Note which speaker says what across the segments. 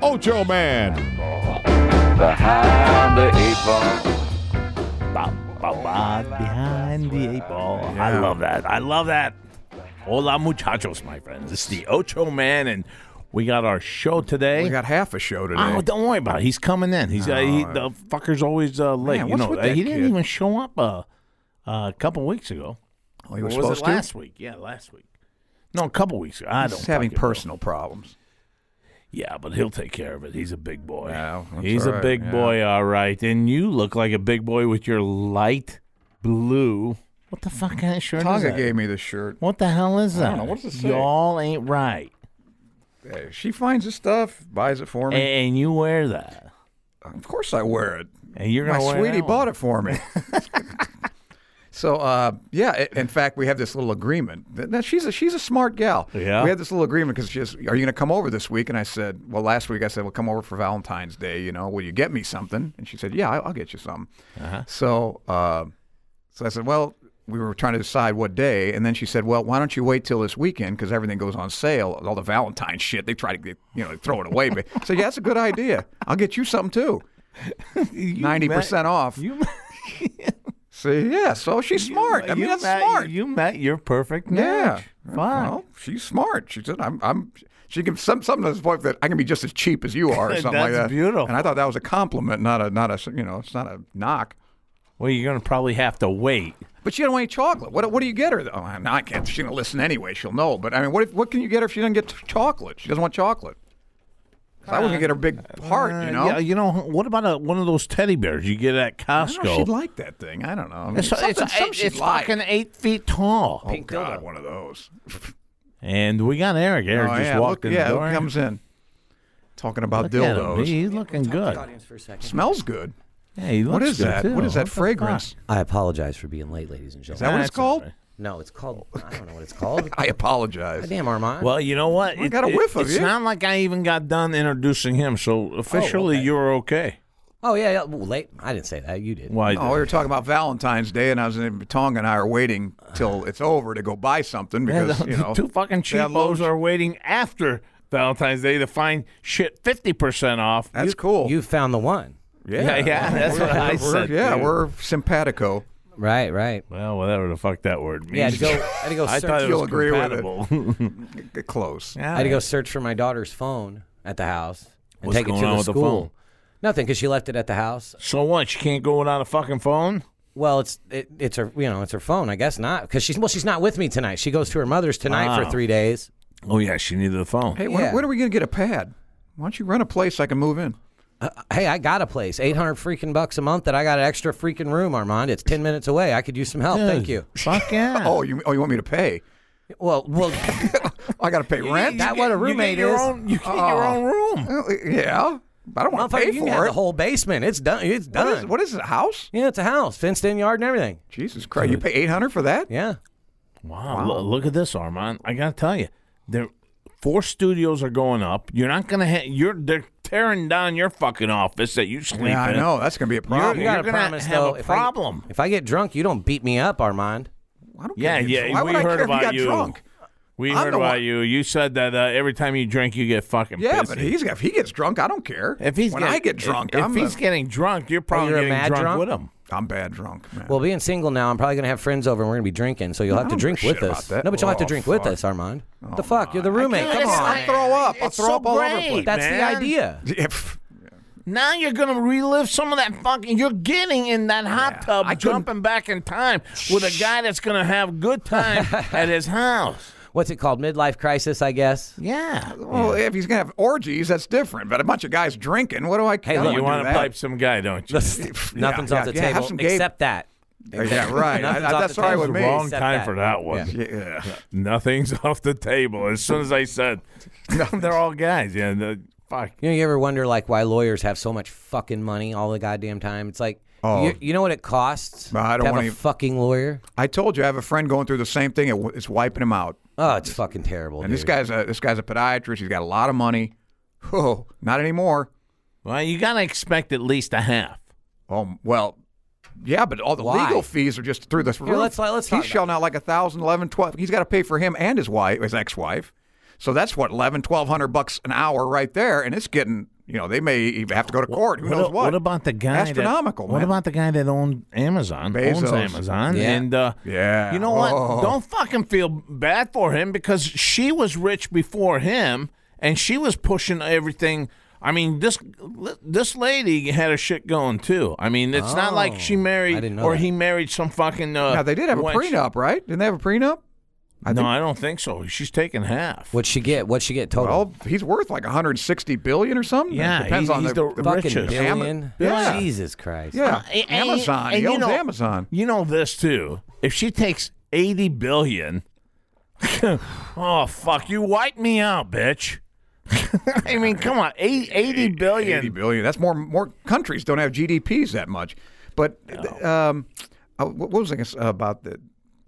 Speaker 1: Ocho Man.
Speaker 2: Behind the eight ball.
Speaker 3: Ba, ba, ba, behind the eight ball. I love that. I love that. Hola, muchachos, my friends. It's the Ocho Man, and we got our show today.
Speaker 4: We got half a show today.
Speaker 3: Oh, don't worry about it. He's coming in. He's uh, he, the fucker's always uh, late.
Speaker 4: Man,
Speaker 3: you
Speaker 4: what's
Speaker 3: know,
Speaker 4: with
Speaker 3: uh,
Speaker 4: that
Speaker 3: he didn't
Speaker 4: kid?
Speaker 3: even show up uh, a couple weeks ago.
Speaker 4: Oh, you were
Speaker 3: Or was
Speaker 4: supposed
Speaker 3: it
Speaker 4: to.
Speaker 3: last week? Yeah, last week. No, a couple weeks ago. I don't.
Speaker 4: He's having
Speaker 3: fucking know.
Speaker 4: personal problems.
Speaker 3: Yeah, but he'll take care of it. He's a big boy.
Speaker 4: Yeah, that's
Speaker 3: He's
Speaker 4: all
Speaker 3: a
Speaker 4: right,
Speaker 3: big
Speaker 4: yeah.
Speaker 3: boy, all right. And you look like a big boy with your light blue. What the fuck kind of shirt is
Speaker 4: Tonga
Speaker 3: that?
Speaker 4: gave me this shirt.
Speaker 3: What the hell is that?
Speaker 4: don't know. What's it say?
Speaker 3: Y'all ain't right.
Speaker 4: Hey, She finds this stuff, buys it for
Speaker 3: A-
Speaker 4: me.
Speaker 3: And, you wear that.
Speaker 4: of course, I wear it.
Speaker 3: And you're
Speaker 4: My
Speaker 3: gonna wear
Speaker 4: sweetie
Speaker 3: that
Speaker 4: bought it for me. so, uh, yeah. i- In fact, we have this little agreement. Th- Now, she's a she's a smart gal.
Speaker 3: Yeah.
Speaker 4: We had this little agreement because she says, "Are you going to come over this week?" And I said, "Well, last week I said, well, come over for Valentine's Day. You know, will you get me something?" And she said, "Yeah, I- I'll get you something." So, uh, so I said, well, we were trying to decide what day, and then she said, well, why don't you wait till this weekend because everything goes on sale, all the Valentine shit. They try to get, you know throw it away, but I said, yeah, that's a good idea. I'll get you something too, ninety percent off.
Speaker 3: You,
Speaker 4: See, yeah, so she's smart. I mean,
Speaker 3: you
Speaker 4: that's
Speaker 3: met,
Speaker 4: smart.
Speaker 3: You met your perfect
Speaker 4: yeah,
Speaker 3: match. Fine.
Speaker 4: Well, she's smart. She said, I'm, I'm. She can some something to this point that I can be just as cheap as you are, or something like
Speaker 3: That's
Speaker 4: that.
Speaker 3: beautiful.
Speaker 4: And I thought that was a compliment, not a, not a, you know, it's not a knock.
Speaker 3: well, you're gonna probably have to wait.
Speaker 4: But she don't want any chocolate. What, what do you get her? though? Oh, no, I can't. She's gonna listen anyway. She'll know. But I mean, what if, what can you get her if she doesn't get t- chocolate? She doesn't want chocolate. 'Cause I was gonna get her a big heart,
Speaker 3: Uh,
Speaker 4: you know.
Speaker 3: Yeah, you know. What about a, one of those teddy bears you get at
Speaker 4: I don't know if
Speaker 3: Costco?
Speaker 4: she'd like that thing. I don't know. I mean,
Speaker 3: It's,
Speaker 4: something-
Speaker 3: it's,
Speaker 4: something
Speaker 3: it's,
Speaker 4: she'd
Speaker 3: it's
Speaker 4: like.
Speaker 3: fucking eight feet tall.
Speaker 4: Oh God, one of those.
Speaker 3: And we got Eric. Eric
Speaker 4: oh,
Speaker 3: just
Speaker 4: yeah,
Speaker 3: walked
Speaker 4: look,
Speaker 3: in
Speaker 4: yeah,
Speaker 3: the
Speaker 4: who
Speaker 3: door.
Speaker 4: comes in talking about
Speaker 3: Look at him.
Speaker 4: dildos.
Speaker 3: He's looking good.
Speaker 4: Smells good.
Speaker 3: Yeah, he looks
Speaker 4: What is
Speaker 3: good
Speaker 4: that?
Speaker 3: Too.
Speaker 4: What is
Speaker 3: What
Speaker 4: that
Speaker 3: the
Speaker 4: fragrance?
Speaker 3: fuck?
Speaker 5: I apologize for being late, ladies and
Speaker 4: Is that
Speaker 5: gentlemen.
Speaker 4: what it's
Speaker 3: That's all
Speaker 4: called?
Speaker 3: right.
Speaker 5: no, it's called. I don't know what it's called.
Speaker 4: I apologize.
Speaker 5: Damn, Armand.
Speaker 3: Well, you know what?
Speaker 4: I got a whiff of
Speaker 3: it's
Speaker 4: you. Oh,
Speaker 3: not like I even got done introducing him, so officially
Speaker 5: okay.
Speaker 3: you're okay.
Speaker 5: oh yeah, yeah. Well, late. I didn't say that. You did.
Speaker 3: Why?
Speaker 4: No, Oh, we were talking about Valentine's Day, and I was in Tonga, and I are waiting till it's over to go buy something because you know
Speaker 3: two fucking
Speaker 4: they had loads-
Speaker 3: cheapos are waiting after Valentine's Day to find shit fifty percent off.
Speaker 4: That's cool.
Speaker 5: You found the one.
Speaker 3: yeah, yeah, that's what I said.
Speaker 4: We're, yeah,
Speaker 3: dude.
Speaker 4: we're simpatico.
Speaker 5: Right. Right.
Speaker 3: well, whatever the fuck that word means.
Speaker 5: Yeah. I had to go. I had to go
Speaker 3: I
Speaker 5: search.
Speaker 3: thought it
Speaker 4: You'll
Speaker 3: was
Speaker 4: agree with it.
Speaker 3: compatible.
Speaker 4: G- Close.
Speaker 5: I had to go search for my daughter's phone at the house and
Speaker 3: What's
Speaker 5: take it
Speaker 3: going
Speaker 5: to
Speaker 3: on
Speaker 5: the
Speaker 3: with the
Speaker 5: school.
Speaker 3: phone?
Speaker 5: Nothing, because she left it at the house.
Speaker 3: So what? She can't go without a fucking phone.
Speaker 5: Well, it's it, it's her. You know, it's her phone. I guess not, because she's well, she's not with me tonight. She goes to her mother's tonight
Speaker 3: Ah.
Speaker 5: for three days.
Speaker 3: Oh yeah, she needed a phone.
Speaker 4: Hey, when,
Speaker 5: Yeah.
Speaker 4: when are we gonna get a pad? Why don't you rent a place I can move in?
Speaker 5: Hey, I got a place, eight hundred freaking bucks a month. That I got an extra freaking room, Armand. It's ten minutes away. I could use some help. Thank you.
Speaker 3: Fuck yeah.
Speaker 4: Oh, you oh you want me to pay?
Speaker 5: Well, well.
Speaker 4: I got to pay rent.
Speaker 5: That what a roommate
Speaker 3: you get your
Speaker 5: is.
Speaker 3: Own, you get your
Speaker 4: Oh.
Speaker 3: own room.
Speaker 4: Uh, yeah, I don't want to
Speaker 5: Motherfucker,
Speaker 4: pay
Speaker 5: you can have
Speaker 4: for
Speaker 5: the
Speaker 4: it.
Speaker 5: whole basement. It's done. It's
Speaker 4: What
Speaker 5: done.
Speaker 4: is, what is it? A house?
Speaker 5: Yeah, it's a house, fenced in yard and everything.
Speaker 4: Jesus Christ! You pay eight hundred for that?
Speaker 5: Yeah.
Speaker 3: Wow, lo- Look, at this, Armand. I gotta tell you, there four studios are going up. You're not gonna. Ha- you're they're tearing down your fucking office that you sleep
Speaker 4: Yeah, I
Speaker 3: in.
Speaker 4: know. That's Oh, gonna be a problem.
Speaker 3: You're
Speaker 5: You gotta
Speaker 3: gonna
Speaker 5: promise
Speaker 3: have
Speaker 5: though.
Speaker 3: a
Speaker 5: if I-
Speaker 3: problem.
Speaker 5: If I, get drunk, you don't beat me up, Armand.
Speaker 4: I don't
Speaker 3: Yeah,
Speaker 4: care.
Speaker 3: yeah,
Speaker 4: Why
Speaker 3: we
Speaker 4: would I
Speaker 3: heard
Speaker 4: care
Speaker 3: about
Speaker 4: if
Speaker 3: you.
Speaker 4: he got drunk?
Speaker 3: We
Speaker 4: I'm
Speaker 3: heard
Speaker 4: the
Speaker 3: about
Speaker 4: one-
Speaker 3: you. You said that uh, every time you drink, you get fucking
Speaker 4: Yeah,
Speaker 3: pissy.
Speaker 4: but he's got, if he gets drunk, I don't care.
Speaker 3: if he's
Speaker 4: when
Speaker 3: get-
Speaker 4: I get drunk,
Speaker 3: if,
Speaker 4: I'm, Oh,
Speaker 3: if he's
Speaker 4: the-
Speaker 3: getting drunk, you're probably
Speaker 5: you're a
Speaker 3: getting
Speaker 5: mad
Speaker 3: drunk,
Speaker 5: drunk?
Speaker 3: with him.
Speaker 4: I'm bad drunk. Man.
Speaker 5: Well, being single now, I'm probably gonna have friends over and we're gonna be drinking, so you'll have to
Speaker 4: don't
Speaker 5: drink
Speaker 4: give a
Speaker 5: with
Speaker 4: shit
Speaker 5: us.
Speaker 4: about that.
Speaker 5: No, but you'll have to
Speaker 4: Oh,
Speaker 5: drink with
Speaker 4: fuck. Oh,
Speaker 5: us, Armand. What the fuck? You're the roommate.
Speaker 3: can't-
Speaker 5: Come
Speaker 3: it's
Speaker 5: on.
Speaker 4: I'll throw up. I'll
Speaker 3: It's
Speaker 4: throw
Speaker 3: so
Speaker 4: up all over
Speaker 3: great,
Speaker 4: the place.
Speaker 5: That's
Speaker 3: man.
Speaker 5: the idea.
Speaker 4: If-
Speaker 3: Now you're gonna relive some of that fucking. You're getting in that hot tub,
Speaker 4: I couldn't-
Speaker 3: jumping back in time with a guy that's gonna have good time at his house.
Speaker 5: What's it called? Midlife crisis, I guess.
Speaker 3: Yeah.
Speaker 4: Well, if he's gonna have orgies, that's different. But a bunch of guys drinking, what do I care?
Speaker 5: Hey, look,
Speaker 3: you
Speaker 4: want
Speaker 3: want to pipe some guy, don't you?
Speaker 5: Nothing's
Speaker 4: yeah,
Speaker 5: off the
Speaker 4: yeah, have
Speaker 5: table
Speaker 4: some gay-
Speaker 5: except that.
Speaker 4: Yeah, right. I- I-
Speaker 5: Nothing's off
Speaker 4: that's
Speaker 5: the
Speaker 4: all right
Speaker 5: table.
Speaker 4: with
Speaker 5: It's
Speaker 4: me.
Speaker 5: the
Speaker 3: Wrong
Speaker 5: Except
Speaker 3: time
Speaker 5: that.
Speaker 3: for that one.
Speaker 4: Yeah.
Speaker 3: Nothing's off the table. As soon as I said, they're all guys. Yeah, the, fuck.
Speaker 5: You know, you ever wonder like why lawyers have so much fucking money all the goddamn time? It's like,
Speaker 4: Oh.
Speaker 5: you, you know what it costs
Speaker 4: Nah, I
Speaker 5: to
Speaker 4: don't
Speaker 5: have
Speaker 4: wanna
Speaker 5: a
Speaker 4: even-
Speaker 5: fucking lawyer?
Speaker 4: I told you I have a friend going through the same thing. It, w- it's wiping him out.
Speaker 5: Oh, it's fucking terrible.
Speaker 4: And this
Speaker 5: dude.
Speaker 4: guy's a this guy's a podiatrist. He's got a lot of money. Oh, not anymore.
Speaker 3: Well, you gotta expect at least a half.
Speaker 4: Um, well, yeah, but all the
Speaker 5: Why?
Speaker 4: legal fees are just through the roof.
Speaker 5: let's- let's
Speaker 4: he
Speaker 5: talk
Speaker 4: shell out like a thousand, eleven, twelve. He's got to pay for him and his wife, his ex-wife. So that's what eleven, twelve hundred bucks an hour right there, and it's getting. You know, they may even have to go to court. Who knows
Speaker 3: a-
Speaker 4: what?
Speaker 3: What about the guy?
Speaker 4: Astronomical.
Speaker 3: That,
Speaker 4: man.
Speaker 3: What about the guy that owned Amazon? Owns
Speaker 4: Bezos.
Speaker 3: Amazon.
Speaker 5: Yeah.
Speaker 3: And uh,
Speaker 4: Yeah.
Speaker 3: you know what?
Speaker 4: Oh.
Speaker 3: Don't fucking feel bad for him because she was rich before him, and she was pushing everything. I mean, this this lady had her shit going too. I mean, it's not like she
Speaker 5: Oh, I
Speaker 3: married
Speaker 5: didn't know
Speaker 3: or
Speaker 5: that.
Speaker 3: he married some fucking. Uh,
Speaker 4: Now they did have a
Speaker 3: wench.
Speaker 4: prenup, right? Didn't they have a prenup?
Speaker 3: no, I don't think so. She's taking half.
Speaker 5: What'd she get? What'd she get total?
Speaker 4: Well, he's worth like 160 billion or something.
Speaker 3: Yeah,
Speaker 4: depends
Speaker 3: he-
Speaker 4: on
Speaker 3: he's
Speaker 4: the,
Speaker 3: the
Speaker 5: fucking
Speaker 3: riches.
Speaker 5: billion.
Speaker 4: Yeah.
Speaker 5: Jesus Christ.
Speaker 4: yeah
Speaker 3: Uh, and- and-
Speaker 4: Amazon.
Speaker 3: and
Speaker 4: he
Speaker 3: you
Speaker 4: owns
Speaker 3: know-
Speaker 4: Amazon.
Speaker 3: You know this too. If she takes eighty billion, oh fuck, you wipe me out, bitch. I mean, come on, eight, 80 billion.
Speaker 4: 80 billion. That's more. More countries don't have GDPs that much. But um, uh, what what was I going to say about the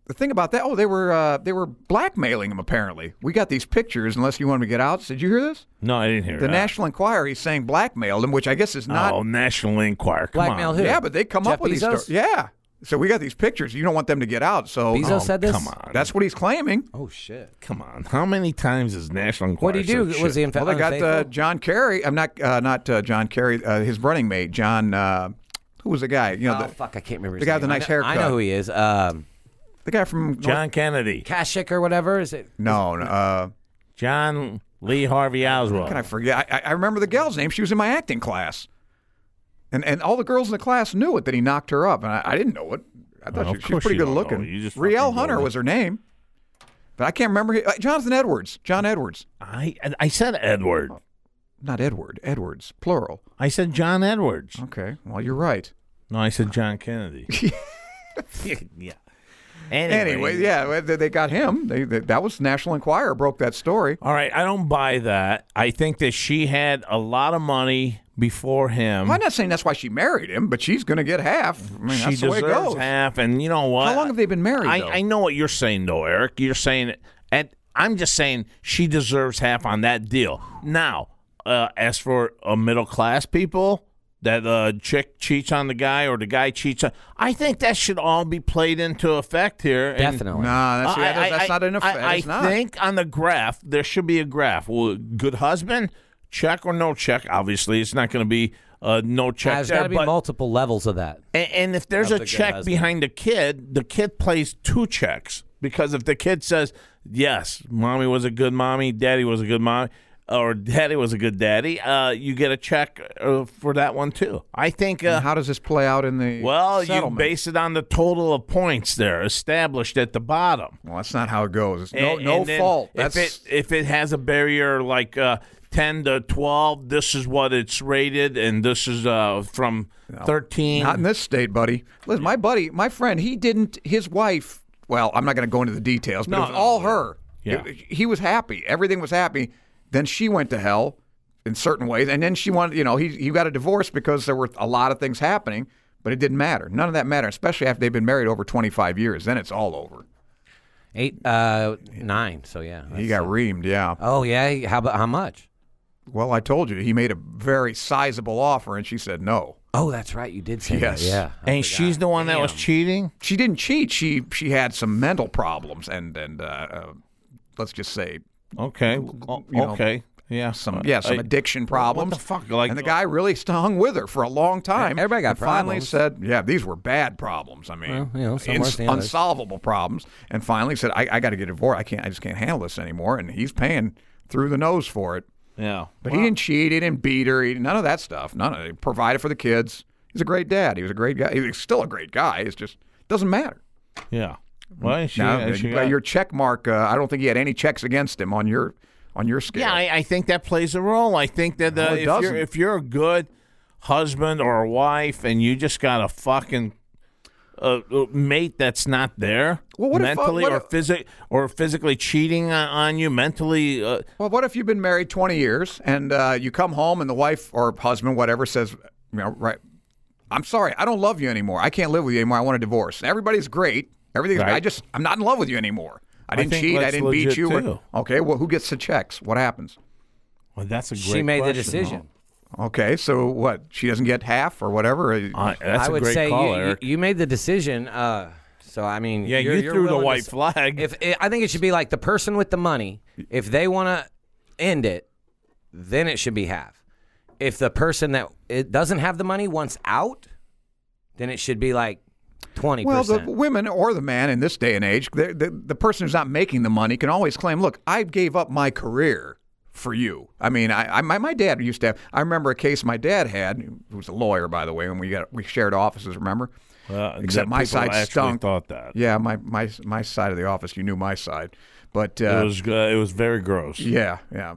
Speaker 4: the thing about that? Oh, they were uh, they were blackmailing him. Apparently, we got these pictures. Unless you want me to get out. Did you hear this?
Speaker 3: No, I didn't hear
Speaker 4: The
Speaker 3: that.
Speaker 4: National Enquirer is saying blackmailed him, which I guess is not.
Speaker 3: oh, National Inquirer. Come
Speaker 5: Blackmail
Speaker 3: on.
Speaker 5: who?
Speaker 4: yeah, but they come
Speaker 5: Jeff
Speaker 4: up with these.
Speaker 5: Bezos?
Speaker 4: stor- Yeah. So we got these pictures. You don't want them to get out. So
Speaker 5: Bezos said this.
Speaker 3: Oh, Come on,
Speaker 4: that's what he's claiming.
Speaker 5: Oh shit.
Speaker 3: come on. How many times is National Enquirer?
Speaker 5: What would he do?
Speaker 3: said
Speaker 5: Was
Speaker 3: shit?
Speaker 5: he in fact
Speaker 4: Well, they got uh,
Speaker 5: unfaithful?
Speaker 4: John Kerry. I'm not uh, not uh, John Kerry. Uh, his running mate, John. Uh, who was the guy? You know,
Speaker 5: Oh
Speaker 4: the,
Speaker 5: fuck! I can't remember. his
Speaker 4: the guy with
Speaker 5: name.
Speaker 4: the nice
Speaker 5: I know, I
Speaker 4: haircut.
Speaker 5: know who he is. Um,
Speaker 4: the guy from
Speaker 3: John Kennedy,
Speaker 5: Kashik or whatever is it?
Speaker 4: No, no, uh,
Speaker 3: John Lee Harvey Oswald.
Speaker 4: can I forget? I, I- I remember the gal's name. She was in my acting class, and and all the girls in the class knew it that he knocked her up, and I, I didn't know it. I
Speaker 3: Well,
Speaker 4: thought she,
Speaker 3: of
Speaker 4: she was
Speaker 3: course
Speaker 4: pretty
Speaker 3: you
Speaker 4: good
Speaker 3: don't know
Speaker 4: looking.
Speaker 3: it. You just
Speaker 4: Riel
Speaker 3: fucking
Speaker 4: Hunter
Speaker 3: know it.
Speaker 4: was her name, but I can't remember. hi- Uh, Jonathan Edwards. John Edwards,
Speaker 3: I I said Edward.
Speaker 4: not Edward. Edwards, plural.
Speaker 3: I said John Edwards.
Speaker 4: Okay, well you're right.
Speaker 3: No, I said John Kennedy. yeah.
Speaker 4: Anyway, yeah, well, they, they got him. They, they, that was National Enquirer broke that story.
Speaker 3: All right, I don't buy that. I think that she had a lot of money before him.
Speaker 4: Well, I'm not saying that's why she married him, but she's going to get half. I mean,
Speaker 3: she
Speaker 4: that's the way
Speaker 3: deserves
Speaker 4: it goes.
Speaker 3: half, and you know what?
Speaker 4: How long have they been married?
Speaker 3: I,
Speaker 4: though?
Speaker 3: I know what you're saying, though, Eric. You're saying, and I'm just saying she deserves half on that deal. Now, uh, as for uh, middle class people, that uh, chick cheats on the guy or the guy cheats on, I think that should all be played into effect here. and-
Speaker 5: Definitely.
Speaker 4: Nah, Uh, that's, yeah,
Speaker 3: I-
Speaker 4: that's, that's
Speaker 3: I-
Speaker 4: not enough.
Speaker 3: I,
Speaker 4: That is
Speaker 3: I
Speaker 4: not.
Speaker 3: think on the graph there should be a graph. Well, good husband, check or no check. Obviously, it's not going to be uh, no check
Speaker 5: There's got
Speaker 3: there.
Speaker 5: to be
Speaker 3: but
Speaker 5: multiple levels of that.
Speaker 3: and, and if there's
Speaker 5: Of
Speaker 3: a
Speaker 5: the good
Speaker 3: check
Speaker 5: husband.
Speaker 3: behind the kid, the kid plays two checks because if the kid says yes, mommy was a good mommy, daddy was a good mommy. Or daddy was a good daddy. Uh, you get a check uh, for that one too. I think uh,
Speaker 4: And how does this play out in the
Speaker 3: well, you
Speaker 4: settlement?
Speaker 3: base it on the total of points there established at the bottom.
Speaker 4: well, that's not how it goes. It's no,
Speaker 3: And-
Speaker 4: no
Speaker 3: and then
Speaker 4: fault.
Speaker 3: If
Speaker 4: That's
Speaker 3: it if it has a barrier like uh, ten to twelve, this is what it's rated, and this is uh, from thirteen.
Speaker 4: not in this state, buddy. Listen, my buddy, my friend, he didn't. His wife. Well, I'm not going to go into the details,
Speaker 3: No,
Speaker 4: but it was
Speaker 3: no,
Speaker 4: all
Speaker 3: no.
Speaker 4: her.
Speaker 3: Yeah.
Speaker 4: It- he was happy. Everything was happy. Then she went to hell in certain ways, and then she wanted. You know, he he got a divorce because there were a lot of things happening, but it didn't matter. None of that mattered, especially after they've been married over 25 years. Then it's all over.
Speaker 5: Eight, uh, nine. So yeah.
Speaker 4: He
Speaker 5: that's-
Speaker 4: got reamed. Yeah.
Speaker 3: Uh,
Speaker 5: Oh yeah. How about how much?
Speaker 4: Well, I told you he made a very sizable offer, and she said no.
Speaker 5: Oh, that's right. You did say
Speaker 4: Yes.
Speaker 5: that. Yeah. I
Speaker 3: and
Speaker 5: forgot.
Speaker 3: she's the one that was cheating.
Speaker 4: She didn't cheat. She she had some mental problems, and and uh, uh, let's just say
Speaker 3: Okay, o-
Speaker 4: You know,
Speaker 3: okay, yeah,
Speaker 5: Uh,
Speaker 4: some yeah some
Speaker 3: I-
Speaker 4: addiction problems.
Speaker 3: What the fuck? Like,
Speaker 4: and the guy really stung with her for a long time.
Speaker 5: Everybody got
Speaker 4: and Finally
Speaker 5: problems.
Speaker 4: said, yeah, these were bad problems. I mean,
Speaker 5: Well, you know, some worse than others.
Speaker 4: unsolvable problems. And finally said, I, I got to get a divorce. I can't. I just can't handle this anymore. And he's paying through the nose for it.
Speaker 3: yeah,
Speaker 4: But he didn't cheat. He didn't beat her. He didn't, none of that stuff. None of it. He provided for the kids. He's a great dad. He was a great guy. He's still a great guy. It's just doesn't matter.
Speaker 3: yeah. Well, she,
Speaker 4: Now,
Speaker 3: she
Speaker 4: uh,
Speaker 3: got-
Speaker 4: your check mark. Uh, I don't think he had any checks against him on your on your scale.
Speaker 3: Yeah, I, I think that plays a role. I think that
Speaker 4: No,
Speaker 3: uh,
Speaker 4: it
Speaker 3: if,
Speaker 4: doesn't.
Speaker 3: you're, if you're a good husband or a wife and you just got a fucking a, a mate that's not there
Speaker 4: Well, what if, uh,
Speaker 3: mentally
Speaker 4: what
Speaker 3: or
Speaker 4: if-
Speaker 3: physic or physically cheating on, on you mentally. Uh,
Speaker 4: Well, what if you've been married 20 years and uh, you come home and the wife or husband, whatever, says, you know, right, I'm sorry, I don't love you anymore. I can't live with you anymore. I want a divorce. Everybody's great. Everything's
Speaker 3: Right.
Speaker 4: I just, I'm not in love with you anymore. I didn't
Speaker 3: think
Speaker 4: cheat. I
Speaker 3: that's
Speaker 4: didn't beat
Speaker 3: legit,
Speaker 4: you.
Speaker 3: too.
Speaker 4: Okay, well, who gets the checks? What happens?
Speaker 3: well, that's a great
Speaker 5: She made the
Speaker 3: question.
Speaker 5: decision.
Speaker 4: Okay, so what? She doesn't get half or whatever?
Speaker 3: Uh, that's
Speaker 5: I
Speaker 3: a
Speaker 5: would
Speaker 3: great
Speaker 5: say
Speaker 3: call,
Speaker 5: you, you,
Speaker 3: Eric.
Speaker 5: you made the decision. Uh, so I mean,
Speaker 3: Yeah,
Speaker 5: you're-
Speaker 3: you
Speaker 5: you're
Speaker 3: threw the
Speaker 5: willing to
Speaker 3: white
Speaker 5: s-
Speaker 3: flag.
Speaker 5: If eh, i I think it should be like the person with the money, if they want to end it, then it should be half. If the person that it doesn't have the money wants out, then it should be like twenty
Speaker 4: Well, the
Speaker 5: percent.
Speaker 4: women or the man in this day and age, the, the, the person who's not making the money can always claim, look, I gave up my career for you. I mean, I, I my, my dad used to have, I remember a case my dad had, who was a lawyer, by the way, when we got we shared offices, remember?
Speaker 3: Uh,
Speaker 4: Except
Speaker 3: the
Speaker 4: my
Speaker 3: people
Speaker 4: side
Speaker 3: actually
Speaker 4: stunk.
Speaker 3: Thought that
Speaker 4: Yeah, my, my, my side of the office, you knew my side. But uh,
Speaker 3: it was uh, it was very gross.
Speaker 4: yeah, yeah,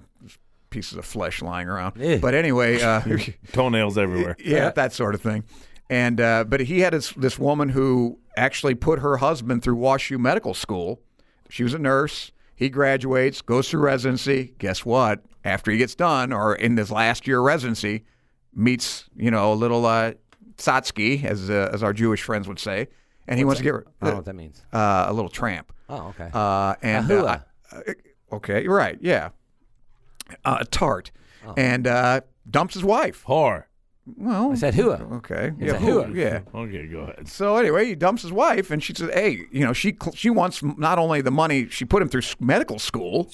Speaker 4: pieces of flesh lying around.
Speaker 5: Eh.
Speaker 4: But anyway, uh,
Speaker 3: Toenails everywhere.
Speaker 4: yeah, that sort of thing. And uh, but he had this, this woman who actually put her husband through WashU Medical School. She was a nurse. He graduates, goes through residency. Guess what? After he gets done, or in this last year of residency, meets you know a little uh, tzatziki, as uh, as our Jewish friends would say, and he wants to
Speaker 5: I
Speaker 4: get
Speaker 5: don't know what that means.
Speaker 4: uh, a little tramp.
Speaker 5: Oh, okay.
Speaker 4: Uh, and
Speaker 5: hula.
Speaker 4: uh, I- uh, okay, you're right, yeah, uh, a tart,
Speaker 5: Oh.
Speaker 4: and uh, dumps his wife.
Speaker 3: Whore.
Speaker 4: Well,
Speaker 5: I said whoa.
Speaker 4: Okay. Yeah.
Speaker 5: a
Speaker 4: who-
Speaker 5: hooah.
Speaker 4: yeah.
Speaker 3: Okay, go ahead.
Speaker 4: So anyway, he dumps his wife, and she says, "Hey, you know, she cl- she wants m- not only the money she put him through s- medical school,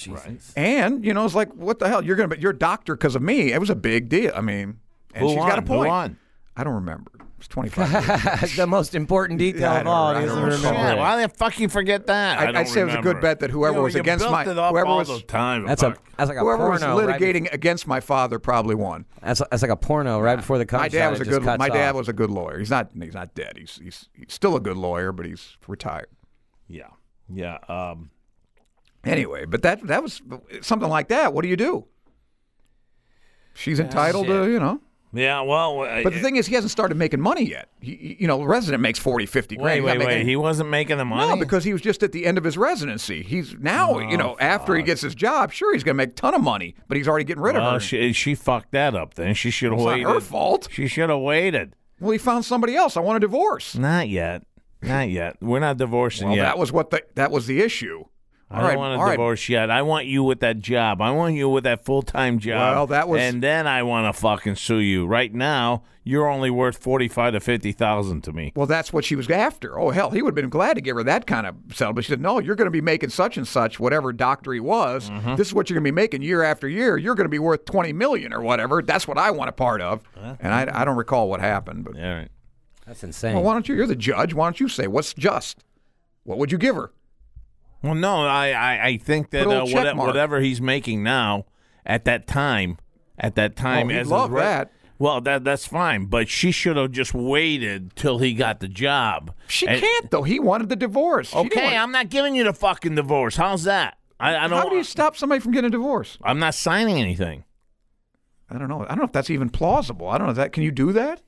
Speaker 4: and you know, it's like, what the hell? You're gonna be you're a doctor because of me. It was a big deal. I mean, and
Speaker 3: Who
Speaker 4: she's
Speaker 3: won?
Speaker 4: got a
Speaker 3: Who
Speaker 4: point.
Speaker 3: won?
Speaker 4: I don't remember. It's 25.
Speaker 5: the most important detail
Speaker 4: I
Speaker 5: of
Speaker 4: don't-
Speaker 5: all.
Speaker 4: I
Speaker 5: He
Speaker 4: don't
Speaker 5: doesn't
Speaker 4: recall.
Speaker 5: remember.
Speaker 3: Yeah,
Speaker 5: it.
Speaker 3: why the fuck you forget that?
Speaker 4: I- I'd
Speaker 3: don't
Speaker 4: say it was a good
Speaker 3: remember.
Speaker 4: bet that whoever was
Speaker 3: you
Speaker 4: against
Speaker 3: built
Speaker 4: my-
Speaker 3: it up
Speaker 4: whoever
Speaker 3: all
Speaker 4: was-
Speaker 3: the time.
Speaker 5: That's a
Speaker 3: fuck.
Speaker 5: that's like a
Speaker 4: Whoever
Speaker 5: porno.
Speaker 4: was
Speaker 5: right bef-
Speaker 4: litigating against my father probably won.
Speaker 5: that's, that's like a porno right before the
Speaker 4: My
Speaker 5: comes
Speaker 4: dad
Speaker 5: out,
Speaker 4: was
Speaker 5: it
Speaker 4: a
Speaker 5: just
Speaker 4: good.
Speaker 5: cuts
Speaker 4: My dad
Speaker 5: off.
Speaker 4: was a good lawyer. He's not. He's not dead. He's he's, he's still a good lawyer, but he's retired.
Speaker 3: yeah, yeah. Um,
Speaker 4: Anyway, but that that was something like that. What do you do? She's entitled to, you know.
Speaker 3: Ah, yeah. Well, uh,
Speaker 4: But the thing is, he hasn't started making money yet. He- He, you know, the resident makes 40, 50 grand.
Speaker 3: wait,
Speaker 4: He's not
Speaker 3: wait, wait.
Speaker 4: making-
Speaker 3: He wasn't making the money.
Speaker 4: no, because he was just at the end of his residency. He's now, you know,
Speaker 3: Oh,
Speaker 4: after he gets his job, sure, he's going to make a ton of money, but he's already getting rid of
Speaker 3: well,
Speaker 4: her.
Speaker 3: she, she fucked that up. Then she should have
Speaker 4: it's not
Speaker 3: waited.
Speaker 4: her fault.
Speaker 3: She should have waited.
Speaker 4: Well, he found somebody else. I want a divorce.
Speaker 3: Not yet. Not yet. We're not divorcing
Speaker 4: Well,
Speaker 3: yet.
Speaker 4: that was what the, that was the issue.
Speaker 3: Mm, I
Speaker 4: All
Speaker 3: don't
Speaker 4: right,
Speaker 3: want
Speaker 4: all
Speaker 3: a
Speaker 4: right.
Speaker 3: divorce yet. I want you with that job. I want you with that full time job.
Speaker 4: Well, that was-
Speaker 3: and then I want to fucking sue you. Right now, you're only worth forty five to fifty thousand to me.
Speaker 4: Well, that's what she was after. Oh, hell, he would have been glad to give her that kind of settlement. But she said, no, you're going to be making such and such, whatever doctor he was.
Speaker 3: Mm-hmm.
Speaker 4: This is what you're going to be making year after year. You're going to be worth 20 million or whatever. That's what I want a part of. And I, I don't recall what happened. But
Speaker 3: All right.
Speaker 5: That's insane.
Speaker 4: well, why don't you? You're the judge. Why don't you say what's just? What would you give her?
Speaker 3: Well, no, I, I, I think that
Speaker 4: Put a
Speaker 3: uh,
Speaker 4: little check
Speaker 3: whate-
Speaker 4: mark.
Speaker 3: whatever he's making now, at that time, at that time,
Speaker 4: Oh, he'd
Speaker 3: as
Speaker 4: love
Speaker 3: his re-
Speaker 4: that.
Speaker 3: Well, that that's fine, but she should have just waited till he got the job.
Speaker 4: She
Speaker 3: And-
Speaker 4: can't, though. He wanted the divorce. She didn't
Speaker 3: Okay,
Speaker 4: want-
Speaker 3: I'm not giving you the fucking divorce. How's that? I, I don't.
Speaker 4: How do you stop somebody from getting a divorce?
Speaker 3: I'm not signing anything,
Speaker 4: I don't know. I don't know if that's even plausible. I don't know. Is that Can you do that?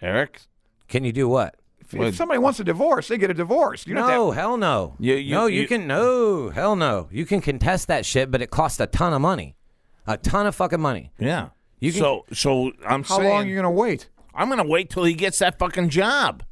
Speaker 3: Eric.
Speaker 5: Can you do what?
Speaker 4: If,
Speaker 3: Well-
Speaker 4: if somebody wants a divorce, they get a divorce. You don't have to-
Speaker 5: no, hell no.
Speaker 3: You- you-
Speaker 5: no, you,
Speaker 3: you-
Speaker 5: can no, hell no. You can contest that shit, but it costs a ton of money, a ton of fucking money.
Speaker 3: Yeah.
Speaker 5: You can-
Speaker 3: so so I'm
Speaker 4: How
Speaker 3: saying
Speaker 4: long are you going to wait?
Speaker 3: I'm gonna wait till he gets that fucking job.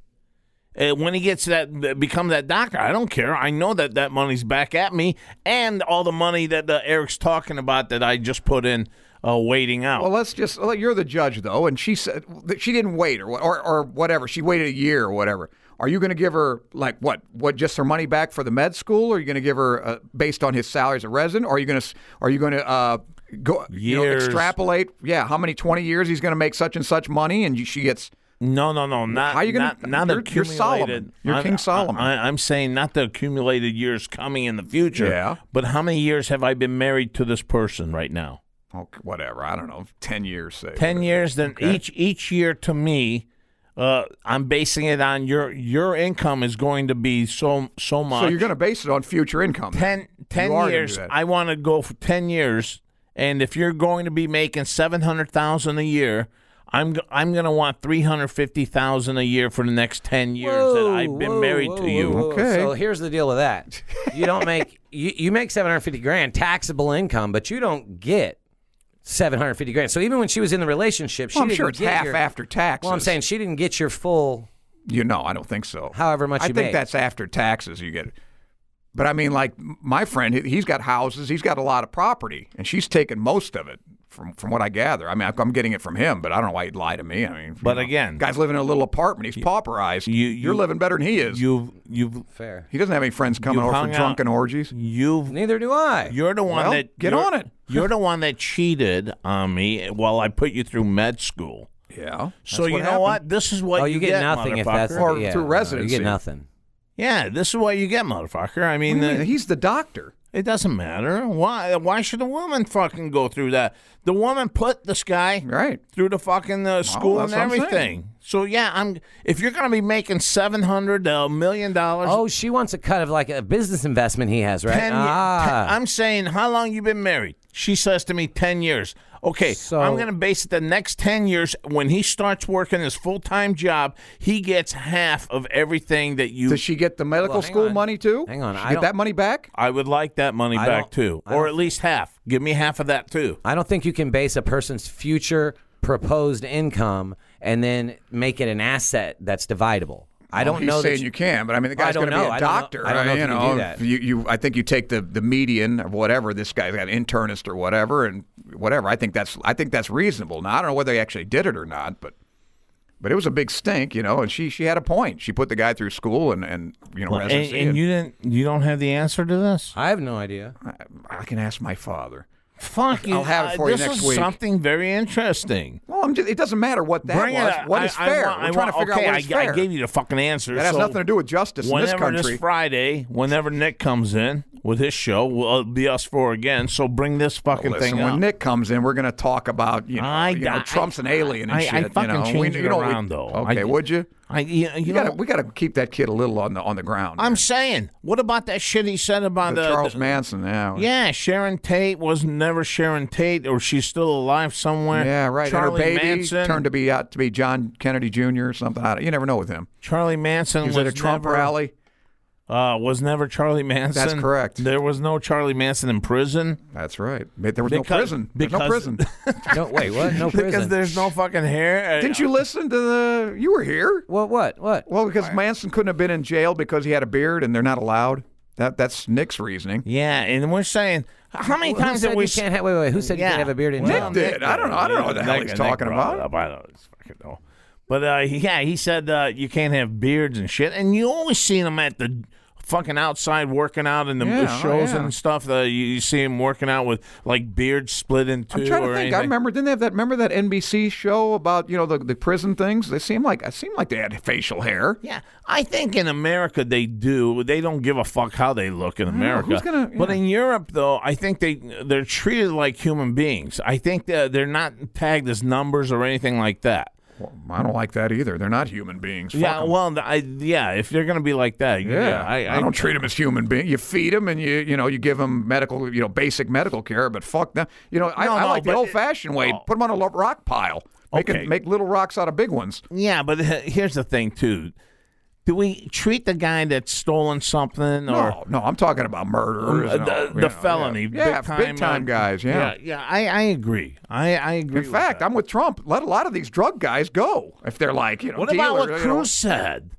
Speaker 3: Uh, when he gets that, become that doctor, I don't care. I know that that money's back at me, and all the money that uh, Eric's talking about that I just put in, uh, waiting
Speaker 5: Oh.
Speaker 3: out.
Speaker 4: Well, let's just. Well, you're the judge, though, and she said that she didn't wait or what- or, or whatever. She waited a year or whatever. Are you going to give her like what? What just her money back for the med school? Or are you going to give her uh, based on his salary as a resident? Or are you going to? Are you going to uh, go you know,
Speaker 3: Years.
Speaker 4: extrapolate? Yeah, how many twenty years he's going to make such and such money, and you, she gets.
Speaker 3: no, no, no, not
Speaker 4: How you gonna-
Speaker 3: not, not
Speaker 4: you're- you're
Speaker 3: accumulated.
Speaker 4: Solomon. You're
Speaker 3: I'm-
Speaker 4: King Solomon.
Speaker 3: I, I, am saying not the accumulated years coming in the future.
Speaker 4: Yeah.
Speaker 3: But how many years have I been married to this person right now?
Speaker 4: Oh, whatever. I don't know. Ten years, say.
Speaker 3: ten years. Then each each year to me, uh, I'm basing it on your your income is going to be so so much.
Speaker 4: So you're going to base it on future income.
Speaker 3: ten ten
Speaker 4: You are gonna do
Speaker 3: years.
Speaker 4: that.
Speaker 3: I want to go for ten years, and if you're going to be making seven hundred thousand a year, I'm go- I'm gonna want three hundred fifty thousand a year for the next ten years that I've been
Speaker 5: whoa,
Speaker 3: married
Speaker 5: whoa,
Speaker 3: to you.
Speaker 5: whoa, whoa.
Speaker 4: Okay.
Speaker 5: So here's the deal with that. You don't make you, you make 750 grand taxable income, but you don't get 750 grand. So even when she was in the relationship, she
Speaker 4: Well, I'm
Speaker 5: didn't
Speaker 4: sure it's
Speaker 5: get
Speaker 4: half
Speaker 5: your-
Speaker 4: after taxes.
Speaker 5: Well, I'm saying she didn't get your full.
Speaker 4: you know, I don't think so.
Speaker 5: However much
Speaker 4: I
Speaker 5: you
Speaker 4: think
Speaker 5: make.
Speaker 4: that's after taxes you get. But I mean, like m- my friend, he- he's got houses, he's got a lot of property, and she's taken most of it. From, from what I gather, I mean, I'm getting it from him, but I don't know why he'd lie to me. I mean, you
Speaker 3: But
Speaker 4: know,
Speaker 3: again-
Speaker 4: guy's living in a little apartment. He's pauperized.
Speaker 3: you-
Speaker 4: You, are
Speaker 3: you-
Speaker 4: living better than he is.
Speaker 3: You've you've
Speaker 5: Fair.
Speaker 4: he doesn't have any friends coming
Speaker 3: You've
Speaker 4: over
Speaker 3: hung
Speaker 4: for
Speaker 3: out-
Speaker 4: drunken orgies.
Speaker 3: you've
Speaker 5: Neither do I.
Speaker 3: You're the one
Speaker 4: Well,
Speaker 3: that
Speaker 4: get
Speaker 3: you're-
Speaker 4: on it.
Speaker 3: you're the one that cheated on me while I put you through med school.
Speaker 4: Yeah.
Speaker 3: So
Speaker 4: that's
Speaker 3: you know
Speaker 4: happened.
Speaker 3: what? This is what
Speaker 5: oh, you, get, nothing if that's
Speaker 3: motherfucker.
Speaker 4: Or
Speaker 5: yeah,
Speaker 4: through
Speaker 5: no,
Speaker 4: residency.
Speaker 5: You get nothing.
Speaker 3: yeah. This is what you get, motherfucker. I
Speaker 4: What
Speaker 3: mean,
Speaker 4: do you
Speaker 3: uh,
Speaker 4: mean? He's the doctor.
Speaker 3: it doesn't matter. Why? Why should a woman fucking go through that? The woman put this guy
Speaker 4: Right.
Speaker 3: through the fucking uh, school
Speaker 4: that's
Speaker 3: and
Speaker 4: what I'm saying.
Speaker 3: everything. So yeah, I'm. If you're gonna be making seven hundred to a million dollars,
Speaker 5: Oh, she wants a cut of like a business investment he has, right?
Speaker 3: 10 ye-
Speaker 5: ah,
Speaker 3: ten- I'm saying, how long you been married? She says to me, 10 years. Okay,
Speaker 5: So-
Speaker 3: I'm going to base it the next 10 years. When he starts working his full time job, he gets half of everything that you.
Speaker 4: Does she get the medical
Speaker 5: Well, hang
Speaker 4: school
Speaker 5: on.
Speaker 4: money too?
Speaker 5: Hang on,
Speaker 4: She
Speaker 5: I
Speaker 4: get
Speaker 5: don't-
Speaker 4: that money back?
Speaker 3: I would like that money
Speaker 5: I
Speaker 3: back
Speaker 5: don't-
Speaker 3: too,
Speaker 5: I
Speaker 3: or
Speaker 5: don't-
Speaker 3: at least half. Give me half of that too.
Speaker 5: I don't think you can base a person's future proposed income and then make it an asset that's dividable. I don't
Speaker 4: He's
Speaker 5: know that
Speaker 4: saying you can, but I mean, the
Speaker 5: I
Speaker 4: guy's
Speaker 5: don't
Speaker 4: going to be
Speaker 5: know.
Speaker 4: a
Speaker 5: I don't know-
Speaker 4: doctor.
Speaker 5: I don't know if
Speaker 4: you
Speaker 5: you can
Speaker 4: know,
Speaker 5: do that.
Speaker 4: You, you, I think you take the, the median or whatever. This guy's got an internist or whatever, and whatever. I think that's I think that's reasonable. Now I don't know whether they actually did it or not, but but it was a big stink, you know. And she she had a point. She put the guy through school and and you know
Speaker 3: and,
Speaker 4: residency.
Speaker 3: and
Speaker 4: and-
Speaker 3: you didn't. You don't have the answer to this.
Speaker 5: I have no idea.
Speaker 4: I can ask my father.
Speaker 3: Fuck you.
Speaker 4: I'll have it
Speaker 3: Uh,
Speaker 4: for you
Speaker 3: this
Speaker 4: next
Speaker 3: is
Speaker 4: week.
Speaker 3: Something very interesting.
Speaker 4: Well, I'm just, it doesn't matter what that
Speaker 3: Bring
Speaker 4: was.
Speaker 3: it. up.
Speaker 4: what
Speaker 3: I-
Speaker 4: is
Speaker 3: I want-
Speaker 4: fair? We're
Speaker 3: I
Speaker 4: trying
Speaker 3: want-
Speaker 4: to figure
Speaker 3: okay,
Speaker 4: out what is
Speaker 3: I,
Speaker 4: fair.
Speaker 3: I gave you the fucking answer.
Speaker 4: that has
Speaker 3: so-
Speaker 4: nothing to do with justice in this
Speaker 3: whenever
Speaker 4: country.
Speaker 3: this Friday, whenever Nick comes in with his show, will be us four again. So bring this fucking
Speaker 4: Listen,
Speaker 3: thing
Speaker 4: when
Speaker 3: up.
Speaker 4: Nick comes in, we're going to talk about you know,
Speaker 3: I-
Speaker 4: you know,
Speaker 3: I-
Speaker 4: Trump's an alien and
Speaker 3: I- I
Speaker 4: shit.
Speaker 3: fucking
Speaker 4: you know,
Speaker 3: changed
Speaker 4: we,
Speaker 3: it
Speaker 4: you know, we-
Speaker 3: around, though.
Speaker 4: Okay,
Speaker 3: I-
Speaker 4: would you?
Speaker 3: I, you, you
Speaker 4: You
Speaker 3: know,
Speaker 4: gotta, we got to keep that kid a little on the on the ground.
Speaker 3: I'm saying, what about that shit he said about
Speaker 4: The
Speaker 3: the,
Speaker 4: Charles
Speaker 3: the-
Speaker 4: Manson. Yeah,
Speaker 3: yeah, Sharon Tate was never Sharon Tate, or she's still alive somewhere.
Speaker 4: yeah, right.
Speaker 3: Charlie
Speaker 4: and her baby
Speaker 3: Manson
Speaker 4: turned to be out to be John Kennedy Jr. or something. I don't- you never know with him.
Speaker 3: Charlie Manson
Speaker 4: He was,
Speaker 3: was
Speaker 4: at a Trump
Speaker 3: never,
Speaker 4: rally.
Speaker 3: Uh, was never Charlie Manson.
Speaker 4: correct.
Speaker 3: There was no Charlie Manson in prison
Speaker 4: That's right. But There was no
Speaker 3: Because-
Speaker 4: prison. There's no
Speaker 3: because-
Speaker 4: prison.
Speaker 5: No, wait, what? No
Speaker 3: because
Speaker 5: prison.
Speaker 3: there's no fucking hair.
Speaker 4: Didn't you listen to the? You were here.
Speaker 5: what? What? What?
Speaker 4: Well, because Manson couldn't have been in jail because he had a beard, and they're not allowed. That that's Nick's reasoning.
Speaker 3: Yeah, and we're saying how many
Speaker 5: Who
Speaker 3: times
Speaker 5: said
Speaker 3: have we?
Speaker 5: you can't have? Wait, wait. Who said you
Speaker 3: Yeah.
Speaker 5: can't have a beard in
Speaker 4: Nick
Speaker 5: jail?
Speaker 4: did. I don't know. I don't know what the hell he's talking
Speaker 3: brought it
Speaker 4: about.
Speaker 3: up. I don't fucking know. But uh, he- yeah, he said uh, you can't have beards and shit, and you always see him at the fucking outside working out in the
Speaker 4: Yeah, oh,
Speaker 3: shows
Speaker 4: yeah.
Speaker 3: and stuff. Uh, you, you see him working out with like beards split in 2
Speaker 4: I'm trying to
Speaker 3: or
Speaker 4: think. I
Speaker 3: anything.
Speaker 4: remember. Didn't they have that? Remember that NBC show about you know the, the prison things? They seem like I seem like they had facial hair.
Speaker 3: Yeah, I think in America they do. They don't give a fuck how they look in America.
Speaker 4: who's gonna-
Speaker 3: But
Speaker 4: yeah.
Speaker 3: in Europe, though, I think they they're treated like human beings. I think that they're not tagged as numbers or anything like that.
Speaker 4: Well, I don't like that either. They're not human beings. Fuck
Speaker 3: Yeah,
Speaker 4: 'em.
Speaker 3: well, th- I, yeah. If they're gonna be like that, yeah, I, I,
Speaker 4: don't treat them as human beings. You feed them and you you know you give them medical you know basic medical care, but fuck them. You know I,
Speaker 3: No,
Speaker 4: I
Speaker 3: no,
Speaker 4: like the
Speaker 3: but-
Speaker 4: old fashioned way.
Speaker 3: no.
Speaker 4: Put them on a lo- rock pile. Make, it-
Speaker 3: Okay.
Speaker 4: make little rocks out of big ones.
Speaker 3: Yeah, but he- here's the thing too: do we treat the guy that's stolen something
Speaker 4: No,
Speaker 3: or
Speaker 4: no, I'm talking about murderers.
Speaker 3: Uh,
Speaker 4: and all,
Speaker 3: the,
Speaker 4: you
Speaker 3: the
Speaker 4: know,
Speaker 3: felony?
Speaker 4: Yeah, yeah
Speaker 3: big time, uh,
Speaker 4: guys.
Speaker 3: yeah, I, I agree. I, I agree.
Speaker 4: In
Speaker 3: with
Speaker 4: fact,
Speaker 3: that.
Speaker 4: I'm with Trump. Let a lot of these drug guys go if they're like, you know,
Speaker 3: what about what
Speaker 4: dealers,
Speaker 3: Cruz
Speaker 4: you know.
Speaker 3: said?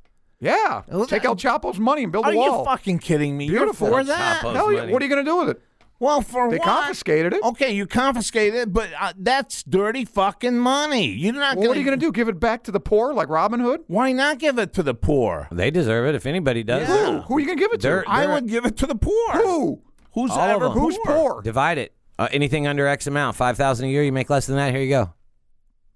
Speaker 4: Yeah,
Speaker 3: Well,
Speaker 4: take
Speaker 3: that-
Speaker 4: El Chapo's money and build
Speaker 3: Are
Speaker 4: a wall.
Speaker 3: you fucking kidding me?
Speaker 4: Beautiful.
Speaker 3: You're for that?
Speaker 5: Chapo.
Speaker 4: Hell yeah,
Speaker 5: money.
Speaker 4: What are you going to do with it?
Speaker 3: Well, for
Speaker 4: They
Speaker 3: what?
Speaker 4: confiscated it.
Speaker 3: Okay, you confiscated it, but uh, that's dirty fucking money. You're not.
Speaker 4: Well,
Speaker 3: gonna,
Speaker 4: what are you going to do? Give it back to the poor like Robin Hood?
Speaker 3: Why not give it to the poor?
Speaker 5: They deserve it. If anybody does,
Speaker 3: Yeah.
Speaker 4: Who? Who are you going to give it to?
Speaker 5: They're-
Speaker 3: I would give it to the poor.
Speaker 4: Who?
Speaker 3: Who's
Speaker 5: All of
Speaker 3: ever
Speaker 5: them.
Speaker 4: Who's poor?
Speaker 5: divide it. Uh, anything under X amount, five thousand a year. You make less than that. Here you go.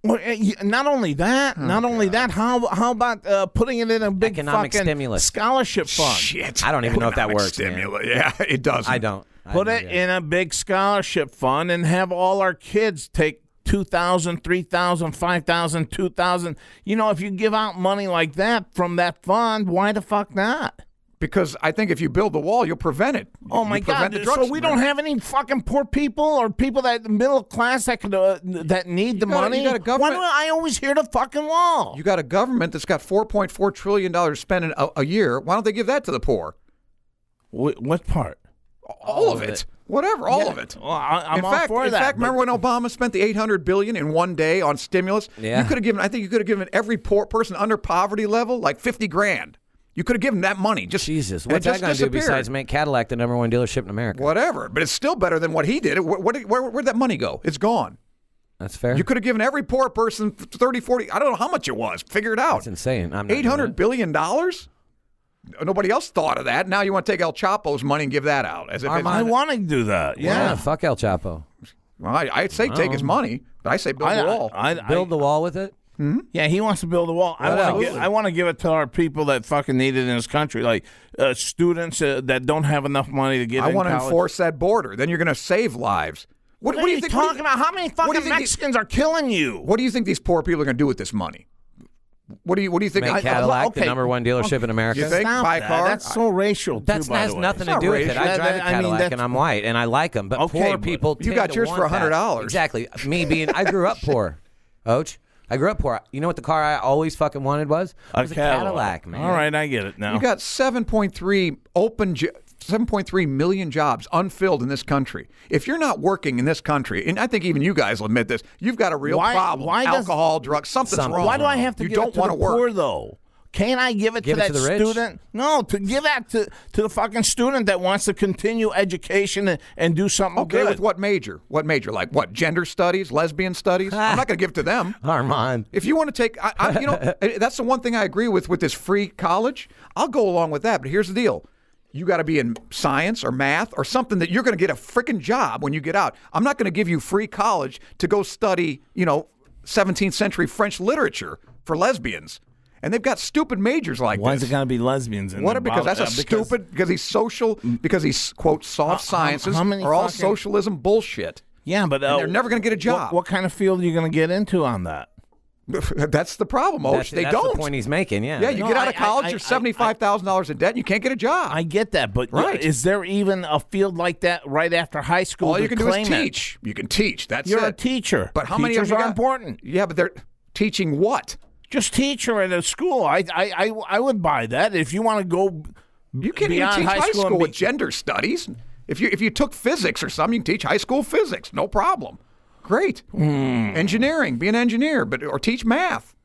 Speaker 3: Well, uh, y- not only that,
Speaker 4: Oh,
Speaker 3: not only that. How how about uh, putting it in a big
Speaker 5: Economic
Speaker 3: fucking
Speaker 5: stimulus.
Speaker 3: scholarship fund?
Speaker 4: Shit.
Speaker 5: I don't even know if that
Speaker 4: Economic
Speaker 5: works, man.
Speaker 4: Stimulus. Yeah, it doesn't.
Speaker 5: I don't. I
Speaker 3: Put
Speaker 5: don't
Speaker 3: it
Speaker 5: get
Speaker 3: in a big scholarship fund and have all our kids take. 2000 3000 5000 2000 you know if you give out money like that from that fund why the fuck not
Speaker 4: because I think if you build the wall, you'll prevent it.
Speaker 3: Oh
Speaker 4: You
Speaker 3: my
Speaker 4: prevent
Speaker 3: God!
Speaker 4: the
Speaker 3: So
Speaker 4: drugs
Speaker 3: we
Speaker 4: from
Speaker 3: don't have any fucking poor people or people that middle class that could uh, that need the
Speaker 4: got a-
Speaker 3: money.
Speaker 4: you got a government-
Speaker 3: Why do I always hear the fucking wall?
Speaker 4: You got a government that's got four point four trillion dollars spent in a, a year. Why don't they give that to the poor?
Speaker 3: Wh- what part?
Speaker 4: All, of it. whatever, all of it.
Speaker 3: Well, I, I'm
Speaker 4: in
Speaker 3: all
Speaker 4: fact,
Speaker 3: for
Speaker 4: in
Speaker 3: that.
Speaker 4: fact,
Speaker 3: but-
Speaker 4: remember when Obama spent the eight hundred billion in one day on stimulus?
Speaker 5: Yeah.
Speaker 4: you could have given. I think you could have given every poor person under poverty level like fifty grand. You could have given that money. Just
Speaker 5: Jesus,
Speaker 4: and it
Speaker 5: what's that
Speaker 4: just
Speaker 5: going to do
Speaker 4: disappeared.
Speaker 5: besides make Cadillac the number one dealership in America?
Speaker 4: Whatever, but it's still better than what he did. Where, where, where, where'd that money go? It's gone.
Speaker 5: That's fair.
Speaker 4: You could have given every poor person 30, 40, I don't know how much it was. Figure it out.
Speaker 5: That's insane. I'm not doing
Speaker 4: Eight hundred
Speaker 5: it.
Speaker 4: billion dollars. Nobody else thought of that. Now you want to take El Chapo's money and give that out as if it's,
Speaker 3: I want to do that.
Speaker 5: Yeah,
Speaker 3: Yeah.
Speaker 5: fuck El Chapo.
Speaker 4: Well, I, I'd say take his money, but I say build
Speaker 3: I-
Speaker 4: a wall.
Speaker 3: I- I-
Speaker 5: Build the wall with it.
Speaker 3: Yeah, he wants to build a wall. I want to give,
Speaker 4: Absolutely.
Speaker 3: I want to give it to our people that fucking need it in this country, like uh, students uh, that don't have enough money to get.
Speaker 4: I
Speaker 3: in
Speaker 4: want to
Speaker 3: college.
Speaker 4: enforce that border. Then you're going to save lives. What,
Speaker 3: What,
Speaker 4: what
Speaker 3: are
Speaker 4: do
Speaker 3: you,
Speaker 4: you think?
Speaker 3: talking
Speaker 4: what do you-
Speaker 3: about? How many
Speaker 4: what do you
Speaker 3: fucking
Speaker 4: think the-
Speaker 3: Mexicans are killing you?
Speaker 4: What do you think these poor people are going to do with this money? What do you What do you think?
Speaker 5: Make
Speaker 4: I- I-
Speaker 5: Cadillac
Speaker 3: okay.
Speaker 5: the number one dealership in America.
Speaker 4: You think?
Speaker 3: Stop
Speaker 4: Buy a
Speaker 3: that.
Speaker 4: car?
Speaker 3: That's so racial. Too,
Speaker 5: That's
Speaker 3: by
Speaker 5: has
Speaker 3: the way.
Speaker 5: nothing
Speaker 4: It's
Speaker 5: to
Speaker 4: not
Speaker 5: do with it.
Speaker 4: racial.
Speaker 5: I
Speaker 3: That-
Speaker 5: drive a
Speaker 3: that- I mean,
Speaker 5: Cadillac
Speaker 3: that's-
Speaker 5: and I'm white and I like them, but
Speaker 3: Okay,
Speaker 5: poor
Speaker 3: but
Speaker 5: people.
Speaker 4: you
Speaker 5: tend
Speaker 4: got
Speaker 5: to
Speaker 4: yours for
Speaker 5: want that.
Speaker 4: $100.
Speaker 5: Exactly. Me being, I grew up poor. Ouch. I grew up poor. You know what the car I always fucking wanted was?
Speaker 3: A
Speaker 5: was a Cadillac, man.
Speaker 3: All right, I get it now.
Speaker 4: You got 7.3 open jo- 7.3 million jobs unfilled in this country. If you're not working in this country, and I think even you guys will admit this, you've got a real
Speaker 3: Why-
Speaker 4: problem.
Speaker 3: why does-
Speaker 4: Alcohol, drugs, something's
Speaker 5: Something.
Speaker 4: wrong.
Speaker 3: Why do I have to
Speaker 4: You
Speaker 3: give
Speaker 4: don't
Speaker 3: it to
Speaker 4: want
Speaker 3: the
Speaker 4: work.
Speaker 3: poor though? Can't I give it
Speaker 5: Give
Speaker 3: to
Speaker 5: it
Speaker 3: that
Speaker 5: to the rich?
Speaker 3: student? No, to give that to, to the fucking student that wants to continue education and, and do something
Speaker 4: Okay,
Speaker 3: good.
Speaker 4: with what major? What major? Like what? Gender studies, lesbian studies? I'm not going to give it to them.
Speaker 5: Armand.
Speaker 4: If you want to take, I, I, you know, eh, that's the one thing I agree with with this free college. I'll go along with that, but here's the deal: you got to be in science or math or something that you're going to get a freaking job when you get out. I'm not going to give you free college to go study, you know, 17th century French literature for lesbians, and they've got stupid majors like
Speaker 3: Why is
Speaker 4: this.
Speaker 3: it going to be lesbians? And
Speaker 4: What because that's a
Speaker 3: because- Mm.
Speaker 4: stupid because he's social because he's quote soft
Speaker 3: How- how-
Speaker 4: sciences
Speaker 3: how many
Speaker 4: are all
Speaker 3: fucking-
Speaker 4: socialism bullshit.
Speaker 3: Yeah, but uh,
Speaker 4: they're never gonna get a
Speaker 3: what-
Speaker 4: job.
Speaker 3: What, kind of field are you going to get into on that?
Speaker 4: that's the problem, Osh.
Speaker 5: That's,
Speaker 4: they
Speaker 5: that's
Speaker 4: don't.
Speaker 5: the point he's making. Yeah.
Speaker 4: Yeah, you
Speaker 3: No,
Speaker 4: get out
Speaker 3: I-
Speaker 4: of college,
Speaker 3: I- I-
Speaker 4: you're seventy five thousand dollars in debt, and you can't get a job.
Speaker 3: I get that, but
Speaker 4: Right.
Speaker 3: is there even a field like that right after high school?
Speaker 4: All
Speaker 3: to
Speaker 4: you can do
Speaker 3: claim
Speaker 4: is
Speaker 3: it?
Speaker 4: teach. You can teach. That's
Speaker 3: You're
Speaker 4: it.
Speaker 3: a teacher.
Speaker 4: But how many of
Speaker 3: Teachers
Speaker 4: you
Speaker 3: are
Speaker 4: got-
Speaker 3: important.
Speaker 4: Yeah, but they're teaching what?
Speaker 3: Just teach her at a school. I I, I, I would buy that if you want to go.
Speaker 4: You can't
Speaker 3: beyond
Speaker 4: even teach high school,
Speaker 3: and
Speaker 4: with
Speaker 3: be-
Speaker 4: gender studies. If you if you took physics or something, you can teach high school physics, no problem. Great. Engineering, be an engineer, but or teach math.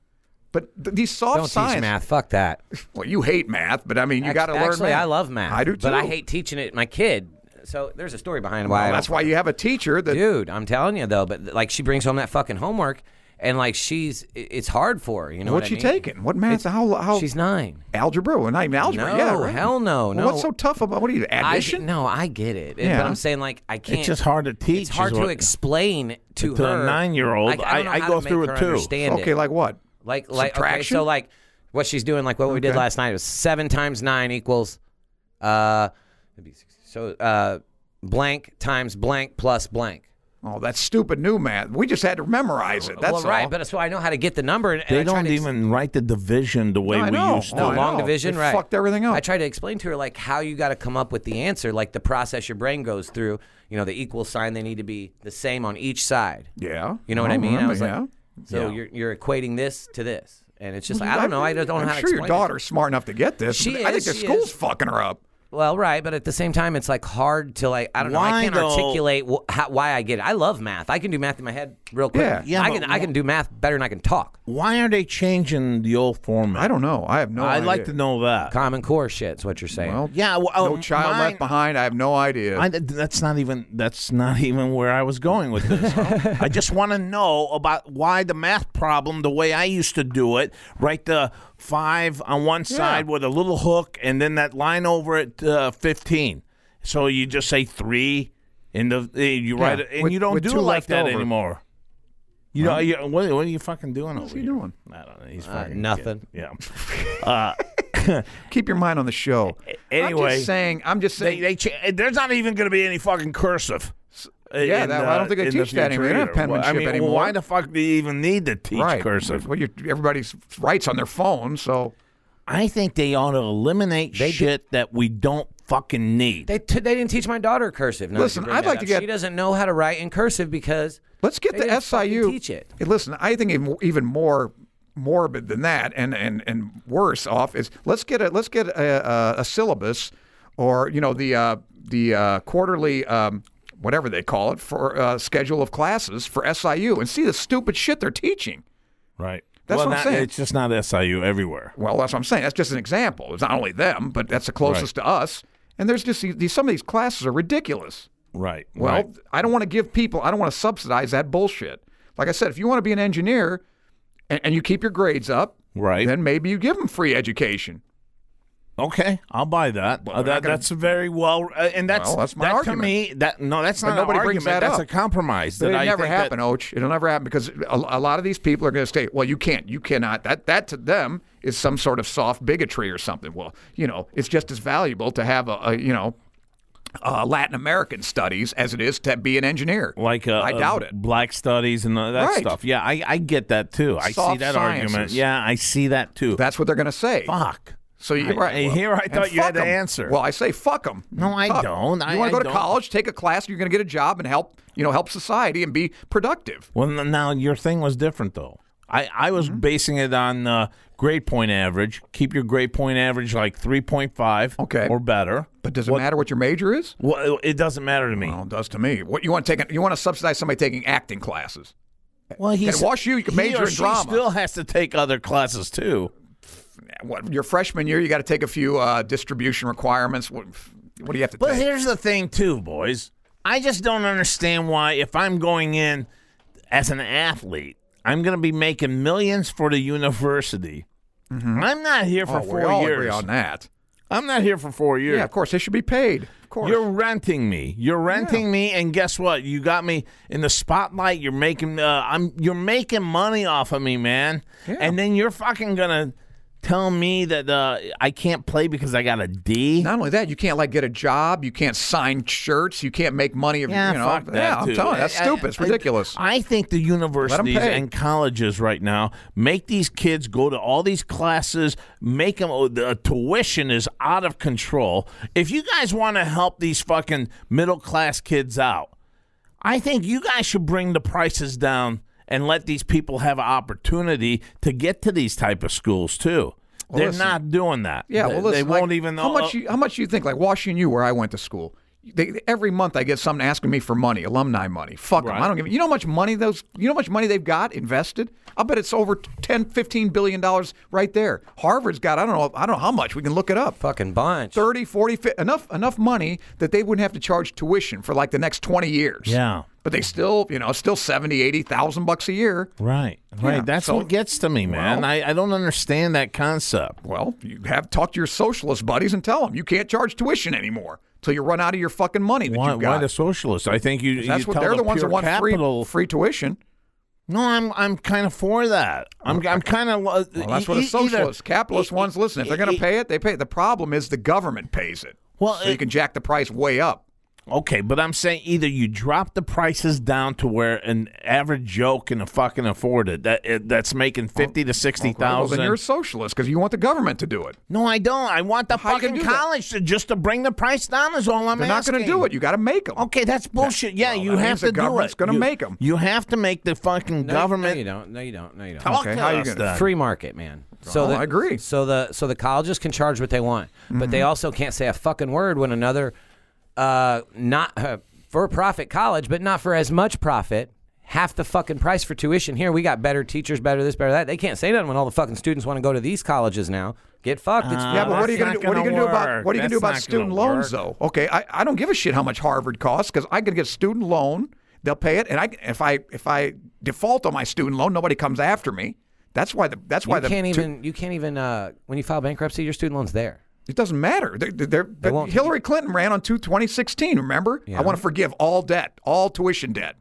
Speaker 4: But th- these soft
Speaker 5: Don't teach
Speaker 4: science.
Speaker 5: math. Fuck that.
Speaker 4: Well, you hate math, but I mean, you
Speaker 5: Act-
Speaker 4: got to learn.
Speaker 5: Actually,
Speaker 4: math.
Speaker 5: I love math.
Speaker 4: I do too.
Speaker 5: But I hate teaching it my kid. So there's a story behind why. I
Speaker 4: Well,
Speaker 5: don't
Speaker 4: that's why you have a teacher that
Speaker 5: dude i'm telling you though but like she brings home that fucking homework and like she's it- it's hard for her you know
Speaker 4: What's
Speaker 5: what I
Speaker 4: she
Speaker 5: mean?
Speaker 4: taking? What math? how how
Speaker 5: she's nine
Speaker 4: algebra? Well, not even algebra.
Speaker 5: No,
Speaker 4: yeah, right.
Speaker 5: hell no,
Speaker 4: Well,
Speaker 5: no.
Speaker 4: What's so tough about what are you
Speaker 5: I
Speaker 4: addition?
Speaker 5: get- no i get it
Speaker 4: Yeah.
Speaker 5: but i'm saying like i can't
Speaker 3: just hard to teach
Speaker 5: it's hard
Speaker 3: is
Speaker 5: to
Speaker 3: what-
Speaker 5: explain to,
Speaker 3: To a
Speaker 5: her
Speaker 3: nine-year-old,
Speaker 5: like, don't know
Speaker 3: I- I
Speaker 5: how
Speaker 3: go
Speaker 5: to
Speaker 3: through
Speaker 5: make
Speaker 3: it,
Speaker 5: her
Speaker 3: too.
Speaker 5: understand
Speaker 4: Okay,
Speaker 5: it.
Speaker 4: like what?
Speaker 5: like like okay
Speaker 4: Subtraction?
Speaker 5: so like what she's doing like what we did
Speaker 4: Okay.
Speaker 5: last night was seven times nine equals uh it'd be six- so uh blank times blank plus blank
Speaker 4: Oh, that's stupid new math. We just had to memorize it. That's
Speaker 5: well right
Speaker 4: all.
Speaker 5: but so i know how to get the number and, and
Speaker 3: They
Speaker 5: I try
Speaker 3: don't
Speaker 5: to ex-
Speaker 3: even write the division the way
Speaker 4: No,
Speaker 3: we
Speaker 4: I know.
Speaker 3: used to.
Speaker 4: Oh,
Speaker 5: No,
Speaker 4: I
Speaker 5: long
Speaker 4: know.
Speaker 5: division,
Speaker 4: They
Speaker 5: right.
Speaker 4: fucked everything up.
Speaker 5: I tried to explain to her like how you got to come up with the answer, like the process your brain goes through. You know, the equal sign they need to be the same on each side.
Speaker 4: yeah, Oh,
Speaker 5: You know what I mean? I was like,
Speaker 4: yeah.
Speaker 5: so you're you're equating this to this, and it's just like, I don't know. I just don't
Speaker 4: I'm
Speaker 5: know how
Speaker 4: sure
Speaker 5: to
Speaker 4: your
Speaker 5: explain it.
Speaker 4: daughter's smart enough to get this.
Speaker 5: She
Speaker 4: but I think
Speaker 5: is,
Speaker 4: the
Speaker 5: she
Speaker 4: school's
Speaker 5: is.
Speaker 4: fucking her up.
Speaker 5: Well, right, but at the same time, it's like hard to like I don't know.
Speaker 3: Why,
Speaker 5: I can't
Speaker 3: though?
Speaker 5: articulate wh- how, why I get it. I love math. I can do math in my head real quick.
Speaker 4: Yeah.
Speaker 3: Yeah,
Speaker 5: I
Speaker 3: but
Speaker 5: can I
Speaker 3: wh-
Speaker 5: can do math better than I can talk.
Speaker 3: Why are they changing the old format?
Speaker 4: I don't know. I have no.
Speaker 3: I'd
Speaker 4: idea.
Speaker 3: like to know that.
Speaker 5: Common core shit is what you're saying.
Speaker 4: Well,
Speaker 3: Yeah, well, oh,
Speaker 4: no child
Speaker 3: mine-
Speaker 4: left behind. I have no idea.
Speaker 3: I, that's not even that's not even where I was going with this. I just want to know about why the math problem the way I used to do it. Write the five on one side with a little hook, and then that line over at uh, fifteen. So you just say three, and the eh, you write it, and
Speaker 4: with-
Speaker 3: you don't
Speaker 4: with
Speaker 3: do
Speaker 4: two
Speaker 3: it like
Speaker 4: left
Speaker 3: that
Speaker 4: over.
Speaker 3: anymore. You know you, what, what are you fucking doing over
Speaker 4: what are you
Speaker 3: here?
Speaker 4: doing?
Speaker 3: I don't know. He's
Speaker 5: Uh,
Speaker 3: fucking
Speaker 5: nothing.
Speaker 3: yeah.
Speaker 4: Keep your mind on the show. I'm
Speaker 3: anyway,
Speaker 4: just saying. I'm just
Speaker 3: They,
Speaker 4: saying.
Speaker 3: they cha- there's not even going to be any fucking cursive.
Speaker 4: Yeah,
Speaker 3: in,
Speaker 4: that- I don't
Speaker 3: uh,
Speaker 4: think they
Speaker 3: in the
Speaker 4: teach that
Speaker 3: future
Speaker 4: anymore. They don't have
Speaker 3: either. Well, I
Speaker 4: penmanship
Speaker 3: mean,
Speaker 4: anymore.
Speaker 3: Why the fuck do you even need to teach
Speaker 4: right.
Speaker 3: cursive?
Speaker 4: Well, you everybody writes on their phone, so
Speaker 3: I think they ought to eliminate
Speaker 5: They
Speaker 3: shit that we don't fucking need.
Speaker 5: They, t- they didn't teach my daughter cursive. Now that you
Speaker 4: Listen,
Speaker 5: bring
Speaker 4: I'd
Speaker 5: that
Speaker 4: like
Speaker 5: up.
Speaker 4: to get-
Speaker 5: She doesn't know how to write in cursive because
Speaker 4: Let's get
Speaker 5: They
Speaker 4: the
Speaker 5: didn't fucking
Speaker 4: SIU.
Speaker 5: teach it.
Speaker 4: Hey, Listen, I think even, even more morbid than that, and, and, and worse off is let's get a let's get a, a, a syllabus, or you know the uh, the uh, quarterly. Um, Whatever they call it for uh, schedule of classes for SIU and see the stupid shit they're teaching.
Speaker 3: Right.
Speaker 4: That's
Speaker 3: well,
Speaker 4: what I'm
Speaker 3: not-
Speaker 4: saying.
Speaker 3: It's just not SIU everywhere.
Speaker 4: Well, that's what I'm saying. That's just an example. It's not only them, but that's the closest to us. And there's just these, these- some of these classes are ridiculous.
Speaker 3: Right.
Speaker 4: Well,
Speaker 3: right.
Speaker 4: I don't want to give people, I don't want to subsidize that bullshit. Like I said, if you want to be an engineer and, and you keep your grades up,
Speaker 3: Right.
Speaker 4: then maybe you give them free education.
Speaker 3: Okay, I'll buy that. Uh, that-
Speaker 4: gonna-
Speaker 3: that's a very well, uh, and that's
Speaker 4: Well, that's my
Speaker 3: that
Speaker 4: argument.
Speaker 3: to me. That no, that's
Speaker 4: But
Speaker 3: not
Speaker 4: nobody
Speaker 3: an
Speaker 4: brings
Speaker 3: argument.
Speaker 4: that
Speaker 3: that's
Speaker 4: up.
Speaker 3: a compromise.
Speaker 4: But
Speaker 3: that
Speaker 4: it'll
Speaker 3: I
Speaker 4: never
Speaker 3: think that-
Speaker 4: happen, Och. It'll never happen because a, a lot of these people are going to say, well, you can't, you cannot. That, that to them is some sort of soft bigotry or something. Well, you know, it's just as valuable to have a, a you know, uh, Latin American studies as it is to be an engineer.
Speaker 3: like uh,
Speaker 4: I
Speaker 3: uh,
Speaker 4: doubt it.
Speaker 3: Black studies and all that
Speaker 4: Right.
Speaker 3: stuff. Yeah, I, I get that too. I see
Speaker 4: Soft
Speaker 3: that argument.
Speaker 4: sciences.
Speaker 3: Yeah, I see that too.
Speaker 4: That's what they're going to say.
Speaker 3: Fuck.
Speaker 4: So you
Speaker 3: I-
Speaker 4: right.
Speaker 3: I-
Speaker 4: well,
Speaker 3: here I
Speaker 4: and
Speaker 3: thought you had
Speaker 4: fuck
Speaker 3: the
Speaker 4: 'em.
Speaker 3: answer.
Speaker 4: Well, I say fuck them.
Speaker 3: No, I don't. I-
Speaker 4: you want
Speaker 3: I
Speaker 4: to go to
Speaker 3: don't.
Speaker 4: college, take a class, you're going to get a job and help, you know, help society and be productive.
Speaker 3: Well, n- now your thing was different though. I I was
Speaker 4: Mm-hmm.
Speaker 3: basing it on uh, grade point average. Keep your grade point average like three point five,
Speaker 4: Okay.
Speaker 3: or better.
Speaker 4: But does it matter what your major is?
Speaker 3: Well, it doesn't matter to me.
Speaker 4: Well, it does to me. What you want to take? You want to subsidize somebody taking acting classes?
Speaker 3: Well, he's
Speaker 4: Wash U, you can
Speaker 3: he
Speaker 4: major
Speaker 3: or
Speaker 4: in
Speaker 3: she
Speaker 4: drama.
Speaker 3: Still has to take other classes too.
Speaker 4: What your freshman year, you got to take a few uh, distribution requirements. What, what do you have to
Speaker 3: But
Speaker 4: take?
Speaker 3: here's the thing, too, boys. I just don't understand why, if I'm going in as an athlete, I'm going to be making millions for the university. I'm not here for
Speaker 4: Oh,
Speaker 3: four
Speaker 4: we all
Speaker 3: years.
Speaker 4: agree on that.
Speaker 3: I'm not here for four years.
Speaker 4: Yeah, of course they should be paid. Of course.
Speaker 3: You're renting me. You're renting me, and guess what? You got me in the spotlight. You're making. Uh, I'm. You're making money off of me, man. And then you're fucking gonna tell me that uh, I can't play because I got a D.
Speaker 4: Not only that, you can't like get a job. You can't sign shirts. You can't make money. Of,
Speaker 3: Yeah,
Speaker 4: you know,
Speaker 3: fuck that
Speaker 4: yeah,
Speaker 3: too.
Speaker 4: I'm telling you, that's
Speaker 3: I-
Speaker 4: stupid. It's
Speaker 3: I-
Speaker 4: ridiculous.
Speaker 3: I, think the universities
Speaker 4: pay.
Speaker 3: and colleges right now make these kids go to all these classes, make them. Oh, the tuition is out of control. If you guys want to help these fucking middle class kids out, I think you guys should bring the prices down and let these people have an opportunity to get to these type of schools too. They're
Speaker 4: listen.
Speaker 3: not doing that.
Speaker 4: Yeah,
Speaker 3: they,
Speaker 4: well, listen,
Speaker 3: they
Speaker 4: like,
Speaker 3: won't even know oh,
Speaker 4: how much. You, how much you think? Like Washington U, where I went to school, they, every month I get someone asking me for money, alumni money. Fuck 'em.
Speaker 3: Right.
Speaker 4: I don't give. a- You know how much money those? You know how much money they've got invested? I bet it's over 10, 15 billion dollars right there. Harvard's got. I don't know. I don't know how much. We can look it up.
Speaker 5: fucking bunch.
Speaker 4: 30, 40, 50, enough enough money that they wouldn't have to charge tuition for like the next 20 years.
Speaker 3: Yeah.
Speaker 4: But they still, you know, still 70, 80,000 bucks a year.
Speaker 3: Right, right.
Speaker 4: Yeah,
Speaker 3: That's
Speaker 4: so-
Speaker 3: what gets to me, man.
Speaker 4: Well-
Speaker 3: I, I don't understand that concept.
Speaker 4: Well, you have talk to your socialist buddies and tell them you can't charge tuition anymore till you run out of your fucking money that
Speaker 3: Why,
Speaker 4: you've got.
Speaker 3: why the socialists? I think you.
Speaker 4: That's
Speaker 3: you
Speaker 4: what
Speaker 3: tell
Speaker 4: they're the, ones that
Speaker 3: pure
Speaker 4: want
Speaker 3: capital.
Speaker 4: free free tuition.
Speaker 3: No, I'm I'm kind of for that. I'm I'm e-, kind of. Well,
Speaker 4: Well, that's what a socialist,
Speaker 3: e-,
Speaker 4: capitalist ones. Listen, if they're going to pay it, they pay it. The problem is the government pays it,
Speaker 3: Well,
Speaker 4: so you
Speaker 3: it-
Speaker 4: can jack the price way up.
Speaker 3: Okay, but I'm saying either you drop the prices down to where an average Joe can fucking afford it. That it, that's making fifty to sixty
Speaker 4: Well,
Speaker 3: thousand.
Speaker 4: then you're a socialist because you want the government to do it.
Speaker 3: no, I don't. I want the
Speaker 4: How you gonna
Speaker 3: fucking
Speaker 4: do that?
Speaker 3: college to just to bring the price down. Is all I'm
Speaker 4: They're not
Speaker 3: asking.
Speaker 4: going to do it. You got to make them.
Speaker 3: Okay, that's bullshit. Yeah,
Speaker 4: well,
Speaker 3: you
Speaker 4: that
Speaker 3: have
Speaker 4: means
Speaker 3: to
Speaker 4: the
Speaker 3: do it.
Speaker 4: government's gonna
Speaker 3: You-
Speaker 4: make 'em.
Speaker 3: You have to make the fucking
Speaker 5: No,
Speaker 3: government
Speaker 5: No, you don't. No, you don't. No, you don't.
Speaker 3: Talk
Speaker 4: Okay,
Speaker 3: to
Speaker 4: how you
Speaker 3: us
Speaker 4: gonna-
Speaker 3: then.
Speaker 5: Free market, man. So
Speaker 4: Oh,
Speaker 5: the,
Speaker 4: I agree.
Speaker 5: So the so the colleges can charge what they want, but they also can't say a fucking word when another, uh, not uh, for profit college, but not for as much profit, half the fucking price for tuition. Here we got better teachers, better this, better that. They can't say nothing when all the fucking students want to go to these colleges now. Get fucked. It's
Speaker 4: Yeah,
Speaker 3: Uh,
Speaker 4: but what are you
Speaker 3: that's
Speaker 4: going
Speaker 3: not
Speaker 4: to do? What are
Speaker 3: gonna
Speaker 4: you going to do about
Speaker 3: work.
Speaker 4: what are you going to do
Speaker 3: That's
Speaker 4: about
Speaker 3: not
Speaker 4: student
Speaker 3: gonna
Speaker 4: loans, though?
Speaker 3: work.
Speaker 4: Okay, I, I don't give a shit how much Harvard costs because I can get a student loan. They'll pay it, and I if I if I default on my student loan, nobody comes after me. That's why the that's why
Speaker 5: you
Speaker 4: the
Speaker 5: can't
Speaker 4: two-
Speaker 5: even you can't even uh, when you file bankruptcy, your student loan's there.
Speaker 4: It doesn't matter. They're, they're, but
Speaker 5: won't-
Speaker 4: Hillary Clinton ran on two- 2016, remember? I want to forgive all debt, all tuition debt.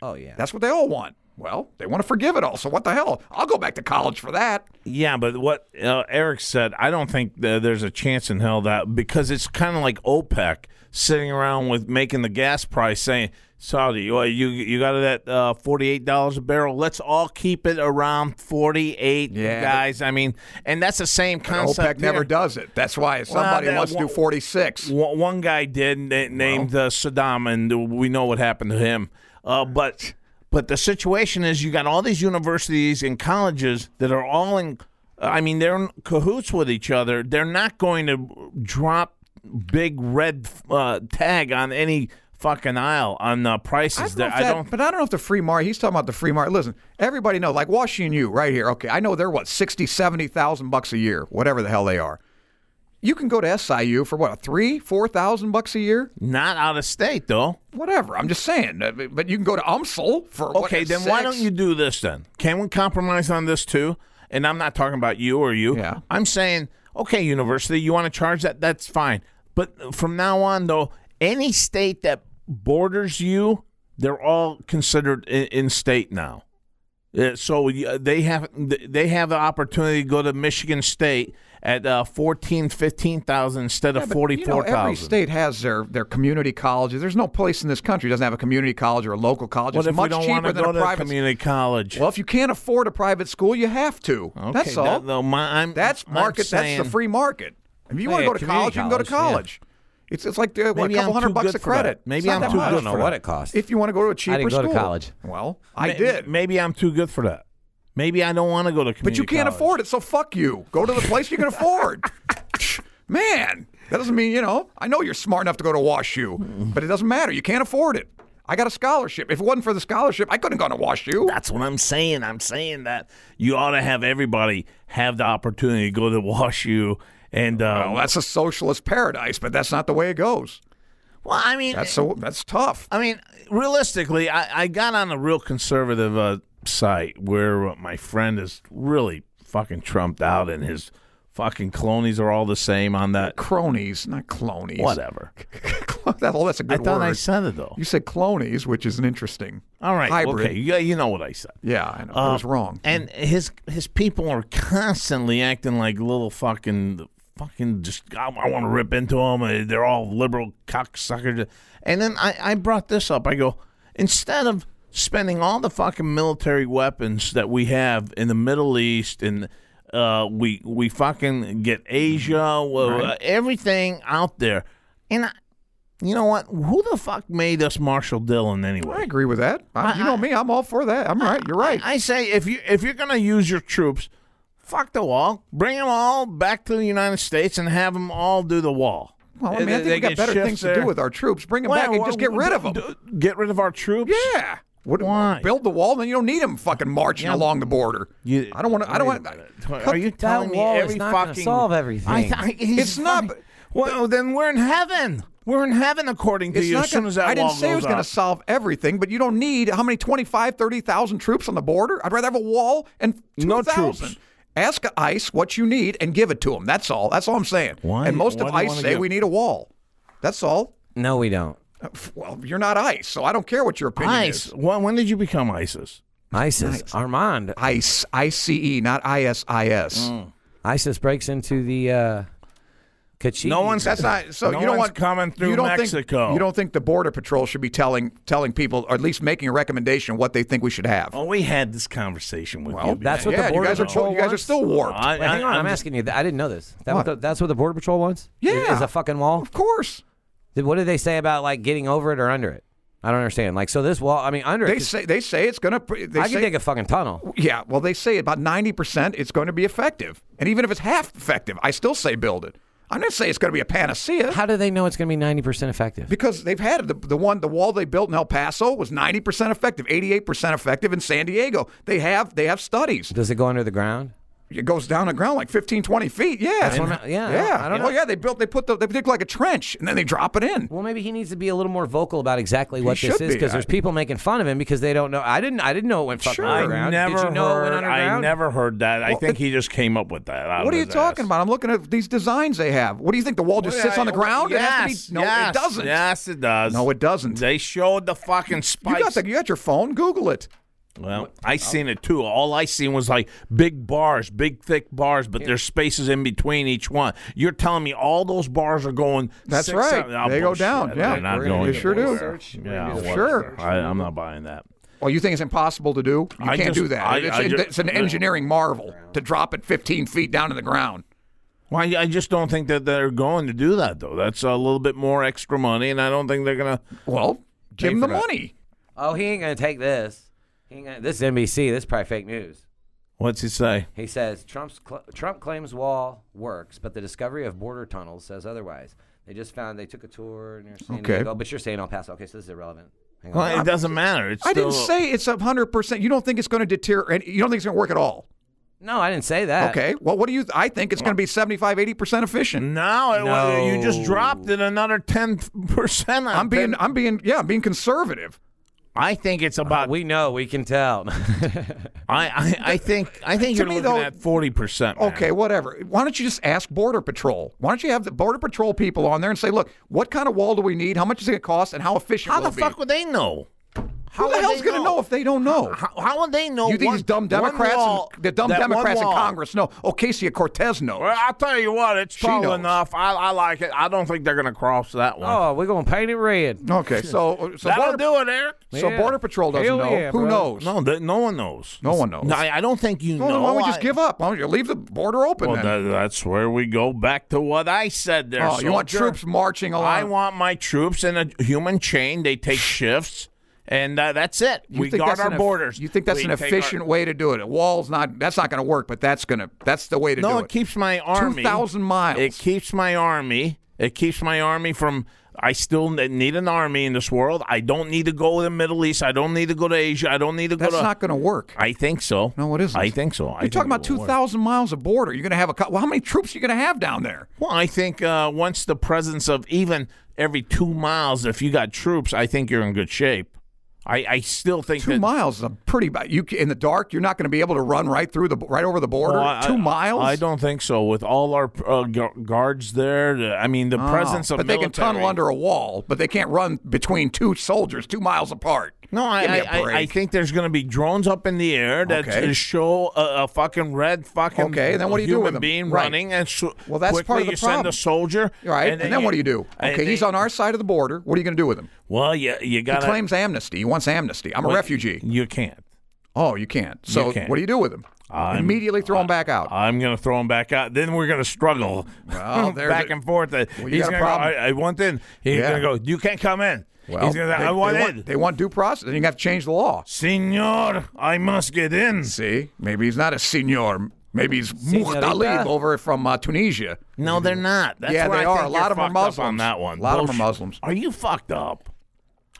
Speaker 5: Oh yeah.
Speaker 4: That's what they all want. Well, they want to forgive it all. So what the hell? I'll go back to college for that.
Speaker 3: Yeah, but what uh, Eric said, I don't think th- there's a chance in hell that because it's kind of like OPEC sitting around with making the gas price saying Saudi, well, you you got it at uh, forty eight dollars a barrel. Let's all keep it around forty eight,
Speaker 4: Yeah.
Speaker 3: guys. I mean, and that's the same concept.
Speaker 4: OPEC never
Speaker 3: here.
Speaker 4: does it. That's why if
Speaker 3: Well,
Speaker 4: somebody
Speaker 3: that
Speaker 4: wants to do
Speaker 3: one-
Speaker 4: 46.
Speaker 3: One, one guy did na- named uh, Saddam, and we know what happened to him. Uh, but but the situation is, you got all these universities and colleges that are all in. I mean, they're in cahoots with each other. They're not going to drop big red uh, tag on any fucking aisle on uh,
Speaker 4: I
Speaker 3: prices.
Speaker 4: don't know if
Speaker 3: I
Speaker 4: that-
Speaker 3: don't.
Speaker 4: but I don't know if the free market. He's talking about the free market. Listen, everybody knows, like Washington U right here. Okay, I know they're what 60, 70,000 bucks a year, whatever the hell they are. You can go to SIU for what three, four thousand bucks a year,
Speaker 3: Not out of state though.
Speaker 4: whatever. I'm just saying. Uh, But you can go to UMSL for what,
Speaker 3: Okay, then why
Speaker 4: six?
Speaker 3: don't you do this then? Can we compromise on this too? And I'm not talking about you or you.
Speaker 4: Yeah.
Speaker 3: I'm saying, okay, university, you want to charge that? That's fine. But from now on, though, any state that borders you, they're all considered in, in state now. Uh, so uh, they have they have the opportunity to go to Michigan State at uh, 14, 15,000 instead
Speaker 4: Yeah,
Speaker 3: of
Speaker 4: but, you know,
Speaker 3: 44,000.
Speaker 4: every state has their, their community colleges. There's no place in this country that doesn't have a community college or a local college.
Speaker 3: what
Speaker 4: it's
Speaker 3: if we
Speaker 4: much
Speaker 3: don't want
Speaker 4: cheaper
Speaker 3: to
Speaker 4: than
Speaker 3: go
Speaker 4: a
Speaker 3: to
Speaker 4: private.
Speaker 3: community college?
Speaker 4: well, if you can't afford a private school, you have to.
Speaker 3: okay,
Speaker 4: that's all.
Speaker 3: that- no, my- I'm-
Speaker 4: That's
Speaker 3: I'm
Speaker 4: market.
Speaker 3: saying-
Speaker 4: that's the free market. If you want
Speaker 5: yeah,
Speaker 4: to go to
Speaker 5: community
Speaker 4: college, you can go to
Speaker 5: college, yeah.
Speaker 4: college. It's it's like uh, what, a
Speaker 3: Maybe
Speaker 4: couple
Speaker 3: I'm
Speaker 4: hundred
Speaker 3: too
Speaker 4: bucks
Speaker 3: good
Speaker 4: of
Speaker 3: for that.
Speaker 4: credit.
Speaker 3: Maybe
Speaker 4: It's not
Speaker 3: I'm
Speaker 4: that
Speaker 3: too
Speaker 4: much.
Speaker 5: I
Speaker 3: good
Speaker 5: don't know
Speaker 3: for
Speaker 5: what
Speaker 3: that.
Speaker 5: it costs.
Speaker 4: If you want to go to a cheaper
Speaker 5: didn't go to
Speaker 4: school.
Speaker 5: college.
Speaker 4: Well, I
Speaker 3: May-
Speaker 4: did,
Speaker 3: Maybe I'm too good for that. Maybe I don't want to go to community
Speaker 4: but you can't afford it, so fuck you. Go to the place you can afford. Man, that doesn't mean you know. I know you're smart enough to go to Wash U, but it doesn't matter. You can't afford it. I got a scholarship. If it wasn't for the scholarship, I couldn't have gone to Wash U.
Speaker 3: That's what I'm saying. I'm saying that you ought to have everybody have the opportunity to go to Wash U. And, uh,
Speaker 4: Well,
Speaker 3: well,
Speaker 4: Oh, that's a socialist paradise, but that's not the way it goes.
Speaker 3: I mean,
Speaker 4: That's so that's tough.
Speaker 3: I mean, realistically, I, I got on a real conservative uh, site where my friend is really fucking trumped out and his fucking cronies are all the same on that.
Speaker 4: Cronies, not clonies.
Speaker 3: Whatever.
Speaker 4: that, oh, that's a
Speaker 3: I
Speaker 4: good
Speaker 3: thought
Speaker 4: word.
Speaker 3: I said it, though.
Speaker 4: you said clonies, which is an interesting
Speaker 3: All right.
Speaker 4: hybrid.
Speaker 3: Okay. You, you know what I said.
Speaker 4: Yeah, I know. I was
Speaker 3: Uh,
Speaker 4: wrong.
Speaker 3: And his his people are constantly acting like little fucking fucking just I, want to rip into them. They're all liberal cocksuckers. And then I I brought this up. I go instead of spending all the fucking military weapons that we have in the Middle East and uh, we we fucking get Asia, uh,
Speaker 4: Mm-hmm.
Speaker 3: everything out there, and. I, you know what? Who the fuck made us Marshall Dillon anyway?
Speaker 4: I agree with that. I, you know me. I'm all for that. I'm right. You're right.
Speaker 3: I say if you if you're gonna use your troops, fuck the wall. Bring them all back to the United States and have them all do the wall.
Speaker 4: well, I mean, I think
Speaker 3: They
Speaker 4: we got
Speaker 3: get
Speaker 4: better
Speaker 3: shifts
Speaker 4: things to
Speaker 3: there.
Speaker 4: do with our troops. Bring them back and
Speaker 3: Well,
Speaker 4: just get
Speaker 3: well,
Speaker 4: rid of them.
Speaker 3: d- d- Get rid of our troops.
Speaker 4: yeah. What,
Speaker 3: Why?
Speaker 4: Build the wall, then you don't need them fucking marching
Speaker 3: Yeah.
Speaker 4: along the border.
Speaker 3: You-
Speaker 4: I don't want to. I don't
Speaker 3: wait a
Speaker 4: want.
Speaker 3: minute. Are you telling me
Speaker 5: wall is
Speaker 3: every
Speaker 5: not gonna
Speaker 3: fucking
Speaker 5: solve everything.
Speaker 3: I th- I- he's
Speaker 4: It's not-
Speaker 3: funny. Well, then we're in heaven. We're in heaven according to
Speaker 4: It's
Speaker 3: you.
Speaker 4: not
Speaker 3: as soon
Speaker 4: gonna,
Speaker 3: as that
Speaker 4: I didn't
Speaker 3: wall
Speaker 4: say it was
Speaker 3: goes
Speaker 4: going
Speaker 3: up.
Speaker 4: to solve everything, but you don't need how many 25, 30,000 troops on the border? I'd rather have a wall and 2,000.
Speaker 3: No troops.
Speaker 4: Ask ICE what you need and give it to them. That's all. That's all I'm saying.
Speaker 3: Why-
Speaker 4: and most
Speaker 3: why
Speaker 4: of
Speaker 3: do you
Speaker 4: ICE
Speaker 3: wanna
Speaker 4: say
Speaker 3: give-
Speaker 4: we need a wall. That's all.
Speaker 5: No, we don't.
Speaker 4: Uh, f- Well, you're not ICE, so I don't care what your opinion
Speaker 3: ICE.
Speaker 4: is.
Speaker 3: When, when did you become ISIS?
Speaker 5: ISIS, Armand.
Speaker 4: ICE, ICE, not ISIS.
Speaker 3: Mm.
Speaker 5: ISIS breaks into the uh, Kachin.
Speaker 3: No one's
Speaker 4: That's not so.
Speaker 3: No
Speaker 4: you don't
Speaker 3: one's
Speaker 4: want
Speaker 3: coming through
Speaker 4: you don't
Speaker 3: Mexico.
Speaker 4: Think, you don't think the border patrol should be telling telling people, or at least making a recommendation, what they think we should have?
Speaker 3: Oh, we had this conversation with you.
Speaker 5: That's what
Speaker 4: yeah,
Speaker 5: the border
Speaker 4: you guys
Speaker 5: patrol
Speaker 4: are you guys are
Speaker 5: wants?
Speaker 4: still warped.
Speaker 3: I,
Speaker 5: Wait, hang on,
Speaker 3: I-
Speaker 5: I'm,
Speaker 3: I'm
Speaker 5: asking you. That. I didn't know this. That
Speaker 4: What?
Speaker 5: what? the, that's what the border patrol wants.
Speaker 4: Yeah.
Speaker 5: is a fucking wall.
Speaker 4: Of course.
Speaker 5: Did- What did they say about like getting over it or under it? I don't understand. Like, so this wall. I mean, under
Speaker 4: They
Speaker 5: it. 'cause
Speaker 4: say they say it's going to. They
Speaker 5: I
Speaker 4: say,
Speaker 5: could dig a fucking tunnel.
Speaker 4: Yeah, well, they say about ninety percent it's going to be effective, and even if it's half effective, I still say build it. I'm not saying it's going to be a panacea
Speaker 5: How do they know it's going to be ninety percent effective?
Speaker 4: because they've had it. the the one the wall they built in El Paso was ninety percent effective, eighty eight percent effective in San Diego. They have they have studies.
Speaker 5: Does it go under the ground?
Speaker 4: It goes down the ground like 15, 20 feet. Yeah,
Speaker 5: That's what I'm- yeah, I don't-
Speaker 4: yeah.
Speaker 5: I don't
Speaker 4: oh
Speaker 5: know.
Speaker 4: yeah, they built they put the they dig like a trench and then they drop it in.
Speaker 5: Well, maybe he needs to be a little more vocal about exactly what this
Speaker 4: should
Speaker 5: is
Speaker 4: be.
Speaker 5: because there's
Speaker 4: I-
Speaker 5: people making fun of him because they don't know. I didn't. I didn't know it went fucking
Speaker 4: Sure.
Speaker 3: I
Speaker 5: underground.
Speaker 3: never
Speaker 5: Did you know it
Speaker 3: heard.
Speaker 5: went
Speaker 3: I
Speaker 5: underground?
Speaker 3: never heard that. I
Speaker 4: Well,
Speaker 3: think
Speaker 4: it-
Speaker 3: he just came up with that. out of
Speaker 4: What are you
Speaker 3: his
Speaker 4: talking
Speaker 3: ass.
Speaker 4: about? I'm looking at these designs they have. What do you think? The wall just sits on the ground?
Speaker 3: Yes,
Speaker 4: it has to be, no,
Speaker 3: yes,
Speaker 4: it doesn't.
Speaker 3: Yes, it does.
Speaker 4: No, it doesn't.
Speaker 3: They showed the fucking spikes.
Speaker 4: You got the, you got your phone. Google it.
Speaker 3: Well,
Speaker 4: Oh.
Speaker 3: I seen it too. All I seen was like big bars, big thick bars, but there's spaces in between each one. You're telling me all those bars are going?
Speaker 4: That's
Speaker 3: six,
Speaker 4: right.
Speaker 3: seven- oh,
Speaker 4: They go
Speaker 3: bullshit.
Speaker 4: down,
Speaker 3: They're
Speaker 4: yeah.
Speaker 3: not
Speaker 4: We're
Speaker 3: going
Speaker 4: gonna do
Speaker 3: to
Speaker 4: a sure do.
Speaker 3: nowhere.
Speaker 5: search. We're
Speaker 3: Yeah,
Speaker 5: gonna do a
Speaker 3: well,
Speaker 4: Sure.
Speaker 3: I, I'm not buying that.
Speaker 4: Well, you think it's impossible to do? You
Speaker 3: I
Speaker 4: can't
Speaker 3: just-
Speaker 4: do that.
Speaker 3: I-
Speaker 4: it's,
Speaker 3: I ju-
Speaker 4: it's an engineering marvel to drop it 15 feet down to the ground.
Speaker 3: Well, I I just don't think that they're going to do that though. That's a little bit more extra money, and I don't think they're gonna.
Speaker 4: Well,
Speaker 3: Pay
Speaker 4: give them the
Speaker 3: for that.
Speaker 4: money.
Speaker 5: Oh, he ain't gonna take this. He ain't gonna, this is NBC. This is probably fake news.
Speaker 3: What's he say?
Speaker 5: He says Trump's cl- Trump claims wall works, but the discovery of border tunnels says otherwise. They just found they took a tour and you're saying
Speaker 4: Okay.
Speaker 5: okay. but you're saying El Paso. Okay, so this is irrelevant. Hang on.
Speaker 3: Well, it doesn't matter. It's
Speaker 4: I didn't
Speaker 3: still-
Speaker 4: say it's a 100%. You don't think it's going to deteriorate? You don't think it's going to work at all?
Speaker 5: No, I didn't say
Speaker 3: Uh,
Speaker 5: that.
Speaker 4: Okay. Well, what do you? I think it's going to be 75, 80% efficient.
Speaker 3: No, it was, you just
Speaker 5: No.
Speaker 3: dropped it another ten percent.
Speaker 4: I'm being, I'm being, yeah, I'm being conservative.
Speaker 3: I think it's about.
Speaker 4: Uh,
Speaker 5: We know. We can tell.
Speaker 3: I, I, I think. I think
Speaker 4: To
Speaker 3: you're
Speaker 4: me,
Speaker 3: looking
Speaker 4: though-
Speaker 3: at forty percent.
Speaker 4: Okay, whatever. Why don't you just ask Border Patrol? Why don't you have the Border Patrol people on there and say, look, what kind of wall do we need? How much is it going to cost? And how efficient
Speaker 3: How
Speaker 4: will
Speaker 3: the
Speaker 4: it be?
Speaker 3: fuck would they know? How
Speaker 4: Who the
Speaker 3: would
Speaker 4: hell's
Speaker 3: they
Speaker 4: going to know if they don't know?
Speaker 3: How, how would they know?
Speaker 4: you think
Speaker 3: one-
Speaker 4: these dumb
Speaker 3: one
Speaker 4: Democrats,
Speaker 3: wall-
Speaker 4: and, the dumb
Speaker 3: that one
Speaker 4: Democrats in
Speaker 3: wall?
Speaker 4: Congress know? Ocasio Cortez knows.
Speaker 3: Well, I'll tell you what, it's
Speaker 4: She
Speaker 3: tall
Speaker 4: knows.
Speaker 3: enough. I, I like it. I don't think they're going to cross that one.
Speaker 5: oh, we're gonna paint it red.
Speaker 4: okay, so so
Speaker 3: That'll
Speaker 4: Border,
Speaker 3: do it, Eric.
Speaker 4: so
Speaker 5: Yeah.
Speaker 4: Border Patrol doesn't
Speaker 5: Hell
Speaker 4: know.
Speaker 5: yeah,
Speaker 4: Who
Speaker 5: bro.
Speaker 4: knows?
Speaker 3: No, that, no one knows.
Speaker 4: No one knows.
Speaker 3: No, I, I don't think you
Speaker 4: Well,
Speaker 3: know.
Speaker 4: then why don't we just
Speaker 3: I-
Speaker 4: give up? Why don't you leave the border open
Speaker 3: Well,
Speaker 4: then?
Speaker 3: that, that's where we go back to what I said there.
Speaker 4: oh, you want
Speaker 3: soldier.
Speaker 4: troops marching along?
Speaker 3: I want my troops in a human chain. They take shifts, and uh, that's it.
Speaker 4: You
Speaker 3: we
Speaker 4: think
Speaker 3: guard
Speaker 4: that's an
Speaker 3: our
Speaker 4: eff-
Speaker 3: borders.
Speaker 4: You think that's
Speaker 3: We
Speaker 4: an
Speaker 3: take our-
Speaker 4: efficient way to do it? A wall's not. That's not going to work, but that's going to. That's the way to
Speaker 3: no,
Speaker 4: do
Speaker 3: it.
Speaker 4: it.
Speaker 3: keeps my army.
Speaker 4: 2,000 miles.
Speaker 3: It keeps my army. It keeps my army from. I still n- need an army in this world. I don't need to go to the Middle East. I don't need to go to Asia. I don't need to go
Speaker 4: that's
Speaker 3: to.
Speaker 4: not going to work.
Speaker 3: I think so.
Speaker 4: no, it isn't.
Speaker 3: I think so. I
Speaker 4: You're
Speaker 3: think
Speaker 4: talking about
Speaker 3: it will
Speaker 4: two
Speaker 3: work.
Speaker 4: thousand miles of border. You're going to have a. cou- Well, how many troops are you going to have down there?
Speaker 3: Well, I think uh, once the presence of even every two miles, if you got troops, I think you're in good shape. I, I still think
Speaker 4: Two
Speaker 3: that,
Speaker 4: miles is a pretty. ba- You c- in the dark, you're not going to be able to run right through the right over the border.
Speaker 3: Well, I-
Speaker 4: two miles.
Speaker 3: I don't think so. With all our uh, gu- guards there, the- I mean the
Speaker 4: Oh,
Speaker 3: presence of
Speaker 4: but they
Speaker 3: military.
Speaker 4: can tunnel under a wall, but they can't run between two soldiers two miles apart.
Speaker 3: No, I,
Speaker 4: Give
Speaker 3: I,
Speaker 4: me a
Speaker 3: I, I
Speaker 4: break.
Speaker 3: think there's going to be drones up in the air that
Speaker 4: Okay.
Speaker 3: is- show a, a fucking red fucking
Speaker 4: Okay, then what do you do
Speaker 3: human
Speaker 4: with 'em?
Speaker 3: being
Speaker 4: Right.
Speaker 3: running and so,
Speaker 4: Well, that's
Speaker 3: quickly
Speaker 4: part of the
Speaker 3: you send a
Speaker 4: problem.
Speaker 3: soldier
Speaker 4: Right, and, then what do you do?
Speaker 3: and
Speaker 4: Okay, he's
Speaker 3: then-
Speaker 4: on our side of the border. What are you going to do with him?
Speaker 3: Well, you you
Speaker 4: He
Speaker 3: got
Speaker 4: claims amnesty. He wants amnesty. I'm a refugee.
Speaker 3: You can't.
Speaker 4: Oh, you can't. So
Speaker 3: can't.
Speaker 4: what do you do with him?
Speaker 3: I'm-
Speaker 4: Immediately throw him back out.
Speaker 3: I'm going to throw him back out. Then we're going to struggle
Speaker 4: Well, there's
Speaker 3: back
Speaker 4: a-
Speaker 3: and forth. Well,
Speaker 4: you
Speaker 3: he's
Speaker 4: got a
Speaker 3: going to go,
Speaker 4: problem.
Speaker 3: I, I want in. He's
Speaker 4: Yeah.
Speaker 3: going to go, you can't come in.
Speaker 4: well,
Speaker 3: he's going to
Speaker 4: they,
Speaker 3: I want
Speaker 4: they
Speaker 3: in.
Speaker 4: want, they want due process. Then you have to change the law.
Speaker 3: Senor, I must get in.
Speaker 4: See, maybe he's not a senor. Maybe he's Muhtalib over from uh, Tunisia.
Speaker 3: No, they're not. That's
Speaker 4: Yeah,
Speaker 3: where
Speaker 4: they
Speaker 3: I
Speaker 4: are.
Speaker 3: think
Speaker 4: A lot
Speaker 3: you're
Speaker 4: of 'em are
Speaker 3: fucked up On
Speaker 4: Muslims.
Speaker 3: that one,
Speaker 4: A lot of 'em are
Speaker 3: Bullshit.
Speaker 4: Muslims.
Speaker 3: Are you fucked up?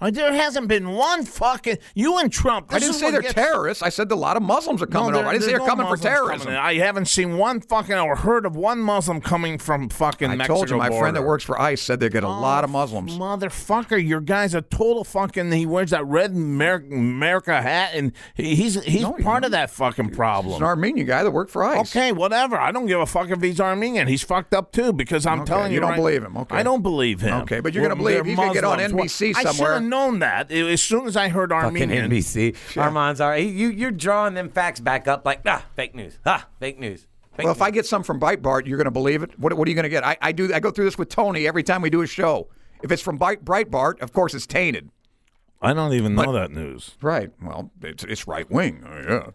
Speaker 3: Uh, There hasn't been one fucking you and Trump.
Speaker 4: I
Speaker 3: this
Speaker 4: didn't
Speaker 3: is
Speaker 4: say
Speaker 3: what
Speaker 4: they're
Speaker 3: gets-
Speaker 4: terrorists. I said a lot of Muslims are
Speaker 3: No,
Speaker 4: coming
Speaker 3: there-
Speaker 4: over. I didn't say
Speaker 3: there's
Speaker 4: they're
Speaker 3: no
Speaker 4: coming for
Speaker 3: Muslims
Speaker 4: terrorism.
Speaker 3: coming in. I haven't seen one fucking or heard of one Muslim coming from fucking
Speaker 4: I
Speaker 3: Mexico
Speaker 4: told you, my friend
Speaker 3: border.
Speaker 4: that
Speaker 3: Oh,
Speaker 4: works for ICE said they get a lot of Muslims.
Speaker 3: Motherfucker, your guy's a total fucking. He wears that red America, America hat, and he- he's he's
Speaker 4: No, he's
Speaker 3: part of that fucking problem.
Speaker 4: It's an Armenian guy that worked for ICE.
Speaker 3: Okay, whatever. I don't give a fuck if he's Armenian. He's fucked up too because I'm
Speaker 4: Okay,
Speaker 3: telling you,
Speaker 4: you don't
Speaker 3: right-
Speaker 4: believe him. Okay.
Speaker 3: I don't believe him.
Speaker 4: Okay, but you're gonna
Speaker 3: Well,
Speaker 4: believe-
Speaker 3: they're
Speaker 4: he's gonna get on
Speaker 3: Muslims.
Speaker 4: NBC
Speaker 3: I should
Speaker 4: somewhere.
Speaker 3: have known that as soon as I heard
Speaker 5: Fucking
Speaker 3: Armenian.
Speaker 5: NBC. Armand's all right. You you're drawing them facts back up like ah fake news. Ah fake news. Fake
Speaker 4: Well, if
Speaker 5: news.
Speaker 4: I get some from Breitbart, you're going to believe it. What, what are you going to get? I, I do. I go through this with Tony every time we do a show. If it's from Breit- Breitbart, of course it's tainted.
Speaker 3: I don't even know that news.
Speaker 4: Right. Well, it's it's right wing. Oh, yeah.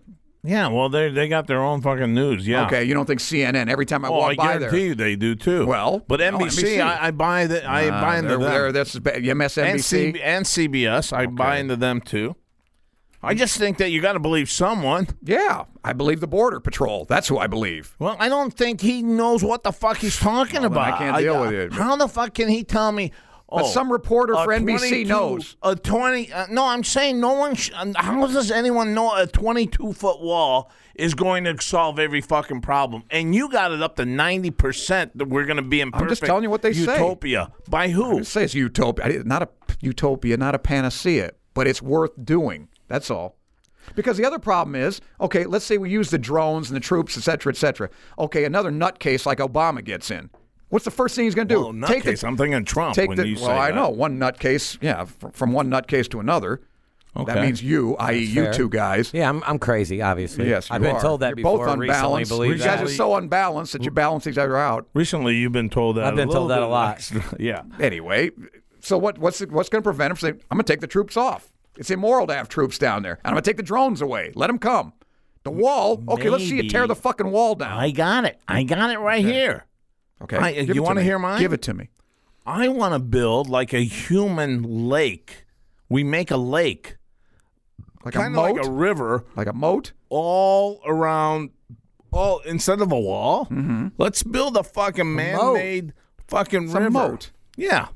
Speaker 3: Yeah, well they they got their own fucking news. Yeah.
Speaker 4: Okay. You don't think CNN? Every time I
Speaker 3: Oh,
Speaker 4: walk
Speaker 3: I
Speaker 4: by there,
Speaker 3: guarantee you they do too.
Speaker 4: Well,
Speaker 3: but
Speaker 4: no,
Speaker 3: NBC,
Speaker 4: NBC.
Speaker 3: I, I buy the I
Speaker 4: Uh,
Speaker 3: buy into
Speaker 4: they're,
Speaker 3: them.
Speaker 4: they're- that's bad.
Speaker 3: and,
Speaker 4: MSNBC.
Speaker 3: C- and CBS, I buy into them too. I
Speaker 4: Hmm.
Speaker 3: just think that you got to believe someone.
Speaker 4: yeah, I believe the Border Patrol. That's who I believe.
Speaker 3: Well, I don't think he knows what the fuck he's talking
Speaker 4: Well, then I
Speaker 3: about.
Speaker 4: can't deal with it.
Speaker 3: How the fuck can he tell me? Oh,
Speaker 4: But some reporter
Speaker 3: a
Speaker 4: for NBC
Speaker 3: 22
Speaker 4: knows.
Speaker 3: a twenty. Uh, no, I'm saying no one. Sh- um, how does anyone know a 22 foot wall is going to solve every fucking problem? And you got it up to 90 percent that we're going to be in.
Speaker 4: I'm just
Speaker 3: perfect
Speaker 4: telling you what they say.
Speaker 3: Utopia by who?
Speaker 4: It says utopia. I didn't- Not a utopia. Not a panacea. But it's worth doing. That's all. Because the other problem is, okay, let's say we use the drones and the troops, et cetera, et cetera. Okay, another nutcase like Obama gets in. What's the first thing he's going to do?
Speaker 3: Well, in that case, I'm thinking Trump.
Speaker 4: Take
Speaker 3: when
Speaker 4: the,
Speaker 3: you
Speaker 4: well,
Speaker 3: say
Speaker 4: I
Speaker 3: that.
Speaker 4: know one nutcase. Yeah, from, from one nutcase to another.
Speaker 3: Okay.
Speaker 4: That means you, i.e., you
Speaker 5: fair.
Speaker 4: two guys.
Speaker 5: Yeah, I'm, I'm crazy, obviously.
Speaker 4: Yes,
Speaker 5: I've
Speaker 4: you
Speaker 5: been
Speaker 4: are.
Speaker 5: told that
Speaker 4: You're
Speaker 5: before.
Speaker 4: both
Speaker 5: recently,
Speaker 4: unbalanced.
Speaker 5: believe
Speaker 4: you
Speaker 5: that.
Speaker 4: guys are so unbalanced that you balance each other out.
Speaker 3: Recently, you've been told that.
Speaker 5: I've been
Speaker 3: a
Speaker 5: told
Speaker 3: little
Speaker 5: that a lot.
Speaker 3: bit last- yeah.
Speaker 4: Anyway, so what? What's what's going to prevent him from saying, "I'm going to take the troops off"? It's immoral to have troops down there, and I'm going to take the drones away. Let them come. The wall. Okay, let's see you tear
Speaker 3: Maybe.
Speaker 4: the fucking wall down.
Speaker 3: I got it. I got it right here.
Speaker 4: okay,
Speaker 3: I-
Speaker 4: give
Speaker 3: you
Speaker 4: it to
Speaker 3: wanna
Speaker 4: me.
Speaker 3: hear mine?
Speaker 4: Give it to me.
Speaker 3: I want to build like a human lake. We make a lake,
Speaker 4: Like
Speaker 3: kind
Speaker 4: a
Speaker 3: of
Speaker 4: moat.
Speaker 3: like a river,
Speaker 4: like a moat.
Speaker 3: all around. All instead of a wall, let's build Mm-hmm. a fucking man-made fucking
Speaker 4: It's a
Speaker 3: river.
Speaker 4: moat.
Speaker 3: Yeah,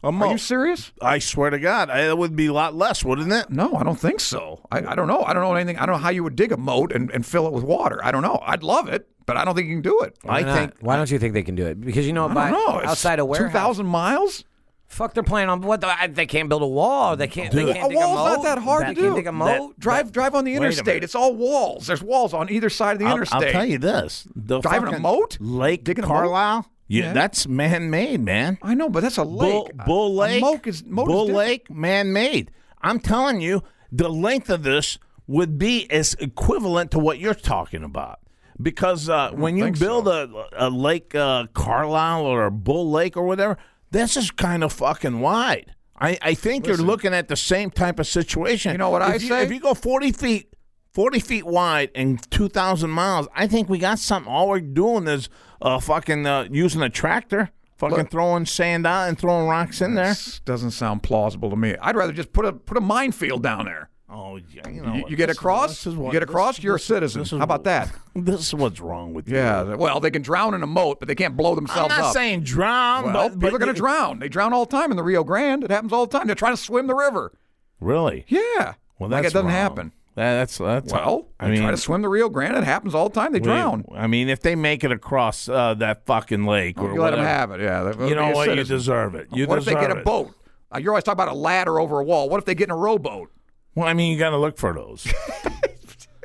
Speaker 3: a
Speaker 4: Are you
Speaker 3: moat.
Speaker 4: serious?
Speaker 3: I swear to God, I, it would be a lot less, wouldn't it?
Speaker 4: No, I don't think so. I, I don't know. I don't know anything. I don't know how you would dig a moat and, and fill it with water. I don't know. I'd love it, but I don't think you can do it.
Speaker 5: Why
Speaker 3: I
Speaker 5: not?
Speaker 3: think
Speaker 5: Why don't you think they can do it? Because you know,
Speaker 4: I
Speaker 5: by
Speaker 4: don't know. It's
Speaker 5: outside a warehouse,
Speaker 4: 2,000 miles?
Speaker 5: fuck, they're playing on what? The, I- they can't build a wall. They can't. They
Speaker 3: Dude.
Speaker 5: can't
Speaker 4: a
Speaker 5: dig a
Speaker 4: wall's
Speaker 5: moat.
Speaker 4: not that
Speaker 5: They
Speaker 4: hard to do.
Speaker 5: can't dig a moat.
Speaker 4: drive, drive on the
Speaker 3: a
Speaker 4: interstate.
Speaker 3: minute.
Speaker 4: It's all walls. There's walls on either side of the
Speaker 3: I'll-
Speaker 4: interstate.
Speaker 3: I'll, tell you this: the
Speaker 4: Driving a
Speaker 3: fucking
Speaker 4: moat?
Speaker 3: Lake
Speaker 4: Digging a moat?
Speaker 3: Carlisle. Yeah,
Speaker 4: Yeah.
Speaker 3: that's man-made, man.
Speaker 4: I know, but that's a
Speaker 3: Bull,
Speaker 4: lake.
Speaker 3: Bull
Speaker 4: A- a
Speaker 3: Lake,
Speaker 4: moat is, moat is
Speaker 3: Bull
Speaker 4: different.
Speaker 3: Lake, man-made. I'm telling you, the length of this would be as equivalent to what you're talking about. Because uh, when you
Speaker 4: think
Speaker 3: build a, a Lake uh, Carlisle or a Bull Lake or whatever, this is kind of fucking wide. I, I think you're looking at the same type of situation.
Speaker 4: You know what
Speaker 3: if
Speaker 4: I
Speaker 3: you,
Speaker 4: say?
Speaker 3: If you go 40 feet, 40 feet wide and 2,000 miles, I think we got something. All we're doing is uh, fucking uh, using a tractor, fucking
Speaker 4: Look-
Speaker 3: throwing sand out and throwing rocks in there.
Speaker 4: This doesn't sound plausible to me. I'd rather just put a put a minefield down there.
Speaker 3: Oh, yeah, you
Speaker 4: You,
Speaker 3: know.
Speaker 4: you get
Speaker 3: this is-
Speaker 4: across.
Speaker 3: this is
Speaker 4: you
Speaker 3: what-
Speaker 4: get
Speaker 3: this-
Speaker 4: across. you're a
Speaker 3: this-
Speaker 4: citizen.
Speaker 3: this is
Speaker 4: How about
Speaker 3: what-
Speaker 4: that?
Speaker 3: This is what's wrong with you.
Speaker 4: Yeah. th- Well, they can drown in a moat, but they can't blow
Speaker 3: I'm
Speaker 4: themselves
Speaker 3: not
Speaker 4: up.
Speaker 3: saying drown,
Speaker 4: well,
Speaker 3: but,
Speaker 4: people are going to drown. They drown all the time in the Rio Grande. It happens all the time. They're trying to swim the river.
Speaker 3: Really?
Speaker 4: Yeah.
Speaker 3: Well, that's
Speaker 4: like it doesn't
Speaker 3: wrong.
Speaker 4: happen.
Speaker 3: That- that's that's.
Speaker 4: Well,
Speaker 3: I
Speaker 4: they
Speaker 3: mean,
Speaker 4: try to swim the Rio Grande. It happens all the time. They
Speaker 3: we-
Speaker 4: drown.
Speaker 3: I mean, if they make it across uh, that fucking lake or
Speaker 4: you let them
Speaker 3: whatever,
Speaker 4: have it. Yeah.
Speaker 3: you know what? You deserve it. You
Speaker 4: what if
Speaker 3: deserve
Speaker 4: they get a
Speaker 3: it.
Speaker 4: boat? Uh, you're always talking about a ladder over a wall. What if they get in a rowboat?
Speaker 3: Well, I mean, you got to look for those.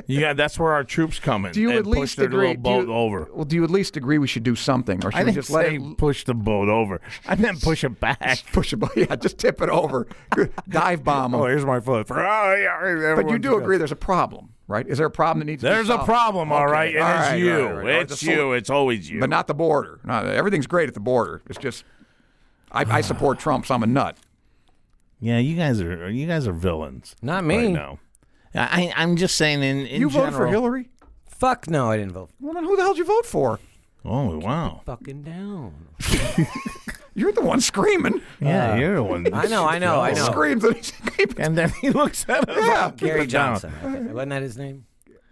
Speaker 3: yeah, that's where our troops come in.
Speaker 4: Do you
Speaker 3: and
Speaker 4: at least
Speaker 3: push their
Speaker 4: agree?
Speaker 3: little
Speaker 4: do you-
Speaker 3: boat over?
Speaker 4: Well, do you at least agree we should do something, or should
Speaker 3: I
Speaker 4: we
Speaker 3: didn't
Speaker 4: just let
Speaker 3: say
Speaker 4: it
Speaker 3: push the boat over. I meant push it back.
Speaker 4: push a boat? Yeah, just tip it over, dive bomb 'em.
Speaker 3: Oh, here's my foot.
Speaker 4: But you do agree there's a problem, right? Is there a problem that needs? to be
Speaker 3: There's a
Speaker 4: solved?
Speaker 3: problem, all
Speaker 4: Okay,
Speaker 3: right. It is
Speaker 4: all right,
Speaker 3: you.
Speaker 4: all right, all right.
Speaker 3: It's
Speaker 4: Just so-
Speaker 3: you. It's always you.
Speaker 4: but not the border. No, everything's great at the border. It's just I, I support Trump, so I'm a nut.
Speaker 3: yeah, you guys are you guys are villains.
Speaker 5: Not me.
Speaker 3: Right now. I, I- I'm just saying in, in
Speaker 4: you
Speaker 3: general.
Speaker 4: voted for Hillary?
Speaker 5: Fuck no, I didn't vote.
Speaker 4: Well, then who the hell did you vote for?
Speaker 3: Oh wow.
Speaker 5: Fucking down.
Speaker 4: You're the one screaming.
Speaker 3: Yeah, you're the one.
Speaker 5: I know, I know, I know.
Speaker 4: Screams and he's keep it
Speaker 3: And then he looks at us.
Speaker 4: Yeah.
Speaker 3: Keep
Speaker 5: Gary
Speaker 3: it down.
Speaker 5: Johnson. I think. Wasn't that his name?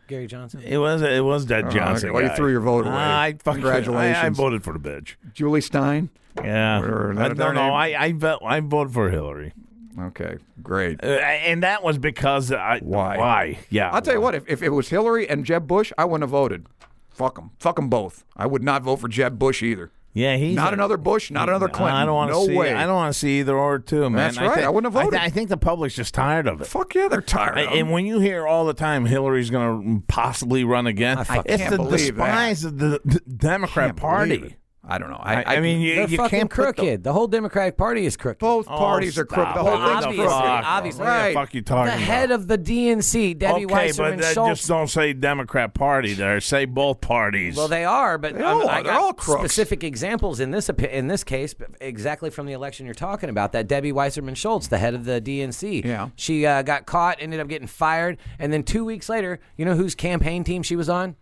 Speaker 5: Gary Johnson.
Speaker 3: It was it was that Johnson.
Speaker 4: Oh, okay. Well, you
Speaker 3: guy.
Speaker 4: threw your vote away.
Speaker 3: I fucking,
Speaker 4: Congratulations.
Speaker 3: I, I voted for the bitch.
Speaker 4: Julie Stein.
Speaker 3: Yeah.
Speaker 4: Or- or
Speaker 3: I,
Speaker 4: their
Speaker 3: no,
Speaker 4: name.
Speaker 3: no, I I, vo- I voted for Hillary,
Speaker 4: Okay, great.
Speaker 3: uh, and that was because I
Speaker 4: Why?
Speaker 3: Why? Yeah.
Speaker 4: I'll tell you what. If, if it was Hillary and Jeb Bush, I wouldn't have voted. Fuck them. Fuck them both. I would not vote for Jeb Bush either.
Speaker 3: Yeah, he's a-
Speaker 4: Not another Bush. Not another Clinton.
Speaker 3: I don't want to
Speaker 4: No
Speaker 3: see.
Speaker 4: way.
Speaker 3: I don't want to see either or too, man.
Speaker 4: That's right.
Speaker 3: thi-
Speaker 4: I wouldn't have
Speaker 3: thi-
Speaker 4: voted.
Speaker 3: I think the public's just tired of it.
Speaker 4: Fuck yeah, they're tired.
Speaker 3: I-
Speaker 4: of 'em.
Speaker 3: and when you hear all the time Hillary's going to possibly run again,
Speaker 5: fucking
Speaker 3: it's
Speaker 4: can't
Speaker 3: the
Speaker 4: believe
Speaker 3: despise of the, the Democrat
Speaker 4: Can't believe
Speaker 3: Party.
Speaker 4: it. I don't know. I,
Speaker 3: I, I mean, you,
Speaker 5: They're
Speaker 3: you
Speaker 5: fucking
Speaker 3: can't put the-
Speaker 5: crooked. The, whole Democratic Party is crooked.
Speaker 4: both
Speaker 3: Oh,
Speaker 4: parties are crooked.
Speaker 3: stop.
Speaker 4: The whole
Speaker 3: What
Speaker 4: thing's
Speaker 3: the
Speaker 5: Obviously,
Speaker 4: crooked.
Speaker 3: fuck?
Speaker 5: obviously.
Speaker 3: What
Speaker 4: Right.
Speaker 3: the fuck you
Speaker 5: the
Speaker 3: talking about?
Speaker 5: head of the DNC, Debbie
Speaker 3: okay,
Speaker 5: Wasserman
Speaker 3: but that-
Speaker 5: Schultz.
Speaker 3: just don't say Democrat Party there. Say both parties.
Speaker 5: Well, they are, but
Speaker 4: They
Speaker 5: um,
Speaker 4: all
Speaker 5: I
Speaker 4: are. They're
Speaker 5: got
Speaker 4: all crooks.
Speaker 5: specific examples in this opi- in this case, but exactly from the election you're talking about. That Debbie Weiserman Schultz, the head of the DNC,
Speaker 4: Yeah.
Speaker 5: she uh, got caught, ended up getting fired, and then two weeks later, you know whose campaign team she was on?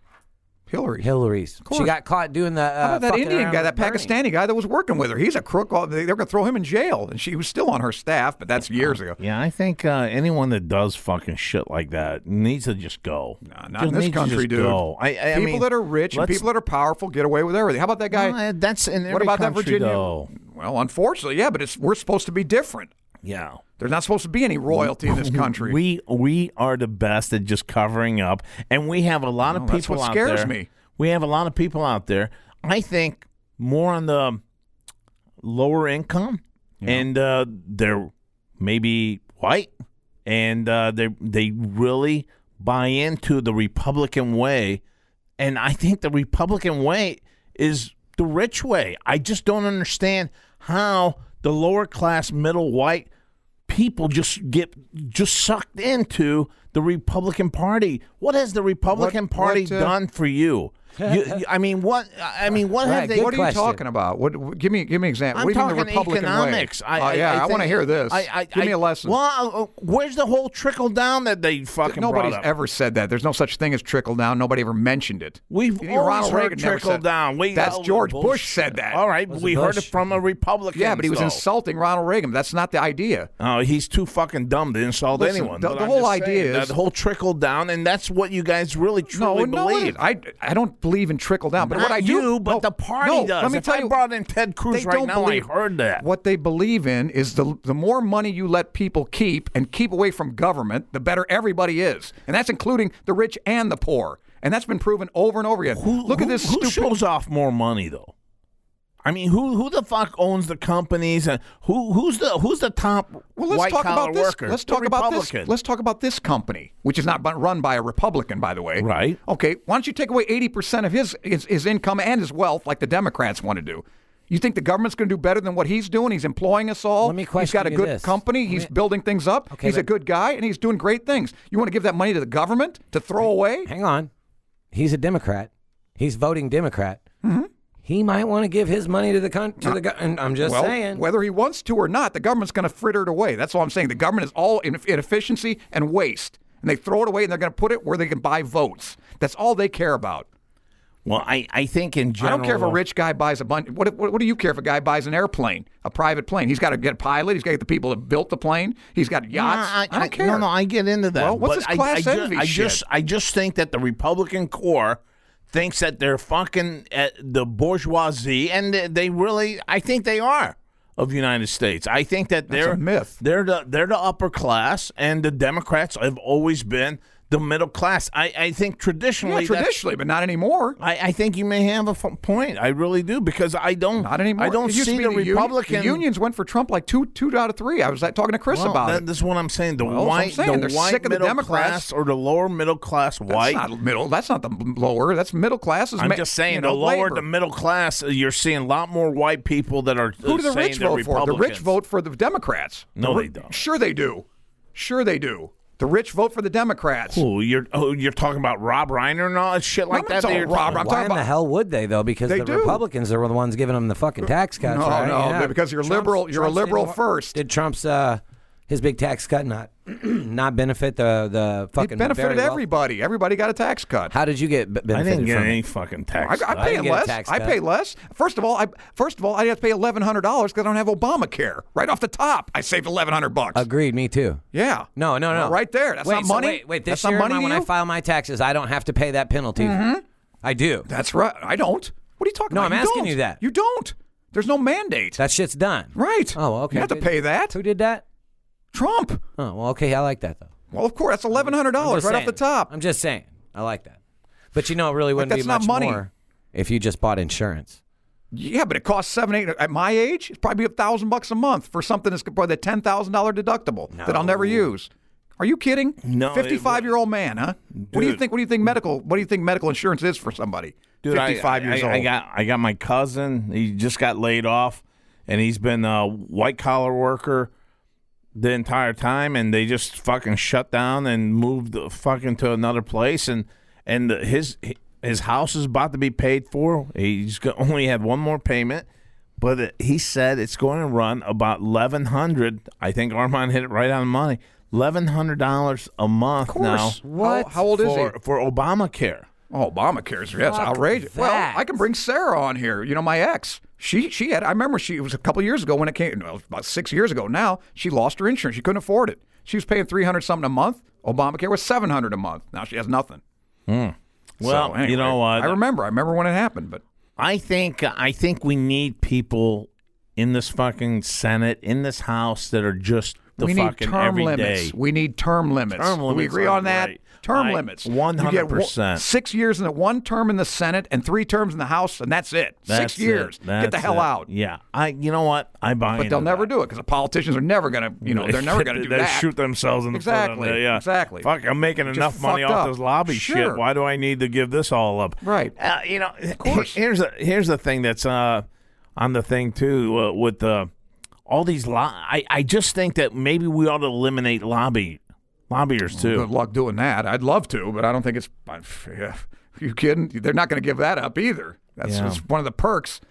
Speaker 4: Hillary.
Speaker 5: Hillary's. She
Speaker 4: course.
Speaker 5: got caught doing the. Uh,
Speaker 4: How about that
Speaker 5: fucking
Speaker 4: Indian
Speaker 5: around
Speaker 4: guy,
Speaker 5: with
Speaker 4: that
Speaker 5: Bernie.
Speaker 4: Pakistani guy that was working with her? He's a crook. All- They were going to throw him in jail, and she was still on her staff, but that's years ago.
Speaker 3: yeah, I think uh, anyone that does fucking shit like that needs to just go.
Speaker 4: Nah, not
Speaker 3: Just
Speaker 4: in this
Speaker 3: needs to
Speaker 4: country,
Speaker 3: just
Speaker 4: dude.
Speaker 3: Go. I, I, I
Speaker 4: people
Speaker 3: mean,
Speaker 4: that are rich and
Speaker 3: let's-
Speaker 4: people that are powerful get away with everything. How about that guy?
Speaker 3: Well, uh, that's in every
Speaker 4: what about that
Speaker 3: country,
Speaker 4: Virginia?
Speaker 3: though.
Speaker 4: Well, unfortunately, yeah, but it's we're supposed to be different.
Speaker 3: Yeah.
Speaker 4: There's not supposed to be any royalty in this country.
Speaker 3: We we are the best at just covering up, and we have a lot of
Speaker 4: Well,
Speaker 3: people
Speaker 4: that's what
Speaker 3: out
Speaker 4: scares
Speaker 3: there.
Speaker 4: me.
Speaker 3: We have a lot of people out there. I think more on the lower income, and uh, they're maybe white, and uh, they they really buy into the Republican way, and I think the Republican way is the rich way. I just don't understand how the lower class, middle white people just get just sucked into the Republican Party. What has the Republican Party
Speaker 4: what, uh,
Speaker 3: done for you? You- you- I mean, what? I mean, what
Speaker 5: Right,
Speaker 3: have they?
Speaker 5: good
Speaker 4: What are you
Speaker 5: question.
Speaker 4: talking about? What? what- Give me, give me an example.
Speaker 3: I'm
Speaker 4: what do you mean
Speaker 3: talking
Speaker 4: the Republican
Speaker 3: economics.
Speaker 4: Way?
Speaker 3: I,
Speaker 4: Oh,
Speaker 3: I-
Speaker 4: yeah, I,
Speaker 3: I,
Speaker 4: want to
Speaker 3: think-
Speaker 4: hear this.
Speaker 3: I, I,
Speaker 4: give me
Speaker 3: I-
Speaker 4: a lesson.
Speaker 3: Well, uh, where's the whole trickle down that they fucking
Speaker 4: Nobody's
Speaker 3: brought up?
Speaker 4: ever said that. There's no such thing as trickle down. Nobody ever mentioned it.
Speaker 3: We've always
Speaker 4: You know, Ronald
Speaker 3: heard
Speaker 4: Reagan never
Speaker 3: trickle
Speaker 4: said-
Speaker 3: down. We,
Speaker 4: That's
Speaker 3: oh,
Speaker 4: George Bush
Speaker 3: bullshit.
Speaker 4: said that.
Speaker 3: All right,
Speaker 5: Was it
Speaker 3: we heard it
Speaker 5: Bush?
Speaker 3: from a Republican.
Speaker 4: Yeah, but he was
Speaker 3: though.
Speaker 4: insulting Ronald Reagan. That's not the idea.
Speaker 3: Oh, he's too fucking dumb to insult
Speaker 4: Listen,
Speaker 3: anyone.
Speaker 4: the-
Speaker 3: but
Speaker 4: the
Speaker 3: I'm
Speaker 4: whole
Speaker 3: just
Speaker 4: idea
Speaker 3: saying,
Speaker 4: is-
Speaker 3: that whole trickle down, and that's what you guys really truly
Speaker 4: no,
Speaker 3: believe.
Speaker 4: no, it is. I I don't believe in trickle down. But
Speaker 3: Not
Speaker 4: what I do,
Speaker 3: you, but
Speaker 4: no,
Speaker 3: the party
Speaker 4: no,
Speaker 3: does.
Speaker 4: Let me
Speaker 3: if
Speaker 4: tell
Speaker 3: I
Speaker 4: you,
Speaker 3: brought in Ted Cruz
Speaker 4: they
Speaker 3: right
Speaker 4: don't
Speaker 3: now,
Speaker 4: believe
Speaker 3: I heard that.
Speaker 4: What they believe in is the the more money you let people keep and keep away from government, the better everybody is, and that's including the rich and the poor, and that's been proven over and over again.
Speaker 3: Who,
Speaker 4: Look
Speaker 3: who,
Speaker 4: at this
Speaker 3: Who
Speaker 4: stupid.
Speaker 3: shows off more money though? I mean, who who the fuck owns the companies and who who's the who's the top
Speaker 4: well, let's
Speaker 3: white
Speaker 4: talk
Speaker 3: collar
Speaker 4: about this.
Speaker 3: worker?
Speaker 4: Let's
Speaker 3: The
Speaker 4: talk about this.
Speaker 3: Republican.
Speaker 4: Let's talk about this company, which is not bu- run by a Republican, by the way.
Speaker 3: Right.
Speaker 4: Okay. Why don't you take away eighty percent of his, his his income and his wealth, like the Democrats want to do? You think the government's going to do better than what he's doing? He's employing us all.
Speaker 5: Let me
Speaker 4: he's got a
Speaker 5: question you
Speaker 4: good
Speaker 5: this.
Speaker 4: company. He's building things up.
Speaker 5: Okay,
Speaker 4: he's a
Speaker 5: but-
Speaker 4: good guy, and he's doing great things. You want to give that money to the government to throw away?
Speaker 5: Hang on. He's a Democrat. He's voting Democrat.
Speaker 4: Mm-hmm.
Speaker 5: He might want to give his money to the con- to the go- and I'm just
Speaker 4: Well,
Speaker 5: saying.
Speaker 4: whether he wants to or not, the government's going to fritter it away. That's all I'm saying. The government is all in inefficiency and waste, and they throw it away, and they're going to put it where they can buy votes. That's all they care about.
Speaker 3: well, I, I think in
Speaker 4: I
Speaker 3: general, uh,
Speaker 4: don't care if a rich guy buys a bunch. What, what, what do you care if a guy buys an airplane, a private plane? He's got to get a pilot. He's got to get the people that built the plane. He's got
Speaker 3: Nah,
Speaker 4: yachts. I, don't care.
Speaker 3: No, no, I get into that.
Speaker 4: Well, what's
Speaker 3: but
Speaker 4: this
Speaker 3: I-
Speaker 4: class
Speaker 3: I, ju-
Speaker 4: envy
Speaker 3: I
Speaker 4: shit?
Speaker 3: just, I just think that the Republican core thinks that they're fucking uh the bourgeoisie, and they- they really, I think they are of the United States. I think that
Speaker 4: That's a
Speaker 3: they're
Speaker 4: myth.
Speaker 3: They're the they're the upper class, and the Democrats have always been the middle class. I, I think
Speaker 4: Yeah,
Speaker 3: traditionally, that's-
Speaker 4: traditionally, but not anymore.
Speaker 3: I, I think you may have a f- point. I really do because I don't.
Speaker 4: Not anymore.
Speaker 3: I don't
Speaker 4: It used to
Speaker 3: see
Speaker 4: be
Speaker 3: the,
Speaker 4: union-
Speaker 3: Republican
Speaker 4: the unions went for Trump like two, two out of three. I was like, talking to Chris
Speaker 3: Well,
Speaker 4: about
Speaker 3: that-
Speaker 4: it.
Speaker 3: That's what I'm saying. The
Speaker 4: Well, that's what I'm
Speaker 3: white,
Speaker 4: saying.
Speaker 3: the
Speaker 4: They're
Speaker 3: white
Speaker 4: sick of the
Speaker 3: middle
Speaker 4: Democrats.
Speaker 3: class or the lower middle class white.
Speaker 4: That's not middle. That's not the lower. That's middle class. Is
Speaker 3: I'm
Speaker 4: ma-
Speaker 3: just saying,
Speaker 4: you know,
Speaker 3: the lower
Speaker 4: labor.
Speaker 3: to middle class, uh, you're seeing a lot more white people that are. uh,
Speaker 4: Who do the
Speaker 3: saying
Speaker 4: rich
Speaker 3: they're
Speaker 4: vote for? The rich
Speaker 3: Republicans.
Speaker 4: vote for the Democrats.
Speaker 3: No,
Speaker 4: The
Speaker 3: they don't.
Speaker 4: Sure, they do. Sure, they do. The rich vote for the Democrats.
Speaker 3: Oh, you're oh, you're talking about Rob Reiner and all that shit like
Speaker 4: not
Speaker 3: that. that
Speaker 4: talking
Speaker 3: you're
Speaker 4: Rob
Speaker 3: talking-
Speaker 4: Reiner. I'm
Speaker 5: Why
Speaker 4: talking
Speaker 5: in
Speaker 4: about-
Speaker 5: the hell would they though? Because
Speaker 4: They
Speaker 5: the
Speaker 4: do.
Speaker 5: Republicans are the ones giving them the fucking tax cuts.
Speaker 4: No,
Speaker 5: right?
Speaker 4: no, because you're liberal- you're a liberal
Speaker 5: didn't wa-
Speaker 4: first.
Speaker 5: Did Trump's uh, his big tax cut not not benefit the the fucking
Speaker 4: it
Speaker 5: very
Speaker 4: benefited
Speaker 5: wealth-
Speaker 4: everybody. Everybody got a tax cut.
Speaker 5: How did you get b-
Speaker 3: I uh,
Speaker 5: benefited
Speaker 3: didn't get
Speaker 5: from
Speaker 3: any
Speaker 5: it?
Speaker 3: fucking
Speaker 4: I,
Speaker 3: tax.
Speaker 4: I
Speaker 5: I
Speaker 4: pay
Speaker 5: didn't get a
Speaker 4: less.
Speaker 5: tax
Speaker 4: I
Speaker 5: cut.
Speaker 4: pay less. First of all, I first of all I have to pay eleven hundred dollars because I don't have Obamacare. Right off the top, I saved eleven hundred bucks.
Speaker 5: Agreed, me too.
Speaker 4: yeah.
Speaker 5: No, no, no.
Speaker 4: Well, right there. That's
Speaker 5: wait,
Speaker 4: not
Speaker 5: so
Speaker 4: money.
Speaker 5: wait, wait. This
Speaker 4: That's
Speaker 5: year,
Speaker 4: not money
Speaker 5: my-
Speaker 4: to
Speaker 5: when I
Speaker 4: you? Mm-hmm.
Speaker 5: file my taxes, I don't have to pay that penalty. I do.
Speaker 4: That's right. I don't. What are you talking
Speaker 5: No,
Speaker 4: about?
Speaker 5: I'm
Speaker 4: You
Speaker 5: asking
Speaker 4: don't.
Speaker 5: you that.
Speaker 4: You don't. There's no mandate.
Speaker 5: That shit's done.
Speaker 4: right.
Speaker 5: Oh, okay.
Speaker 4: You have to
Speaker 5: Did-
Speaker 4: pay that.
Speaker 5: Who did that?
Speaker 4: Trump.
Speaker 5: Oh, well, okay. I like that though.
Speaker 4: Well, of course, that's eleven hundred
Speaker 5: I'm
Speaker 4: dollars
Speaker 5: just
Speaker 4: Oh, right
Speaker 5: saying.
Speaker 4: off the top.
Speaker 5: I'm just saying. I like that. But you know, it really wouldn't
Speaker 4: that's
Speaker 5: be
Speaker 4: not
Speaker 5: much
Speaker 4: money.
Speaker 5: more if you just bought insurance.
Speaker 4: Yeah, but it costs seven, eight. At my age, it's probably a thousand bucks a month for something that's probably the ten thousand dollar deductible that I'll never use. Are you kidding?
Speaker 3: No, it-
Speaker 4: fifty-five year old man, huh? What do you
Speaker 3: Dude.
Speaker 4: think? What do you think medical? What do you think medical insurance is for somebody?
Speaker 3: Dude, I-
Speaker 4: fifty-five
Speaker 3: I,
Speaker 4: years
Speaker 3: I,
Speaker 4: old.
Speaker 3: I got I got my cousin. He just got laid off, and he's been a white collar worker the entire time. And they just fucking shut down and moved the fucking to another place. And and the, his his house is about to be paid for. He's go- only had one more payment, but it, he said it's going to run about eleven hundred. I think Armand hit it right on the money. Eleven hundred dollars a month
Speaker 4: of course.
Speaker 3: now
Speaker 4: What? How, how old is he?
Speaker 3: for for Obamacare.
Speaker 4: Oh, Obamacare's yeah, it's
Speaker 5: Fuck
Speaker 4: outrageous. Well,
Speaker 5: that.
Speaker 4: I can bring Sarah on here. You know, my ex. She she had. I remember she it was a couple years ago when it came. Well, about six years ago now. She lost her insurance. She couldn't afford it. She was paying three hundred something a month. Obamacare was seven hundred a month. Now she has nothing.
Speaker 3: Hmm. Well,
Speaker 4: So, anyway,
Speaker 3: you know what?
Speaker 4: I remember. I remember when it happened. But
Speaker 3: I think I think we need people in this fucking Senate, in this House that are just the
Speaker 4: we need
Speaker 3: fucking
Speaker 4: term
Speaker 3: everyday.
Speaker 4: limits. We need term limits.
Speaker 3: Term
Speaker 4: Do we
Speaker 3: limits
Speaker 4: agree
Speaker 3: are
Speaker 4: on that.
Speaker 3: great.
Speaker 4: Term
Speaker 3: I-
Speaker 4: limits.
Speaker 3: 100%.
Speaker 4: You get six years in the one term in the Senate and three terms in the House, and that's it.
Speaker 3: That's
Speaker 4: six
Speaker 3: it.
Speaker 4: years.
Speaker 3: That's
Speaker 4: get the hell
Speaker 3: it.
Speaker 4: out.
Speaker 3: Yeah. I you know what? I buy
Speaker 4: But they'll never do it because the politicians are never going to, you know, they're never going to do
Speaker 3: they
Speaker 4: that.
Speaker 3: shoot themselves in the foot.
Speaker 4: Exactly.
Speaker 3: on that, yeah.
Speaker 4: Exactly.
Speaker 3: Fuck, I'm making
Speaker 4: Just
Speaker 3: enough money
Speaker 4: fucked
Speaker 3: off
Speaker 4: up.
Speaker 3: this lobby
Speaker 4: Sure.
Speaker 3: shit. Why do I need to give this all up?
Speaker 4: Right.
Speaker 3: Uh, you know,
Speaker 4: course.
Speaker 3: here's a here's the thing that's uh on the thing too uh, with uh, all these lo- I I just think that maybe we ought to eliminate lobby lobbyers
Speaker 4: Good
Speaker 3: too.
Speaker 4: luck doing that. I'd love to, but I don't think it's. I- Yeah, you kidding? They're not going to give that up either. That's
Speaker 3: Yeah.
Speaker 4: just one of the perks.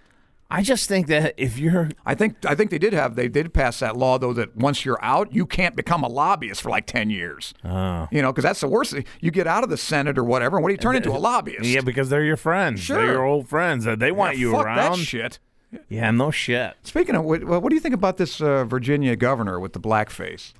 Speaker 3: I just think that if you're
Speaker 4: I think I think they did have they did pass that law though that once you're out you can't become a lobbyist for like ten years.
Speaker 5: Oh.
Speaker 4: You know because that's the worst. thing. You get out of the Senate or whatever. and What do you turn into a lobbyist?
Speaker 3: yeah, because they're your friends,
Speaker 4: Sure.
Speaker 3: they're your old friends, that they want you
Speaker 4: fuck
Speaker 3: around.
Speaker 4: that shit.
Speaker 3: Yeah, no shit.
Speaker 4: Speaking of, what, what do you think about this uh, Virginia governor with the blackface?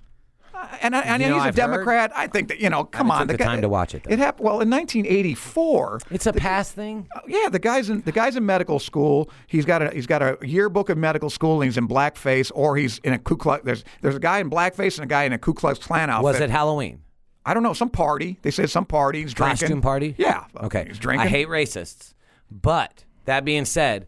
Speaker 4: Uh, and I, and
Speaker 5: You know,
Speaker 4: he's a
Speaker 5: I've heard-
Speaker 4: Democrat. I think that you know, come
Speaker 5: I
Speaker 4: on,
Speaker 5: took the
Speaker 4: Uh, guy-
Speaker 5: time to watch it, though.
Speaker 4: It happened. Well, in 1984,
Speaker 5: It's a past thing.
Speaker 4: Yeah, the guy's in the guy's in medical school. He's got a he's got a yearbook of medical school, and he's in blackface, or he's in a Ku Klux. There's there's a guy in blackface and a guy in a Ku Klux Klan outfit.
Speaker 5: Was it Halloween
Speaker 4: I don't know some party. They said some party. He's drinking.
Speaker 5: costume party?
Speaker 4: Yeah.
Speaker 5: Okay.
Speaker 4: He's drinking.
Speaker 5: I hate racists, but that being said,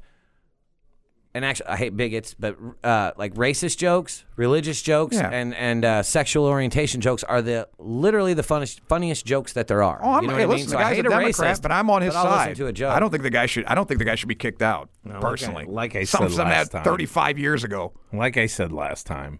Speaker 5: and actually I hate bigots, but uh, like racist jokes, religious jokes,
Speaker 4: Yeah.
Speaker 5: and and uh, sexual orientation jokes are the literally the funniest funniest jokes that there are.
Speaker 4: Oh, I'm,
Speaker 5: you know
Speaker 4: hey,
Speaker 5: what I mean?
Speaker 4: listen,
Speaker 5: so
Speaker 4: the guy's
Speaker 5: I hate
Speaker 4: a
Speaker 5: a
Speaker 4: Democrat,
Speaker 5: racist,
Speaker 4: but I'm on his
Speaker 5: I'll
Speaker 4: side.
Speaker 5: listen to a joke.
Speaker 4: I don't think the guy should. I don't think the guy should be kicked out
Speaker 3: like I-
Speaker 4: personally.
Speaker 3: like I
Speaker 4: something,
Speaker 3: said
Speaker 4: something
Speaker 3: last
Speaker 4: that
Speaker 3: time.
Speaker 4: 35 years ago.
Speaker 3: like I said last time,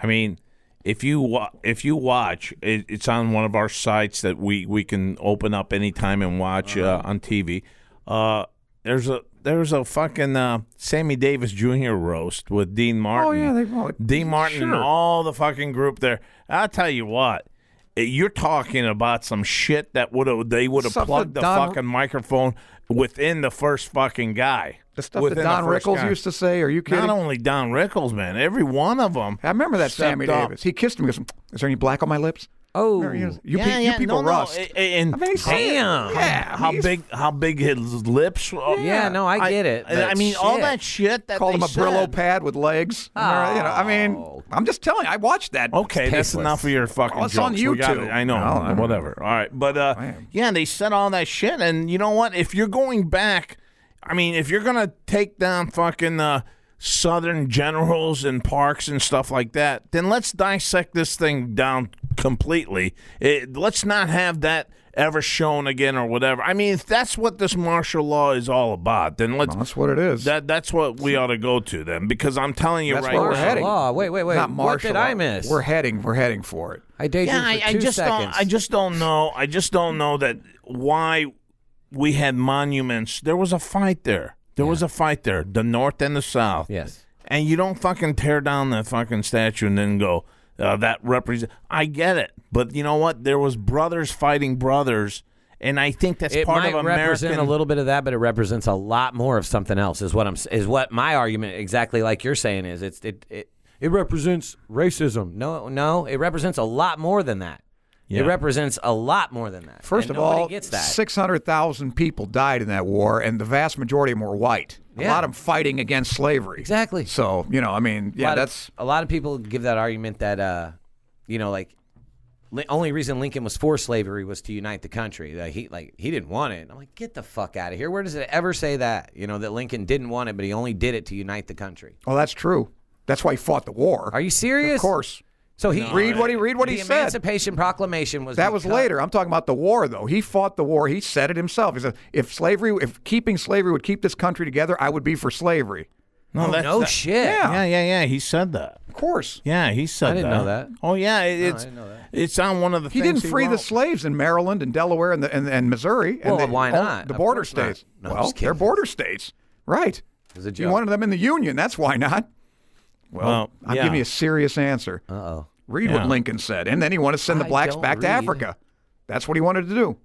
Speaker 3: I mean, if you wa- if you watch, it, it's on one of our sites that we we can open up anytime and watch uh,
Speaker 4: Uh-huh.
Speaker 3: on TV. Uh, there's a there's a fucking uh, Sammy Davis Jr. roast with Dean Martin.
Speaker 4: Oh, yeah, they- well,
Speaker 3: Dean Martin and
Speaker 4: sure.
Speaker 3: all the fucking group there. I'll tell you what. eh, You're talking about some shit that would have they would have
Speaker 4: Stuff that
Speaker 3: plugged the
Speaker 4: Don-
Speaker 3: fucking microphone within the first fucking guy.
Speaker 4: The stuff that
Speaker 3: Within the
Speaker 4: Don
Speaker 3: first
Speaker 4: Rickles
Speaker 3: guy.
Speaker 4: used to say. Are you kidding?
Speaker 3: Not only Don Rickles, man, every one of them.
Speaker 4: I remember that Sammy
Speaker 3: stepped up.
Speaker 4: Davis. He kissed me. He goes, "Is there any black on my lips?"
Speaker 5: Oh,
Speaker 4: There he is. You,
Speaker 3: Yeah,
Speaker 4: pe- you
Speaker 3: yeah,
Speaker 4: people
Speaker 3: no, no,
Speaker 4: rust.
Speaker 3: a- a- And
Speaker 4: I mean, he's-
Speaker 5: Damn.
Speaker 4: Yeah, I
Speaker 3: how
Speaker 4: mean, he's-
Speaker 3: big? How big his lips? Yeah,
Speaker 5: Yeah, no, I get it,
Speaker 3: I,
Speaker 5: but
Speaker 3: mean, all
Speaker 5: shit.
Speaker 3: that shit that
Speaker 4: Called
Speaker 3: they
Speaker 4: him a Brillo
Speaker 3: said.
Speaker 4: pad with legs. And they're- you know, I
Speaker 5: Oh.
Speaker 4: mean, I'm just telling. you, I watched that.
Speaker 3: Okay, that's
Speaker 5: tasteless.
Speaker 3: enough of your fucking
Speaker 4: Oh, it's on
Speaker 3: jokes. We got
Speaker 4: YouTube.
Speaker 3: it. I know.
Speaker 4: No, I don't-
Speaker 3: whatever. All right, but uh,
Speaker 4: Man.
Speaker 3: yeah, they said all that shit, and you know what? If you're going back, I mean, if you're gonna take down fucking uh, Southern generals and parks and stuff like that, then let's dissect this thing down completely. It, let's not have that ever shown again or whatever. I mean, if that's what this martial law is all about, then let's.
Speaker 4: Well, that's what it is.
Speaker 3: that, that's what we ought to go to then, because I'm telling you
Speaker 4: That's
Speaker 3: right
Speaker 4: where we're
Speaker 3: now-
Speaker 4: heading.
Speaker 5: law. Wait, wait, wait.
Speaker 4: Not
Speaker 5: what
Speaker 4: martial.
Speaker 5: did I
Speaker 4: law.
Speaker 5: miss?
Speaker 4: We're heading. We're heading for it.
Speaker 5: I daydreamed
Speaker 3: Yeah, I,
Speaker 5: for
Speaker 3: I
Speaker 5: two
Speaker 3: just
Speaker 5: seconds.
Speaker 3: don't. I just don't know. I just don't know that why we had monuments. There was a fight there. There was a fight there, the North and the South.
Speaker 5: Yes.
Speaker 3: And you don't fucking tear down that fucking statue and then go, uh, that represent. I get it, but you know what? There was brothers fighting brothers, and I think that's
Speaker 5: it
Speaker 3: part
Speaker 5: might
Speaker 3: of American.
Speaker 5: represent a little bit of that, but it represents a lot more of something else. Is what I'm s- is what my argument exactly like you're saying is it's it it, it represents racism. No, no, it represents a lot more than that. It represents a lot more than that.
Speaker 4: First
Speaker 5: And
Speaker 4: of
Speaker 5: nobody
Speaker 4: all,
Speaker 5: gets that.
Speaker 4: six hundred thousand people died in that war, and the vast majority of them were white. A
Speaker 5: Yeah.
Speaker 4: lot of them fighting against slavery.
Speaker 5: Exactly.
Speaker 4: So you know, I mean,
Speaker 5: A lot
Speaker 4: yeah,
Speaker 5: of-
Speaker 4: that's
Speaker 5: a lot of people give that argument that uh, you know, like li- only reason Lincoln was for slavery was to unite the country. That he like he didn't want it. And I'm like, get the fuck out of here. Where does it ever say that? You know, that Lincoln didn't want it, but he only did it to unite the country.
Speaker 4: well, that's true. That's why he fought the war.
Speaker 5: Are you serious?
Speaker 4: Of course.
Speaker 5: So he
Speaker 4: Read what he read what
Speaker 5: the
Speaker 4: he said.
Speaker 5: Emancipation Proclamation was
Speaker 4: That was
Speaker 5: because-
Speaker 4: later. I'm talking about the war, though. He fought the war. He said it himself. He said, "If slavery, if keeping slavery would keep this country together, I would be for slavery."
Speaker 3: no, that's
Speaker 5: Oh, No
Speaker 3: that-
Speaker 5: shit.
Speaker 4: Yeah.
Speaker 3: Yeah, yeah, yeah. He said that.
Speaker 4: Of course,
Speaker 3: Yeah, he said
Speaker 5: didn't
Speaker 3: that.
Speaker 5: know that.
Speaker 3: Oh yeah, it, it's
Speaker 5: didn't know that.
Speaker 3: it's on one of the
Speaker 4: he
Speaker 3: things
Speaker 4: didn't free the
Speaker 3: wrote.
Speaker 4: slaves in Maryland and Delaware and the, and, and Missouri.
Speaker 5: Well,
Speaker 4: and the,
Speaker 5: why
Speaker 4: all-
Speaker 5: not?
Speaker 4: The
Speaker 5: Of
Speaker 4: border
Speaker 5: course not.
Speaker 4: states.
Speaker 5: No, I'm
Speaker 4: well,
Speaker 5: just
Speaker 4: they're
Speaker 5: kidding.
Speaker 4: border states, right?
Speaker 5: was a
Speaker 4: You
Speaker 5: joke.
Speaker 4: wanted them in the Union. That's why not. Well,
Speaker 3: Well,
Speaker 4: I'm
Speaker 3: yeah.
Speaker 4: giving you a serious answer.
Speaker 5: Uh-oh.
Speaker 4: Read
Speaker 3: Yeah.
Speaker 4: what Lincoln said, and then he wanted to send the
Speaker 5: I
Speaker 4: blacks
Speaker 5: don't
Speaker 4: back to
Speaker 5: read.
Speaker 4: Africa. That's what he wanted to do.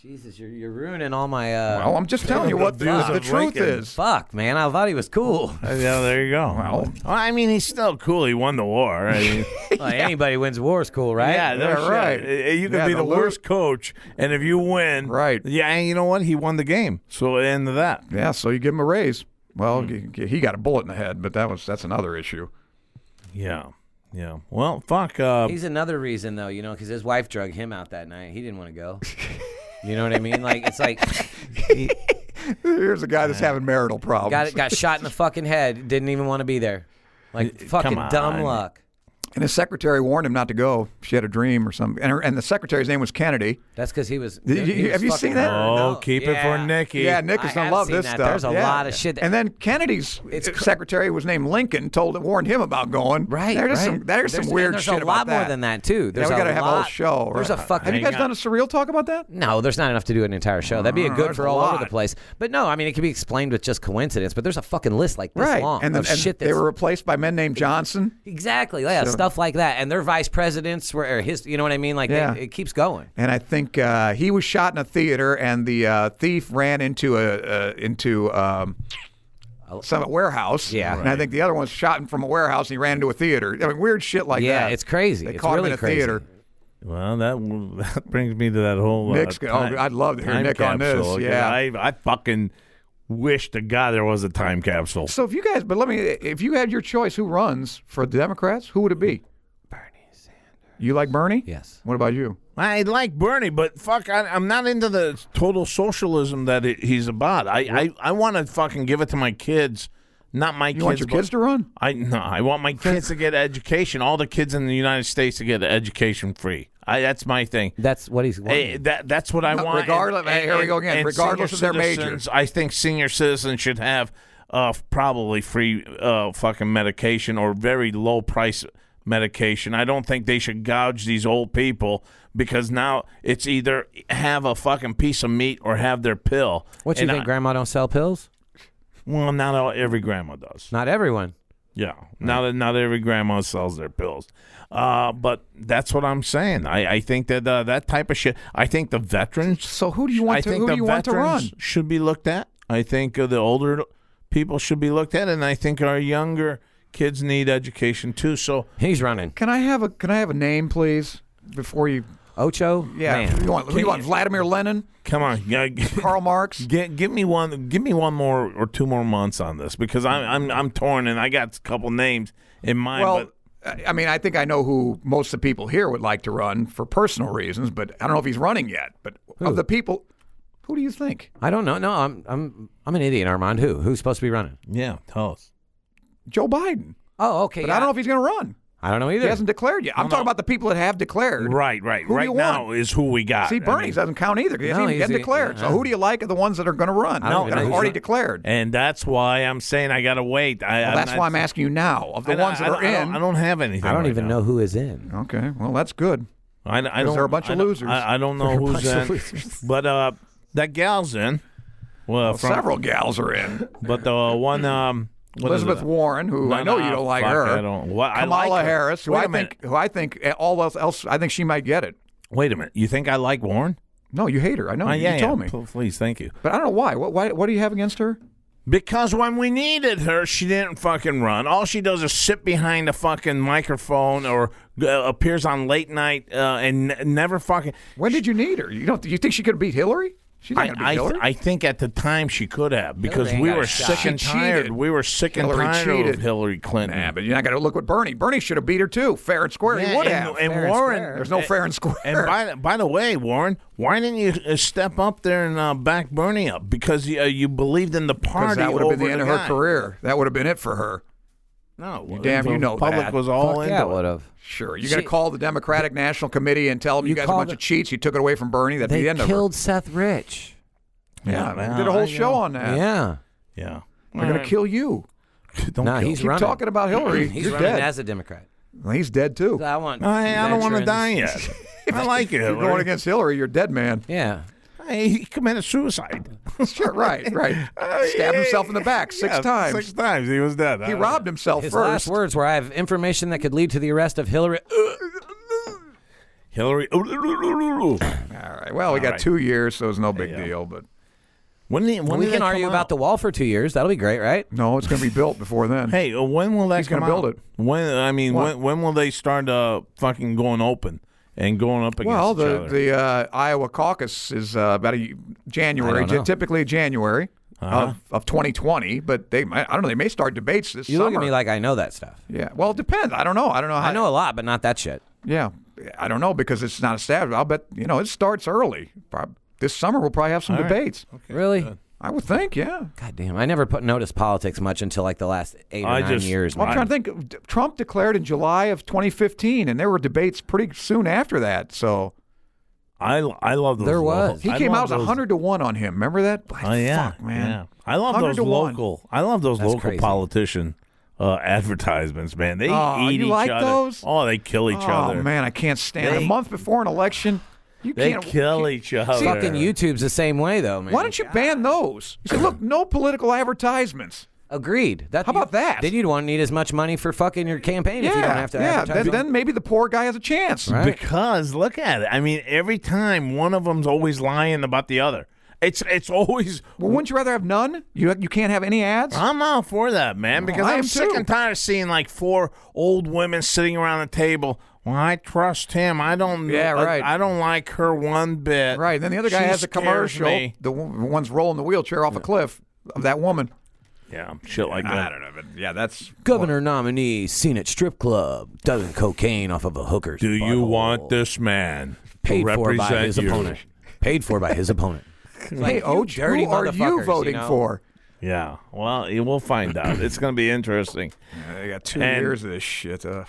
Speaker 5: Jesus, you're, you're ruining all my uh
Speaker 4: Well, I'm just telling you what the,
Speaker 3: views
Speaker 4: the
Speaker 3: of
Speaker 4: truth
Speaker 3: Lincoln.
Speaker 4: is.
Speaker 5: fuck, man. I thought he was cool.
Speaker 3: Uh, Yeah, there you go. Well, I mean, he's still cool. He won the war. I mean,
Speaker 5: Like, Anybody wins war is cool, right?
Speaker 3: yeah, no
Speaker 4: Yeah,
Speaker 3: shit.
Speaker 4: right.
Speaker 3: Uh, You could
Speaker 4: Yeah,
Speaker 3: be
Speaker 4: the
Speaker 3: the,
Speaker 4: lo-
Speaker 3: worst coach, and if you win,
Speaker 4: Right.
Speaker 3: Yeah, and you know what? He won the game. So end of that.
Speaker 4: Yeah, so you give him a raise. Well,
Speaker 5: Hmm.
Speaker 4: g- g- he got a bullet in the head, but that was that's another issue.
Speaker 3: Yeah, yeah. Well, fuck. Uh,
Speaker 5: He's another reason though, you know, because his wife drug him out that night. He didn't want to go. You know what I mean? Like it's like
Speaker 4: Here's a guy that's having marital problems.
Speaker 5: got got shot in the fucking head. Didn't even want to be there. Like
Speaker 3: come
Speaker 5: fucking dumb
Speaker 3: on.
Speaker 5: luck.
Speaker 4: And his secretary warned him not to go. She had a dream or something. And, her, and the secretary's name was Kennedy.
Speaker 5: That's because he was.
Speaker 4: Did
Speaker 5: he
Speaker 4: you-
Speaker 5: was
Speaker 4: have you
Speaker 5: fucking
Speaker 4: seen that?
Speaker 5: her.
Speaker 3: Oh,
Speaker 5: No.
Speaker 3: keep it for
Speaker 5: Yeah.
Speaker 3: Nick.
Speaker 4: Yeah, Nick is
Speaker 5: I
Speaker 4: gonna
Speaker 5: have
Speaker 4: love
Speaker 5: seen
Speaker 4: this
Speaker 5: that.
Speaker 4: stuff.
Speaker 5: There's a
Speaker 4: Yeah.
Speaker 5: lot of shit that-
Speaker 4: and then Kennedy's uh,
Speaker 5: It's cr-
Speaker 4: secretary was named Lincoln. Told warned him about going.
Speaker 5: Right.
Speaker 4: There's
Speaker 5: right.
Speaker 4: some. There's, some
Speaker 5: and
Speaker 4: weird
Speaker 5: there's
Speaker 4: shit
Speaker 5: a
Speaker 4: about
Speaker 5: lot more
Speaker 4: that.
Speaker 5: than that too. There's
Speaker 4: yeah, we
Speaker 5: a
Speaker 4: gotta have a whole
Speaker 5: lot-
Speaker 4: show.
Speaker 5: There's a
Speaker 4: right?
Speaker 5: fucking.
Speaker 4: Have you guys
Speaker 3: Hang
Speaker 4: done a surreal talk about that?
Speaker 5: No, there's not enough to do an entire show. That'd be a good
Speaker 4: there's
Speaker 5: for
Speaker 4: a
Speaker 5: all over the
Speaker 4: lot.
Speaker 5: place. But no, I mean it could be explained with just coincidence. But there's a fucking list like this
Speaker 4: Right.
Speaker 5: long
Speaker 4: and then
Speaker 5: of
Speaker 4: and
Speaker 5: shit that's
Speaker 4: they were replaced by men named Johnson.
Speaker 5: exactly yeah stuff like that. And their vice presidents were or his. You know what I mean? Like
Speaker 4: Yeah.
Speaker 5: they, it keeps going.
Speaker 4: And I think uh, he was shot in a theater, and the uh, thief ran into a uh, into um, some warehouse.
Speaker 5: Yeah.
Speaker 4: And I think the other one's shot in from a warehouse, and he ran into a theater. I mean, weird shit like
Speaker 5: Yeah,
Speaker 4: that.
Speaker 5: it's crazy.
Speaker 4: They
Speaker 5: It's
Speaker 4: caught him
Speaker 5: really
Speaker 4: in a
Speaker 5: crazy.
Speaker 4: theater.
Speaker 3: Well, that w- that brings me to that whole. uh,
Speaker 4: Nick's go- oh, I'd love to hear
Speaker 3: time
Speaker 4: Nick on this,
Speaker 3: capsule, 'cause
Speaker 4: yeah.
Speaker 3: I, I fucking wish to God there was a time capsule.
Speaker 4: So if you guys, but let me, if you had your choice, who runs for the Democrats? Who would it be? Bernie Sanders. You like Bernie?
Speaker 5: Yes.
Speaker 4: What about you?
Speaker 3: I like Bernie, but fuck, I, I'm not into the total socialism that it, he's about. I, I, I want to fucking give it to my kids, not my
Speaker 4: You
Speaker 3: kids.
Speaker 4: want your
Speaker 3: but-
Speaker 4: kids to run?
Speaker 3: I no, I want my kids to get education. All the kids in the United States to get education free. I, that's my thing.
Speaker 5: That's what he's.
Speaker 3: Hey, Eh, that that's what I
Speaker 4: No,
Speaker 3: want.
Speaker 4: regardless- hey, here we go again. Regardless
Speaker 3: senior
Speaker 4: of their major.
Speaker 3: citizens, I think senior citizens should have uh, probably free uh, fucking medication or very low price medication. I don't think they should gouge these old people because now it's either have a fucking piece of meat or have their pill.
Speaker 5: what you
Speaker 3: And
Speaker 5: think?
Speaker 3: I-
Speaker 5: Grandma don't sell pills?
Speaker 3: well, not all, every grandma does.
Speaker 5: Not everyone.
Speaker 3: Yeah. Now that not every grandma sells their pills, uh, but that's what I'm saying. I, I think that uh, that type of shit. I think the veterans.
Speaker 4: So who do you want
Speaker 3: I
Speaker 4: to-
Speaker 3: think
Speaker 4: who
Speaker 3: the
Speaker 4: do you want to
Speaker 3: veterans
Speaker 4: run?
Speaker 3: should be looked at. I think uh, the older people should be looked at, and I think our younger kids need education too. So
Speaker 5: He's running.
Speaker 4: Can I have a Can I have a name, please? Before you,
Speaker 5: Ocho.
Speaker 4: yeah,
Speaker 5: Man.
Speaker 4: you want, who you want Vladimir Lenin,
Speaker 3: come on, yeah,
Speaker 4: Karl Marx.
Speaker 3: Get, give me one, give me one more or two more months on this because I'm I'm, I'm torn and I got a couple names in mind.
Speaker 4: Well,
Speaker 3: but
Speaker 4: I I mean, I think I know who most of the people here would like to run for personal reasons, but I don't know if he's running yet. But of the people, who do you think?
Speaker 5: I don't know. No, I'm I'm I'm an idiot, Armand. Who who's supposed to be running?
Speaker 3: yeah, tell us.
Speaker 4: Joe Biden.
Speaker 5: Oh, okay.
Speaker 4: But
Speaker 5: yeah.
Speaker 4: I don't know if he's going to run.
Speaker 5: I don't know either.
Speaker 4: He hasn't declared yet. I'm talking about the people that have declared.
Speaker 3: Right, right,
Speaker 4: Who do
Speaker 3: right.
Speaker 4: you
Speaker 3: Now
Speaker 4: want?
Speaker 3: is who we got.
Speaker 4: See,
Speaker 3: I
Speaker 4: Bernie
Speaker 3: mean-
Speaker 4: doesn't count either. 'cause He
Speaker 5: No,
Speaker 4: hasn't even
Speaker 5: he's
Speaker 4: get
Speaker 5: the-
Speaker 4: declared.
Speaker 5: yeah.
Speaker 4: So who do you like are the ones that are going to run?
Speaker 5: I don't
Speaker 4: that
Speaker 5: even know
Speaker 4: have
Speaker 5: who's
Speaker 4: already
Speaker 5: running.
Speaker 4: declared.
Speaker 3: and that's why I'm saying I gotta wait. I,
Speaker 4: Well,
Speaker 3: I'm
Speaker 4: that's
Speaker 3: not-
Speaker 4: why I'm asking you now of the
Speaker 3: I don't-
Speaker 4: ones that
Speaker 3: I
Speaker 4: are
Speaker 3: don't- I don't-
Speaker 4: in.
Speaker 3: I don't have anything.
Speaker 5: I don't
Speaker 3: right
Speaker 5: even
Speaker 3: now.
Speaker 5: know who is in.
Speaker 4: Okay, well that's good.
Speaker 3: I, I
Speaker 4: 'Cause
Speaker 3: don't.
Speaker 4: they're a bunch of
Speaker 3: I don't-
Speaker 4: losers.
Speaker 3: I, I don't know who's in, but uh, that gal's in. Well, from,
Speaker 4: Several gals are in.
Speaker 3: But the one, um, what is
Speaker 4: Elizabeth
Speaker 3: it?
Speaker 4: Warren, who
Speaker 3: No,
Speaker 4: I know
Speaker 3: no,
Speaker 4: you don't like
Speaker 3: fuck,
Speaker 4: her.
Speaker 3: I don't. Well, I
Speaker 4: Kamala
Speaker 3: like her.
Speaker 4: Harris, who
Speaker 3: Wait
Speaker 4: I
Speaker 3: a minute.
Speaker 4: think, who I think, uh, all else, else, I think she might get it.
Speaker 3: Wait a minute. You think I like Warren?
Speaker 4: No, you hate her. I know.
Speaker 3: Oh,
Speaker 4: you
Speaker 3: yeah, yeah.
Speaker 4: told me,
Speaker 3: P- please, thank you.
Speaker 4: but I don't know why. What, why. what do you have against her?
Speaker 3: Because when we needed her, she didn't fucking run. All she does is sit behind a fucking microphone or uh, appears on late night uh, and n- never fucking.
Speaker 4: When did you need her? You don't. You think she could beat Hillary? She's not
Speaker 3: I,
Speaker 4: going to beat
Speaker 3: I, th-
Speaker 4: Hillary.
Speaker 3: I think at the time she could have because
Speaker 5: Hillary
Speaker 3: we
Speaker 5: got
Speaker 3: were
Speaker 5: a shot.
Speaker 3: sick and
Speaker 4: She
Speaker 3: tired.
Speaker 4: cheated.
Speaker 3: We were sick and
Speaker 4: Hillary
Speaker 3: tired of
Speaker 4: cheated.
Speaker 3: Hillary Clinton.
Speaker 4: Nah, but you're not going to look what Bernie. Bernie should have beat her too, fair and square. he would
Speaker 3: and,
Speaker 4: have.
Speaker 3: and
Speaker 5: Fair and
Speaker 3: Warren,
Speaker 5: square.
Speaker 4: There's no fair and square.
Speaker 3: And by the- by the way, Warren, why didn't you uh, step up there and uh, back Bernie up because uh, you believed in the
Speaker 4: Because
Speaker 3: party
Speaker 4: that would have been
Speaker 3: over
Speaker 4: the end
Speaker 3: the
Speaker 4: of her
Speaker 3: guy.
Speaker 4: career. That would have been it for her.
Speaker 3: No,
Speaker 4: damn,
Speaker 3: the
Speaker 4: you know
Speaker 3: public
Speaker 4: that.
Speaker 3: was all
Speaker 5: Fuck
Speaker 3: into
Speaker 5: yeah,
Speaker 3: it.
Speaker 5: would have.
Speaker 4: Sure, you're going
Speaker 5: She-
Speaker 4: to call the Democratic National Committee and tell them you,
Speaker 5: You
Speaker 4: guys are a
Speaker 5: call
Speaker 4: bunch
Speaker 5: the-
Speaker 4: of cheats. You took it away from Bernie. That's
Speaker 5: They
Speaker 4: the end
Speaker 5: killed Seth Rich.
Speaker 4: of her. Yeah,
Speaker 3: Yeah,
Speaker 4: we did a whole
Speaker 3: I uh,
Speaker 4: show
Speaker 3: know.
Speaker 4: on that.
Speaker 5: Yeah.
Speaker 3: Yeah,
Speaker 4: They're going to kill you.
Speaker 3: Don't
Speaker 5: Nah,
Speaker 3: kill.
Speaker 5: he's
Speaker 4: Keep
Speaker 5: running.
Speaker 4: talking about Hillary.
Speaker 5: He's
Speaker 4: you're
Speaker 5: running
Speaker 4: dead.
Speaker 5: as a Democrat.
Speaker 4: Well, He's dead too.
Speaker 5: I want.
Speaker 3: I, I don't want to
Speaker 5: veterans.
Speaker 3: die yet. I like it.
Speaker 4: You're going against Hillary. You're a dead man.
Speaker 5: Yeah.
Speaker 3: Hey, he committed suicide.
Speaker 4: Sure, right, right.
Speaker 3: Uh,
Speaker 4: Stabbed
Speaker 3: yeah,
Speaker 4: himself in the back six
Speaker 3: yeah,
Speaker 4: times.
Speaker 3: Six times he was dead.
Speaker 4: He robbed himself
Speaker 5: His last
Speaker 4: first.
Speaker 5: words were, "I have information that could lead to the arrest of Hillary."
Speaker 3: Hillary.
Speaker 4: All right. Well, we got
Speaker 3: right.
Speaker 4: two years, so it's no big deal. But
Speaker 3: When, did- when
Speaker 5: we
Speaker 3: did
Speaker 5: can
Speaker 3: that
Speaker 5: argue
Speaker 3: come
Speaker 5: about
Speaker 3: out?
Speaker 5: the wall for two years. That'll be great, right?
Speaker 4: no, it's going to be built before then.
Speaker 3: Hey, uh, when will that
Speaker 4: He's
Speaker 3: come
Speaker 4: gonna
Speaker 3: out?
Speaker 4: build it.
Speaker 3: When I mean, when, when will they start uh, fucking going open and going up against
Speaker 4: well,
Speaker 3: each
Speaker 4: the
Speaker 3: other?
Speaker 4: the uh, Iowa caucus is uh, about a y- January,
Speaker 5: know. Uh-huh.
Speaker 4: typically January of, of 2020. But they, might, I don't know, they may start debates this
Speaker 5: You
Speaker 4: summer.
Speaker 5: look at me like I know that stuff.
Speaker 4: yeah. Well, it depends. I don't know. I don't know. How,
Speaker 5: I know a lot, but not that shit.
Speaker 4: Yeah, I don't know because it's not established. I'll bet you know it starts early. Prob- This summer we'll probably have some debates.
Speaker 5: really?
Speaker 4: I would think, yeah.
Speaker 5: God damn, I never put noticed politics much until like the last eight or
Speaker 3: I
Speaker 5: nine
Speaker 3: just-
Speaker 5: years.
Speaker 4: Well, I'm
Speaker 5: man.
Speaker 4: trying to think. D- Trump declared in July of 2015, and there were debates pretty soon after that. So
Speaker 3: I, I love those.
Speaker 5: There
Speaker 3: local-
Speaker 5: was.
Speaker 4: he
Speaker 3: I
Speaker 4: came
Speaker 3: love
Speaker 4: out as
Speaker 3: those-
Speaker 4: 100 to one on him. Remember that?
Speaker 3: Oh yeah,
Speaker 4: Fuck, man.
Speaker 3: yeah. I love
Speaker 4: 100
Speaker 3: those
Speaker 4: to one.
Speaker 3: local. I love those local
Speaker 5: crazy.
Speaker 3: politician uh, advertisements, man. They
Speaker 4: Oh,
Speaker 3: eat
Speaker 4: you
Speaker 3: each
Speaker 4: like
Speaker 3: other.
Speaker 4: those?
Speaker 3: Oh, they kill each
Speaker 4: Oh
Speaker 3: other.
Speaker 4: man, I can't stand it.
Speaker 3: They-
Speaker 4: A month before an election, you
Speaker 3: they
Speaker 4: can't
Speaker 3: kill each other.
Speaker 5: Fucking YouTube's the same way though, man.
Speaker 4: Why don't you ban those? You say, look, no political advertisements.
Speaker 5: Agreed. That,
Speaker 4: How about that?
Speaker 5: Then you'd want need as much money for fucking your campaign if you don't have to
Speaker 4: yeah.
Speaker 5: advertise.
Speaker 4: Then,
Speaker 5: on-
Speaker 4: then maybe the poor guy has a chance.
Speaker 5: Right.
Speaker 3: Because look at it. I mean, every time one of them's always lying about the other. It's it's always.
Speaker 4: Well, wouldn't you rather have none? You you can't have any ads.
Speaker 3: I'm all for that, man, because
Speaker 4: I
Speaker 3: I'm
Speaker 4: am
Speaker 3: sick
Speaker 4: too.
Speaker 3: and tired of seeing like four old women sitting around the table. Well, I trust him. I don't.
Speaker 4: Yeah,
Speaker 3: I-
Speaker 4: right.
Speaker 3: I, don't like her one bit.
Speaker 4: Right. Then the other guy
Speaker 3: She
Speaker 4: has a
Speaker 3: scares
Speaker 4: commercial.
Speaker 3: me.
Speaker 4: The wo- one's rolling the wheelchair off a cliff of that woman.
Speaker 3: Yeah, shit like that.
Speaker 4: know, but yeah, that's
Speaker 5: Governor nominee seen at strip club does cocaine off of a hooker's.
Speaker 3: Do you
Speaker 5: butthole.
Speaker 3: want this man
Speaker 5: paid
Speaker 3: to
Speaker 5: for
Speaker 3: represent
Speaker 5: by his
Speaker 3: you?
Speaker 5: opponent? Paid for by his opponent.
Speaker 4: hey, Oach,
Speaker 5: dirty
Speaker 4: who are
Speaker 5: motherfuckers,
Speaker 4: you
Speaker 5: you
Speaker 4: voting
Speaker 5: know?
Speaker 4: for?
Speaker 3: Yeah. Well, you- we'll find out. It's going to be interesting.
Speaker 4: I got two
Speaker 3: And-
Speaker 4: years of this shit. Uh,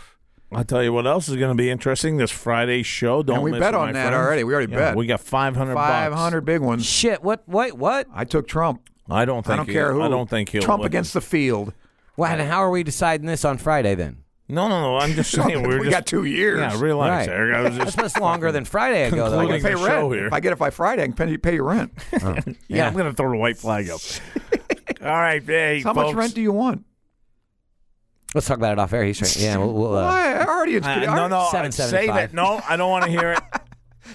Speaker 3: I'll tell you what else is going to be interesting. This Friday's show. Don't
Speaker 4: And we
Speaker 3: miss
Speaker 4: bet
Speaker 3: it,
Speaker 4: on
Speaker 3: my
Speaker 4: that
Speaker 3: friends.
Speaker 4: already. We already
Speaker 3: Yeah,
Speaker 4: bet.
Speaker 3: We got five hundred.
Speaker 4: Five hundred big ones.
Speaker 5: Shit! What? Wait, what?
Speaker 4: I took Trump.
Speaker 3: I don't think.
Speaker 4: I don't
Speaker 3: he-
Speaker 4: care who.
Speaker 3: I don't think he'll.
Speaker 4: Trump
Speaker 3: win.
Speaker 4: against the field.
Speaker 5: Why? And how are we deciding this on Friday then?
Speaker 3: No, no, no. I'm just saying. We're
Speaker 4: we
Speaker 3: just,
Speaker 4: got two years.
Speaker 3: Yeah, relax,
Speaker 5: Right.
Speaker 3: Eric. I was
Speaker 5: That's
Speaker 3: just.
Speaker 5: much longer than Friday ago. Though.
Speaker 4: I
Speaker 5: I
Speaker 4: can
Speaker 3: Concluding-
Speaker 5: guess.
Speaker 4: pay
Speaker 3: the
Speaker 4: rent.
Speaker 3: show here.
Speaker 4: If I get it by Friday, I can pay, pay your rent.
Speaker 3: yeah, I'm going to throw the white flag up. All right, hey,
Speaker 4: How much
Speaker 3: folks.
Speaker 4: rent do you want?
Speaker 5: Let's talk about it off air. He's right. Yeah, we'll. we'll uh,
Speaker 4: Why? I already it's
Speaker 3: Uh, no, no.
Speaker 5: Seven, seven,
Speaker 3: save
Speaker 5: five.
Speaker 3: it. No, I don't want to hear it.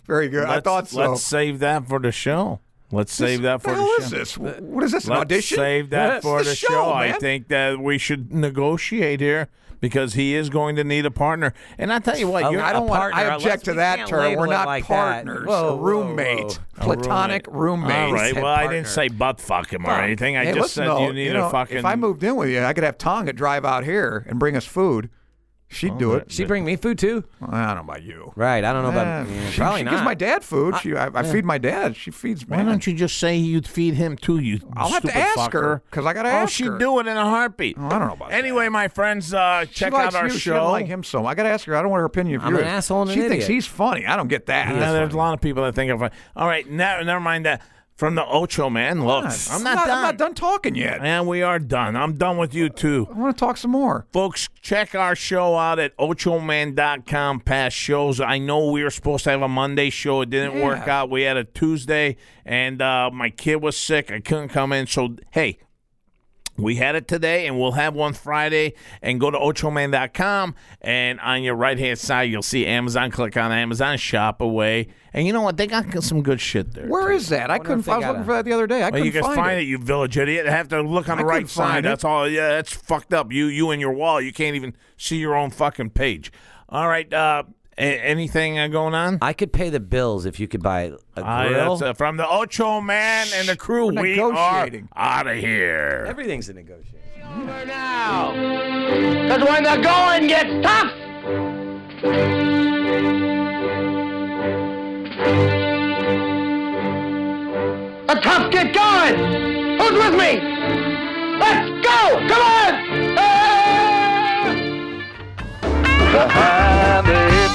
Speaker 4: very good. I
Speaker 3: Let's-
Speaker 4: thought so.
Speaker 3: Let's save that for the show. Let's save that for
Speaker 4: What
Speaker 3: the
Speaker 4: the hell
Speaker 3: show.
Speaker 4: is this? What is this? An
Speaker 3: Let's
Speaker 4: audition?
Speaker 3: save that
Speaker 4: It's
Speaker 3: for the, show. I
Speaker 4: man.
Speaker 3: think that we should negotiate here because he is going to need a partner. And I tell you what,
Speaker 5: A-
Speaker 3: you're,
Speaker 5: a
Speaker 3: I don't want.
Speaker 5: partner,
Speaker 4: I
Speaker 5: unless
Speaker 4: object to
Speaker 5: we
Speaker 4: that
Speaker 5: can't
Speaker 4: term.
Speaker 5: label
Speaker 4: We're
Speaker 5: it
Speaker 4: not
Speaker 5: like that.
Speaker 4: partners.
Speaker 5: Whoa, whoa,
Speaker 4: roommate.
Speaker 3: a
Speaker 4: Platonic roommate.
Speaker 3: All right.
Speaker 5: said
Speaker 3: Well, I didn't
Speaker 5: partner.
Speaker 3: say butt fucking or anything. I
Speaker 4: Hey,
Speaker 3: just
Speaker 4: listen,
Speaker 3: said
Speaker 4: though,
Speaker 3: you need
Speaker 4: know,
Speaker 3: a fucking.
Speaker 4: If I moved in with you, I could have Tonga drive out here and bring us food. She'd do it.
Speaker 5: she bring me food too?
Speaker 4: Well, I don't know about you.
Speaker 5: Right. I don't know
Speaker 4: Eh,
Speaker 5: about. yeah,
Speaker 4: she,
Speaker 5: probably
Speaker 4: she
Speaker 5: not.
Speaker 4: gives my dad food. She, I, I feed my dad. She feeds me.
Speaker 3: why don't you just say you'd feed him too? You.
Speaker 4: I'll have to
Speaker 3: stupid
Speaker 4: ask her,
Speaker 3: fucker?
Speaker 4: 'cause I gotta
Speaker 3: oh,
Speaker 4: ask
Speaker 3: she'd
Speaker 4: her. Oh,
Speaker 3: do it in a heartbeat.
Speaker 4: I don't know about that.
Speaker 3: Anyway, my friends, uh,
Speaker 4: She
Speaker 3: check
Speaker 4: likes
Speaker 3: out our
Speaker 4: you. She
Speaker 3: show.
Speaker 4: doesn't like him so. much. I got to ask her. I don't want her opinion of
Speaker 5: I'm
Speaker 4: yours.
Speaker 5: an asshole and an
Speaker 4: She thinks
Speaker 5: idiot.
Speaker 4: he's funny. I don't get that.
Speaker 3: Yeah, there's a lot of people that think of. All right, now never mind that. From the Ocho man, look, I'm not, done.
Speaker 4: I'm not done talking yet.
Speaker 3: And we are done. I'm done with you too.
Speaker 4: I want to talk some more.
Speaker 3: Folks, check our show out at ochoman.com. Past shows. I know we were supposed to have a Monday show. It didn't work out. We had a Tuesday, and uh, my kid was sick. I couldn't come in. So, hey, we had it today, and we'll have one Friday. And go to ochoman.com, and on your right hand side, you'll see Amazon. Click on Amazon, shop away. And you know what? They got some good shit there.
Speaker 4: Where is that? I, couldn't.
Speaker 5: if they
Speaker 4: I was
Speaker 5: got
Speaker 4: looking
Speaker 5: a-
Speaker 4: for that the other day. I
Speaker 3: Well,
Speaker 4: couldn't
Speaker 3: you can find, it. you village idiot. Have to look on the
Speaker 4: I
Speaker 3: right
Speaker 4: couldn't find
Speaker 3: side.
Speaker 4: it.
Speaker 3: That's all. Yeah, that's fucked up. You you and your wall. You can't even see your own fucking page. All right. Uh, a- anything uh, going on?
Speaker 5: I could pay the bills if you could buy a
Speaker 3: Uh,
Speaker 5: grill.
Speaker 3: that's, uh, from the Ocho Man and the crew.
Speaker 4: We're
Speaker 3: We are
Speaker 4: negotiating.
Speaker 3: out of here.
Speaker 5: Everything's a negotiation.
Speaker 6: over now. Because when the going gets tough, the tough get going. Who's with me? Let's go! Come on! Ah!
Speaker 2: behind the eight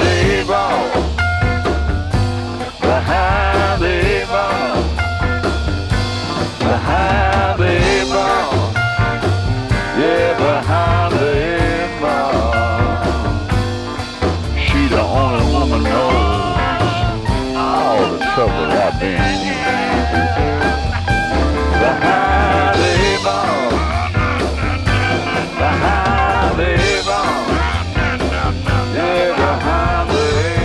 Speaker 2: the eight ball. Behind the eight ball. Behind the eight ball. Yeah, behind the eight ball. She the only woman knows all the trouble I've been in. Behind the eight ball. Behind the eight ball. Yeah, behind